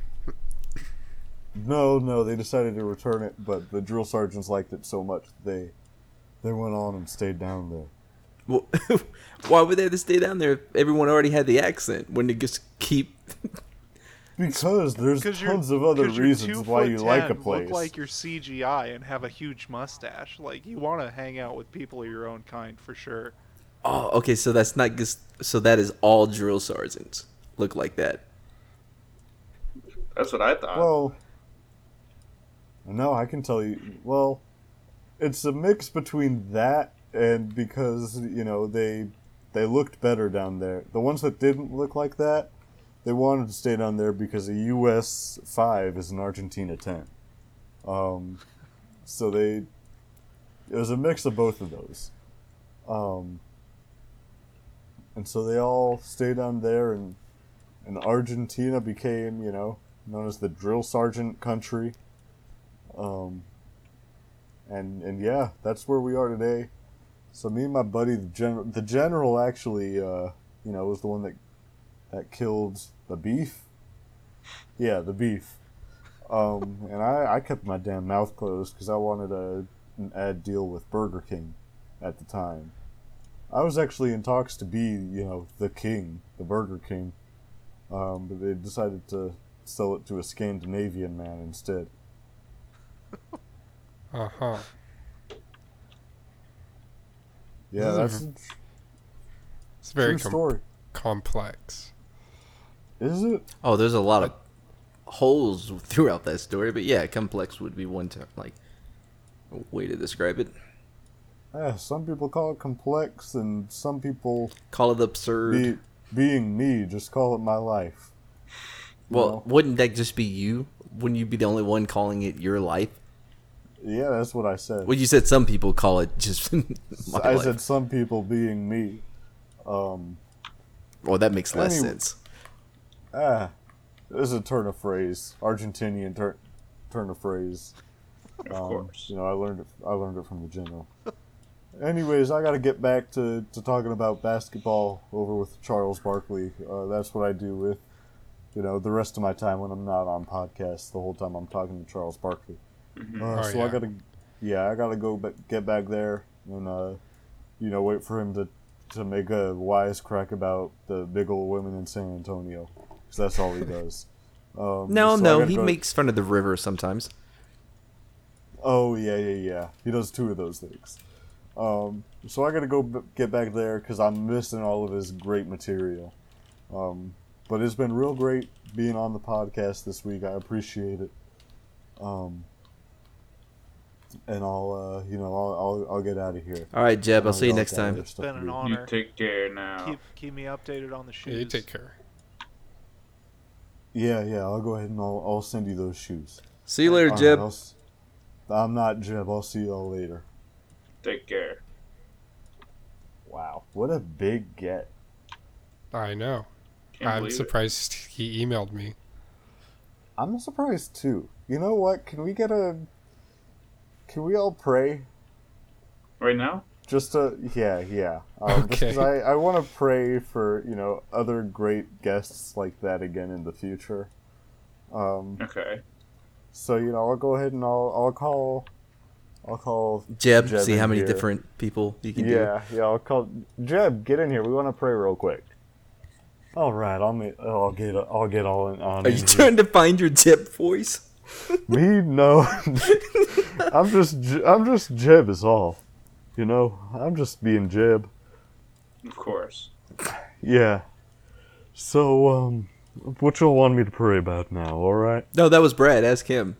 Speaker 7: No, no, they decided to return it, but the drill sergeants liked it so much they they went on and stayed down there.
Speaker 5: Well, why would they have to stay down there if everyone already had the accent? Wouldn't it just keep?
Speaker 7: Because there's
Speaker 3: 'Cause you're-
Speaker 7: tons of other
Speaker 3: 'cause you're
Speaker 7: reasons
Speaker 3: two
Speaker 7: why
Speaker 3: foot
Speaker 7: you like a
Speaker 3: 10,
Speaker 7: place.
Speaker 3: Look like you're CGI and have a huge mustache. Like you want to hang out with people of your own kind for sure.
Speaker 5: Oh, okay, so that's not just. So that is all drill sergeants look like that.
Speaker 4: That's what I thought.
Speaker 7: Well, no, I can tell you. Well, it's a mix between that and because you know they they looked better down there. The ones that didn't look like that, they wanted to stay down there because a U.S. five is an Argentina ten. Um, so they it was a mix of both of those. Um, and so they all stayed down there, and and Argentina became you know known as the drill sergeant country. Um, and and yeah, that's where we are today. So me and my buddy, the general, the general actually, uh, you know, was the one that that killed the beef. Yeah, the beef. Um, and I, I kept my damn mouth closed because I wanted a, an ad deal with Burger King at the time. I was actually in talks to be, you know, the king, the Burger King, um, but they decided to sell it to a Scandinavian man instead.
Speaker 2: Uh huh.
Speaker 7: Yeah,
Speaker 2: Mm.
Speaker 7: that's a true
Speaker 2: It's very com-
Speaker 7: story.
Speaker 2: complex.
Speaker 7: Is it?
Speaker 5: Oh, there's a lot of holes throughout that story, but yeah, complex would be one term, like way to describe it.
Speaker 7: Yeah, some people call it complex, and some people,
Speaker 5: Call it absurd.
Speaker 7: be, being me, just call it my life.
Speaker 5: well,
Speaker 7: no.
Speaker 5: wouldn't that just be you? Wouldn't you be the only one calling it your life?
Speaker 7: Yeah, that's what I said.
Speaker 5: Well, you said some people call it just my
Speaker 7: I
Speaker 5: life.
Speaker 7: said some people being me. Um,
Speaker 5: well, that makes less
Speaker 7: Anyway.
Speaker 5: sense.
Speaker 7: ah, this is a turn of phrase, Argentinian turn turn of phrase.
Speaker 4: of
Speaker 7: Um,
Speaker 4: course.
Speaker 7: You know, I learned it. I learned it from the general. Anyways, I got to get back to, to talking about basketball over with Charles Barkley. Uh, that's what I do with, you know, the rest of my time when I'm not on podcasts. The whole time I'm talking to Charles Barkley. Uh,
Speaker 5: Mm-hmm.
Speaker 2: Oh,
Speaker 7: so I
Speaker 2: yeah.
Speaker 7: got to, yeah, I got to go ba- get back there and, uh, you know, wait for him to to make a wisecrack about the big old women in San Antonio, because that's all he does. Um,
Speaker 5: No,
Speaker 7: so I
Speaker 5: no,
Speaker 7: gotta
Speaker 5: he
Speaker 7: go-
Speaker 5: makes fun of the river sometimes.
Speaker 7: Oh yeah, yeah, yeah. He does two of those things. Um, so I gotta go b- get back there because I'm missing all of his great material. Um, but it's been real great being on the podcast this week. I appreciate it. Um, and I'll, uh, you know, I'll, I'll, I'll get out of here.
Speaker 5: All right, Jeb, I'll see you
Speaker 7: Y'all
Speaker 5: next
Speaker 7: got other
Speaker 5: time.
Speaker 7: stuff
Speaker 3: been
Speaker 7: to
Speaker 3: an
Speaker 7: do.
Speaker 4: you
Speaker 3: honor.
Speaker 4: take care now.
Speaker 3: Keep keep me updated on the shoes.
Speaker 2: Yeah, you take care.
Speaker 7: Yeah, yeah. I'll go ahead and I'll, I'll send you those shoes.
Speaker 5: See you later,
Speaker 7: All right,
Speaker 5: Jeb.
Speaker 7: I'll s- I'm not Jeb. I'll see y'all later.
Speaker 4: Take care.
Speaker 7: Wow, what a big get.
Speaker 2: I know.
Speaker 4: Can't
Speaker 2: I'm
Speaker 4: believe it.
Speaker 2: surprised he emailed me.
Speaker 7: I'm surprised too. You know what? Can we get a? Can we all pray
Speaker 4: right now?
Speaker 7: Just to, yeah, yeah. Um, just 'cause
Speaker 2: Okay.
Speaker 7: I, I want to pray for, you know, other great guests like that again in the future. Um,
Speaker 4: Okay.
Speaker 7: so, you know, I'll go ahead and I'll, I'll call, I'll call
Speaker 5: Jeb,
Speaker 7: Jeb
Speaker 5: see
Speaker 7: in
Speaker 5: how many
Speaker 7: here.
Speaker 5: different people you can do.
Speaker 7: yeah, yeah. I'll call Jeb. Get in here. We want to pray real quick. All right, I'll ma- I'll get I'll get all in on.
Speaker 5: Are
Speaker 7: in
Speaker 5: you
Speaker 7: here.
Speaker 5: trying to find your Jeb voice?
Speaker 7: me? No, I'm just J- I'm just Jeb is all. You know, I'm just being Jeb.
Speaker 4: Of course.
Speaker 7: Yeah. So um, what y'all want me to pray about now? All right,
Speaker 5: No, that was Brad. Ask him.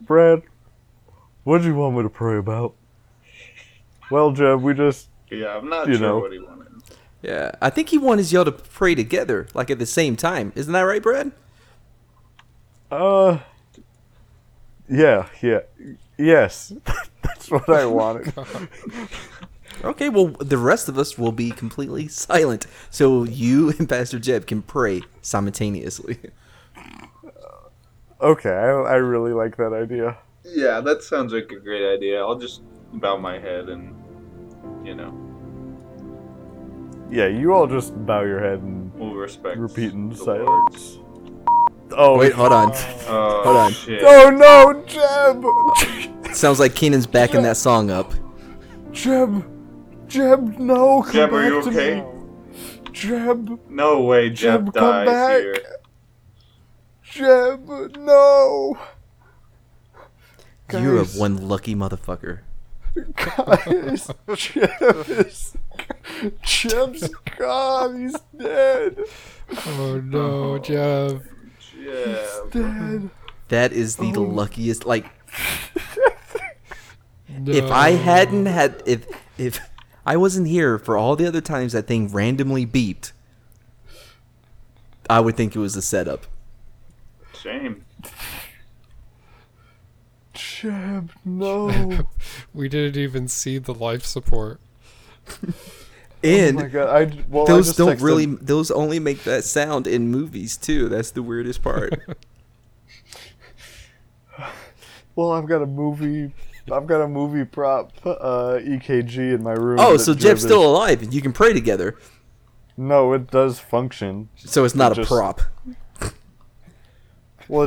Speaker 7: Brad. What do you want me to pray about? Well, Jeb, we just
Speaker 4: Yeah, I'm not
Speaker 7: You
Speaker 4: sure
Speaker 7: know.
Speaker 4: what he wanted.
Speaker 5: Yeah, I think he wanted y'all to pray together, like at the same time. Isn't that right, Brad?
Speaker 7: uh. Yeah, yeah, yes. That's what I wanted.
Speaker 5: Okay, well, the rest of us will be completely silent, so you and Pastor Jeb can pray simultaneously.
Speaker 7: Okay, I, I really like that idea.
Speaker 4: Yeah, that sounds like a great idea. I'll just bow my head and, you know,
Speaker 7: Yeah, you all just bow your head and
Speaker 4: we'll respect.
Speaker 7: repeat in
Speaker 4: the
Speaker 7: silence. Oh,
Speaker 5: Wait, hold on.
Speaker 4: Lord. Oh,
Speaker 5: Hold on.
Speaker 4: Shit.
Speaker 7: oh no, Jeb!
Speaker 5: Sounds like Keenan's backing that song up.
Speaker 7: Jeb! Jeb, no! Come
Speaker 4: Jeb,
Speaker 7: back
Speaker 4: are you
Speaker 7: to
Speaker 4: okay?
Speaker 7: Me. Jeb!
Speaker 4: No way, Jeb,
Speaker 7: Jeb,
Speaker 4: dies
Speaker 7: come back.
Speaker 4: here.
Speaker 7: Jeb, no!
Speaker 5: You're a
Speaker 7: Guys.
Speaker 5: one lucky motherfucker.
Speaker 7: Guys, Jeb is. Jeb's gone! He's dead!
Speaker 2: Oh no, Jeff.
Speaker 4: Jeb.
Speaker 7: Dead!
Speaker 5: That is
Speaker 7: Oh.
Speaker 5: the luckiest. Like,
Speaker 2: No.
Speaker 5: if I hadn't had, if if I wasn't here for all the other times that thing randomly beeped, I would think it was a setup.
Speaker 4: Shame.
Speaker 7: Jeb, no!
Speaker 2: we didn't even see the life support.
Speaker 5: And
Speaker 7: oh my god, I, well, I
Speaker 5: those
Speaker 7: just
Speaker 5: don't
Speaker 7: texted-
Speaker 5: really those only make that sound in movies too that's the weirdest part
Speaker 7: Well, I've got a movie. I've got a movie prop uh, EKG in my room.
Speaker 5: oh
Speaker 7: that
Speaker 5: so
Speaker 7: Jeb
Speaker 5: jeb's
Speaker 7: is-
Speaker 5: still alive and you can pray together
Speaker 7: No, it does function.
Speaker 5: so it's not a
Speaker 7: Just-
Speaker 5: prop
Speaker 7: Well,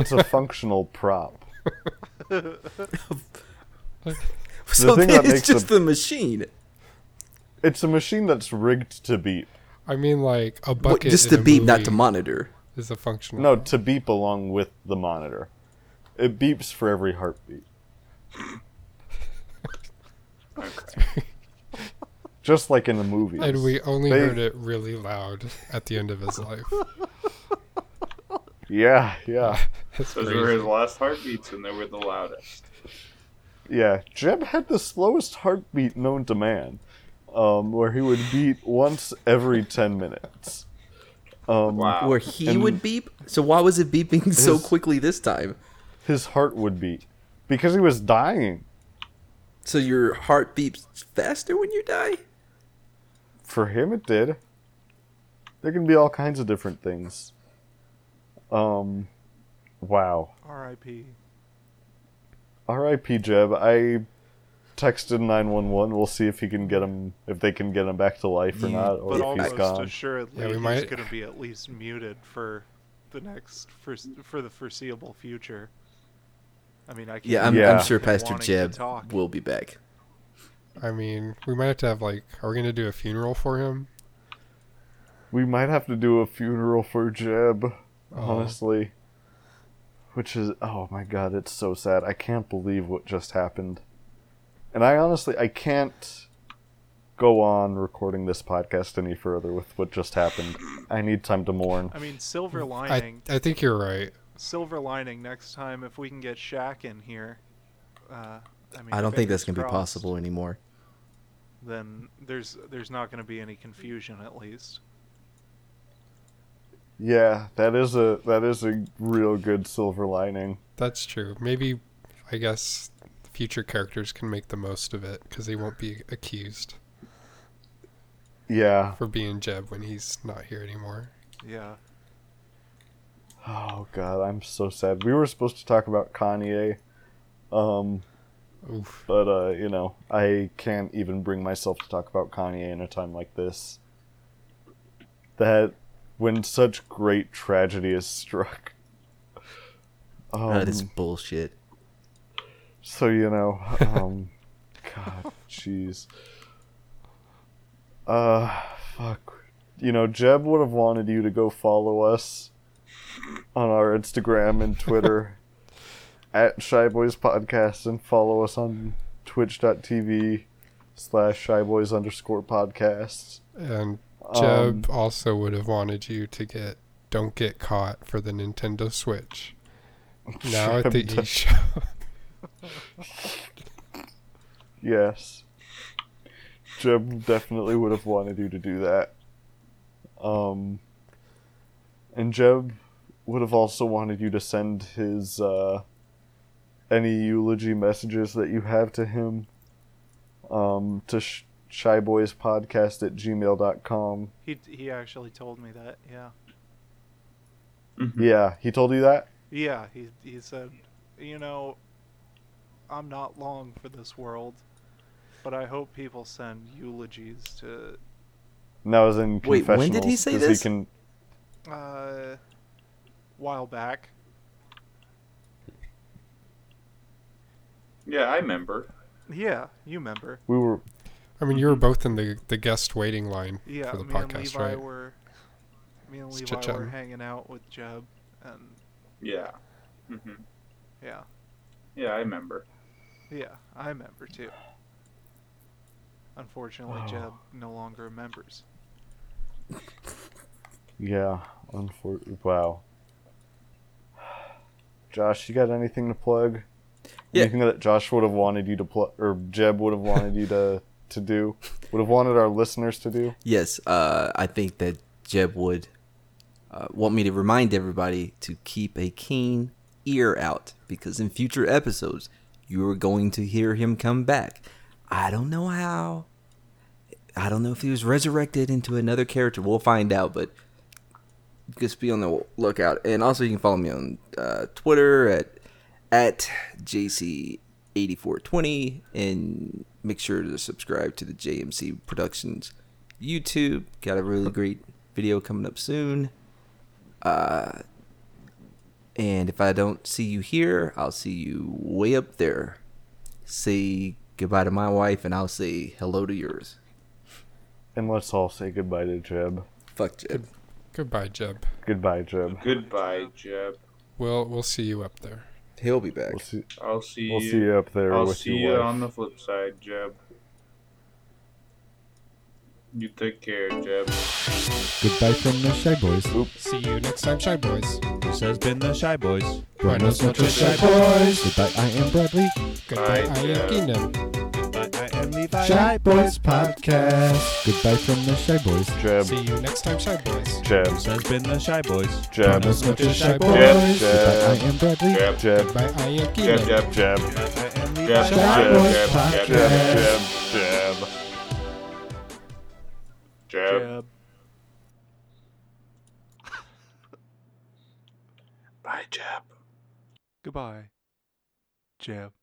Speaker 7: it's a functional prop.
Speaker 5: so
Speaker 7: thing
Speaker 5: then
Speaker 7: that
Speaker 5: it's
Speaker 7: makes the-
Speaker 5: just the machine
Speaker 7: It's a machine that's rigged to beep.
Speaker 2: I mean, like a
Speaker 5: What-
Speaker 2: bucket.
Speaker 5: just
Speaker 2: in
Speaker 5: to
Speaker 2: a
Speaker 5: beep not
Speaker 2: movie
Speaker 5: to monitor
Speaker 2: Is a functional.
Speaker 7: No, to beep along with the monitor. It beeps for every heartbeat. Just like in the movies.
Speaker 2: And we only
Speaker 7: They-
Speaker 2: heard it really loud at the end of his life.
Speaker 7: Yeah, yeah,
Speaker 2: That's
Speaker 4: Those
Speaker 2: crazy.
Speaker 4: were his last heartbeats, and they were the loudest.
Speaker 7: yeah. Jeb had the slowest heartbeat known to man, um, where he would beat once every ten minutes. Um,
Speaker 4: Wow.
Speaker 5: where he
Speaker 7: And-
Speaker 5: would beep so why was it beeping so
Speaker 7: His-
Speaker 5: quickly this time
Speaker 7: his heart would beat because he was dying
Speaker 5: so your heart beeps faster when you die
Speaker 7: for him it did there can be all kinds of different things um wow
Speaker 3: R.I.P.
Speaker 7: rip jeb i texted 911 we'll see if he can get him if they can get him back to life or not or
Speaker 3: But
Speaker 7: if he's
Speaker 3: almost
Speaker 7: gone
Speaker 3: assuredly,
Speaker 2: Yeah, we
Speaker 3: he's
Speaker 2: might-
Speaker 3: going to be at least muted for the next for for the foreseeable future. I mean, I can't
Speaker 5: yeah i'm,
Speaker 7: Yeah.
Speaker 5: I'm
Speaker 3: imagine
Speaker 5: sure
Speaker 3: him
Speaker 5: pastor
Speaker 3: wanting to
Speaker 5: jeb
Speaker 3: talk.
Speaker 5: will be back
Speaker 2: I mean, we might have to have like, are we gonna do a funeral for him?
Speaker 7: we might have to do a funeral for jeb honestly which is oh my god it's so sad i can't believe what just happened and i honestly i can't go on recording this podcast any further with what just happened i need time to mourn
Speaker 3: I mean, silver
Speaker 2: I,
Speaker 3: lining,
Speaker 2: I think you're right.
Speaker 3: silver lining. Next time, if we can get Shaq in here, uh, I mean,
Speaker 5: i don't think
Speaker 3: fingers
Speaker 5: that's gonna be
Speaker 3: crossed,
Speaker 5: possible anymore
Speaker 3: Then there's there's not going to be any confusion, at least.
Speaker 7: yeah that is a that is a real good silver lining
Speaker 2: That's true. Maybe, I guess, future characters can make the most of it because they won't be accused
Speaker 7: yeah
Speaker 2: for being Jeb when he's not here anymore.
Speaker 3: Yeah.
Speaker 7: oh god i'm so sad we were supposed to talk about kanye um
Speaker 2: Oof.
Speaker 7: But uh, you know, I can't even bring myself to talk about Kanye in a time like this. That when such great tragedy is struck. Um,
Speaker 5: God, it's bullshit.
Speaker 7: so you know, um, God, jeez. Uh, fuck. You know, Jeb would have wanted you to go follow us on our Instagram and Twitter at Shy Boys Podcast and follow us on twitch.tv slash Shy Boys underscore podcast.
Speaker 2: And Jeb also would have wanted you to get Don't Get Caught for the Nintendo Switch. Now at the
Speaker 7: Jeb does-
Speaker 2: eShop.
Speaker 7: Yes. Jeb definitely would have wanted you to do that. Um, and Jeb would have also wanted you to send his uh, any eulogy messages that you have to him um, to sh- shyboyspodcast at gmail.com.
Speaker 3: He he actually told me that. Yeah.
Speaker 5: Mm-hmm.
Speaker 7: Yeah, he told you that?
Speaker 3: Yeah. He he said, you know, I'm not long for this world, but I hope people send eulogies to.
Speaker 7: And that was in
Speaker 5: Wait,
Speaker 7: confessionals.
Speaker 5: when did he say
Speaker 7: 'cause
Speaker 5: this?
Speaker 7: He can,
Speaker 3: Uh, while back.
Speaker 4: Yeah, I remember.
Speaker 3: Yeah, you remember.
Speaker 7: we were
Speaker 2: I mean, you were both in the, the guest waiting line
Speaker 3: Yeah,
Speaker 2: for the
Speaker 3: me and
Speaker 2: podcast,
Speaker 3: Levi
Speaker 2: right?
Speaker 3: were. Me and
Speaker 2: It's
Speaker 3: Levi were
Speaker 2: chit-chatting.
Speaker 3: hanging out with Jeb, and
Speaker 4: Yeah. hmm
Speaker 3: yeah,
Speaker 4: Yeah, I remember.
Speaker 3: yeah, I remember too. Unfortunately, Jeb no longer remembers.
Speaker 7: Yeah, unfortunately. Wow. Josh, you got anything to plug?
Speaker 5: Yeah.
Speaker 7: Anything that Josh would have wanted you to plug, or Jeb would have wanted you to to do, would have wanted our listeners to do?
Speaker 5: Yes, uh, I think that Jeb would uh, want me to remind everybody to keep a keen ear out because in future episodes you are going to hear him come back. I don't know how. I don't know if he was resurrected into another character. We'll find out, but just be on the lookout. And also, you can follow me on uh, Twitter at at JC8420 and make sure to subscribe to the JMC Productions YouTube. Got a really great video coming up soon. Uh, and if I don't see you here, I'll see you way up there. Say goodbye to my wife, and I'll say hello to yours.
Speaker 7: And let's all say goodbye to Jeb.
Speaker 5: Fuck Jeb.
Speaker 2: Goodbye, Jeb.
Speaker 7: Goodbye, Jeb.
Speaker 4: Goodbye, Jeb.
Speaker 2: We'll we'll see you up there.
Speaker 5: He'll be back.
Speaker 7: We'll see.
Speaker 4: I'll see
Speaker 7: We'll
Speaker 4: you.
Speaker 7: see you up there
Speaker 4: I'll
Speaker 7: with
Speaker 4: see
Speaker 7: your
Speaker 4: you
Speaker 7: wife.
Speaker 4: on the flip side, Jeb. You take care, Jeb.
Speaker 1: Goodbye from the Shy Boys.
Speaker 2: See you next time, Shy Boys.
Speaker 1: This has been the Shy Boys.
Speaker 2: Buenos
Speaker 1: Buenos noches,
Speaker 2: noches,
Speaker 1: Shy
Speaker 2: Shy
Speaker 1: Boys. Goodbye, I am Bradley.
Speaker 2: Goodbye,
Speaker 4: Bye,
Speaker 2: I
Speaker 4: Jeb.
Speaker 2: am Keenan.
Speaker 1: I am Levi. Shy Boys Podcast. Goodbye from the Shy Boys.
Speaker 7: Jeb.
Speaker 2: See you next time, Shy Boys.
Speaker 7: Jeb.
Speaker 1: This has been the Shy Boys.
Speaker 7: Jeb.
Speaker 1: Buenos noches, Shy Boys.
Speaker 4: Jeb,
Speaker 1: Goodbye, I
Speaker 7: Jeb.
Speaker 1: am Bradley.
Speaker 4: Jeb, Jeb,
Speaker 7: Jeb.
Speaker 2: Goodbye, I am
Speaker 4: Jeb,
Speaker 2: Keenan.
Speaker 4: Jeb,
Speaker 7: Jeb.
Speaker 4: Jeb, Jeb, Jeb,
Speaker 7: Jeb.
Speaker 4: Jeb,
Speaker 7: Jeb. Jeb.
Speaker 4: Jeb. Bye, Jeb.
Speaker 3: Goodbye, Jeb.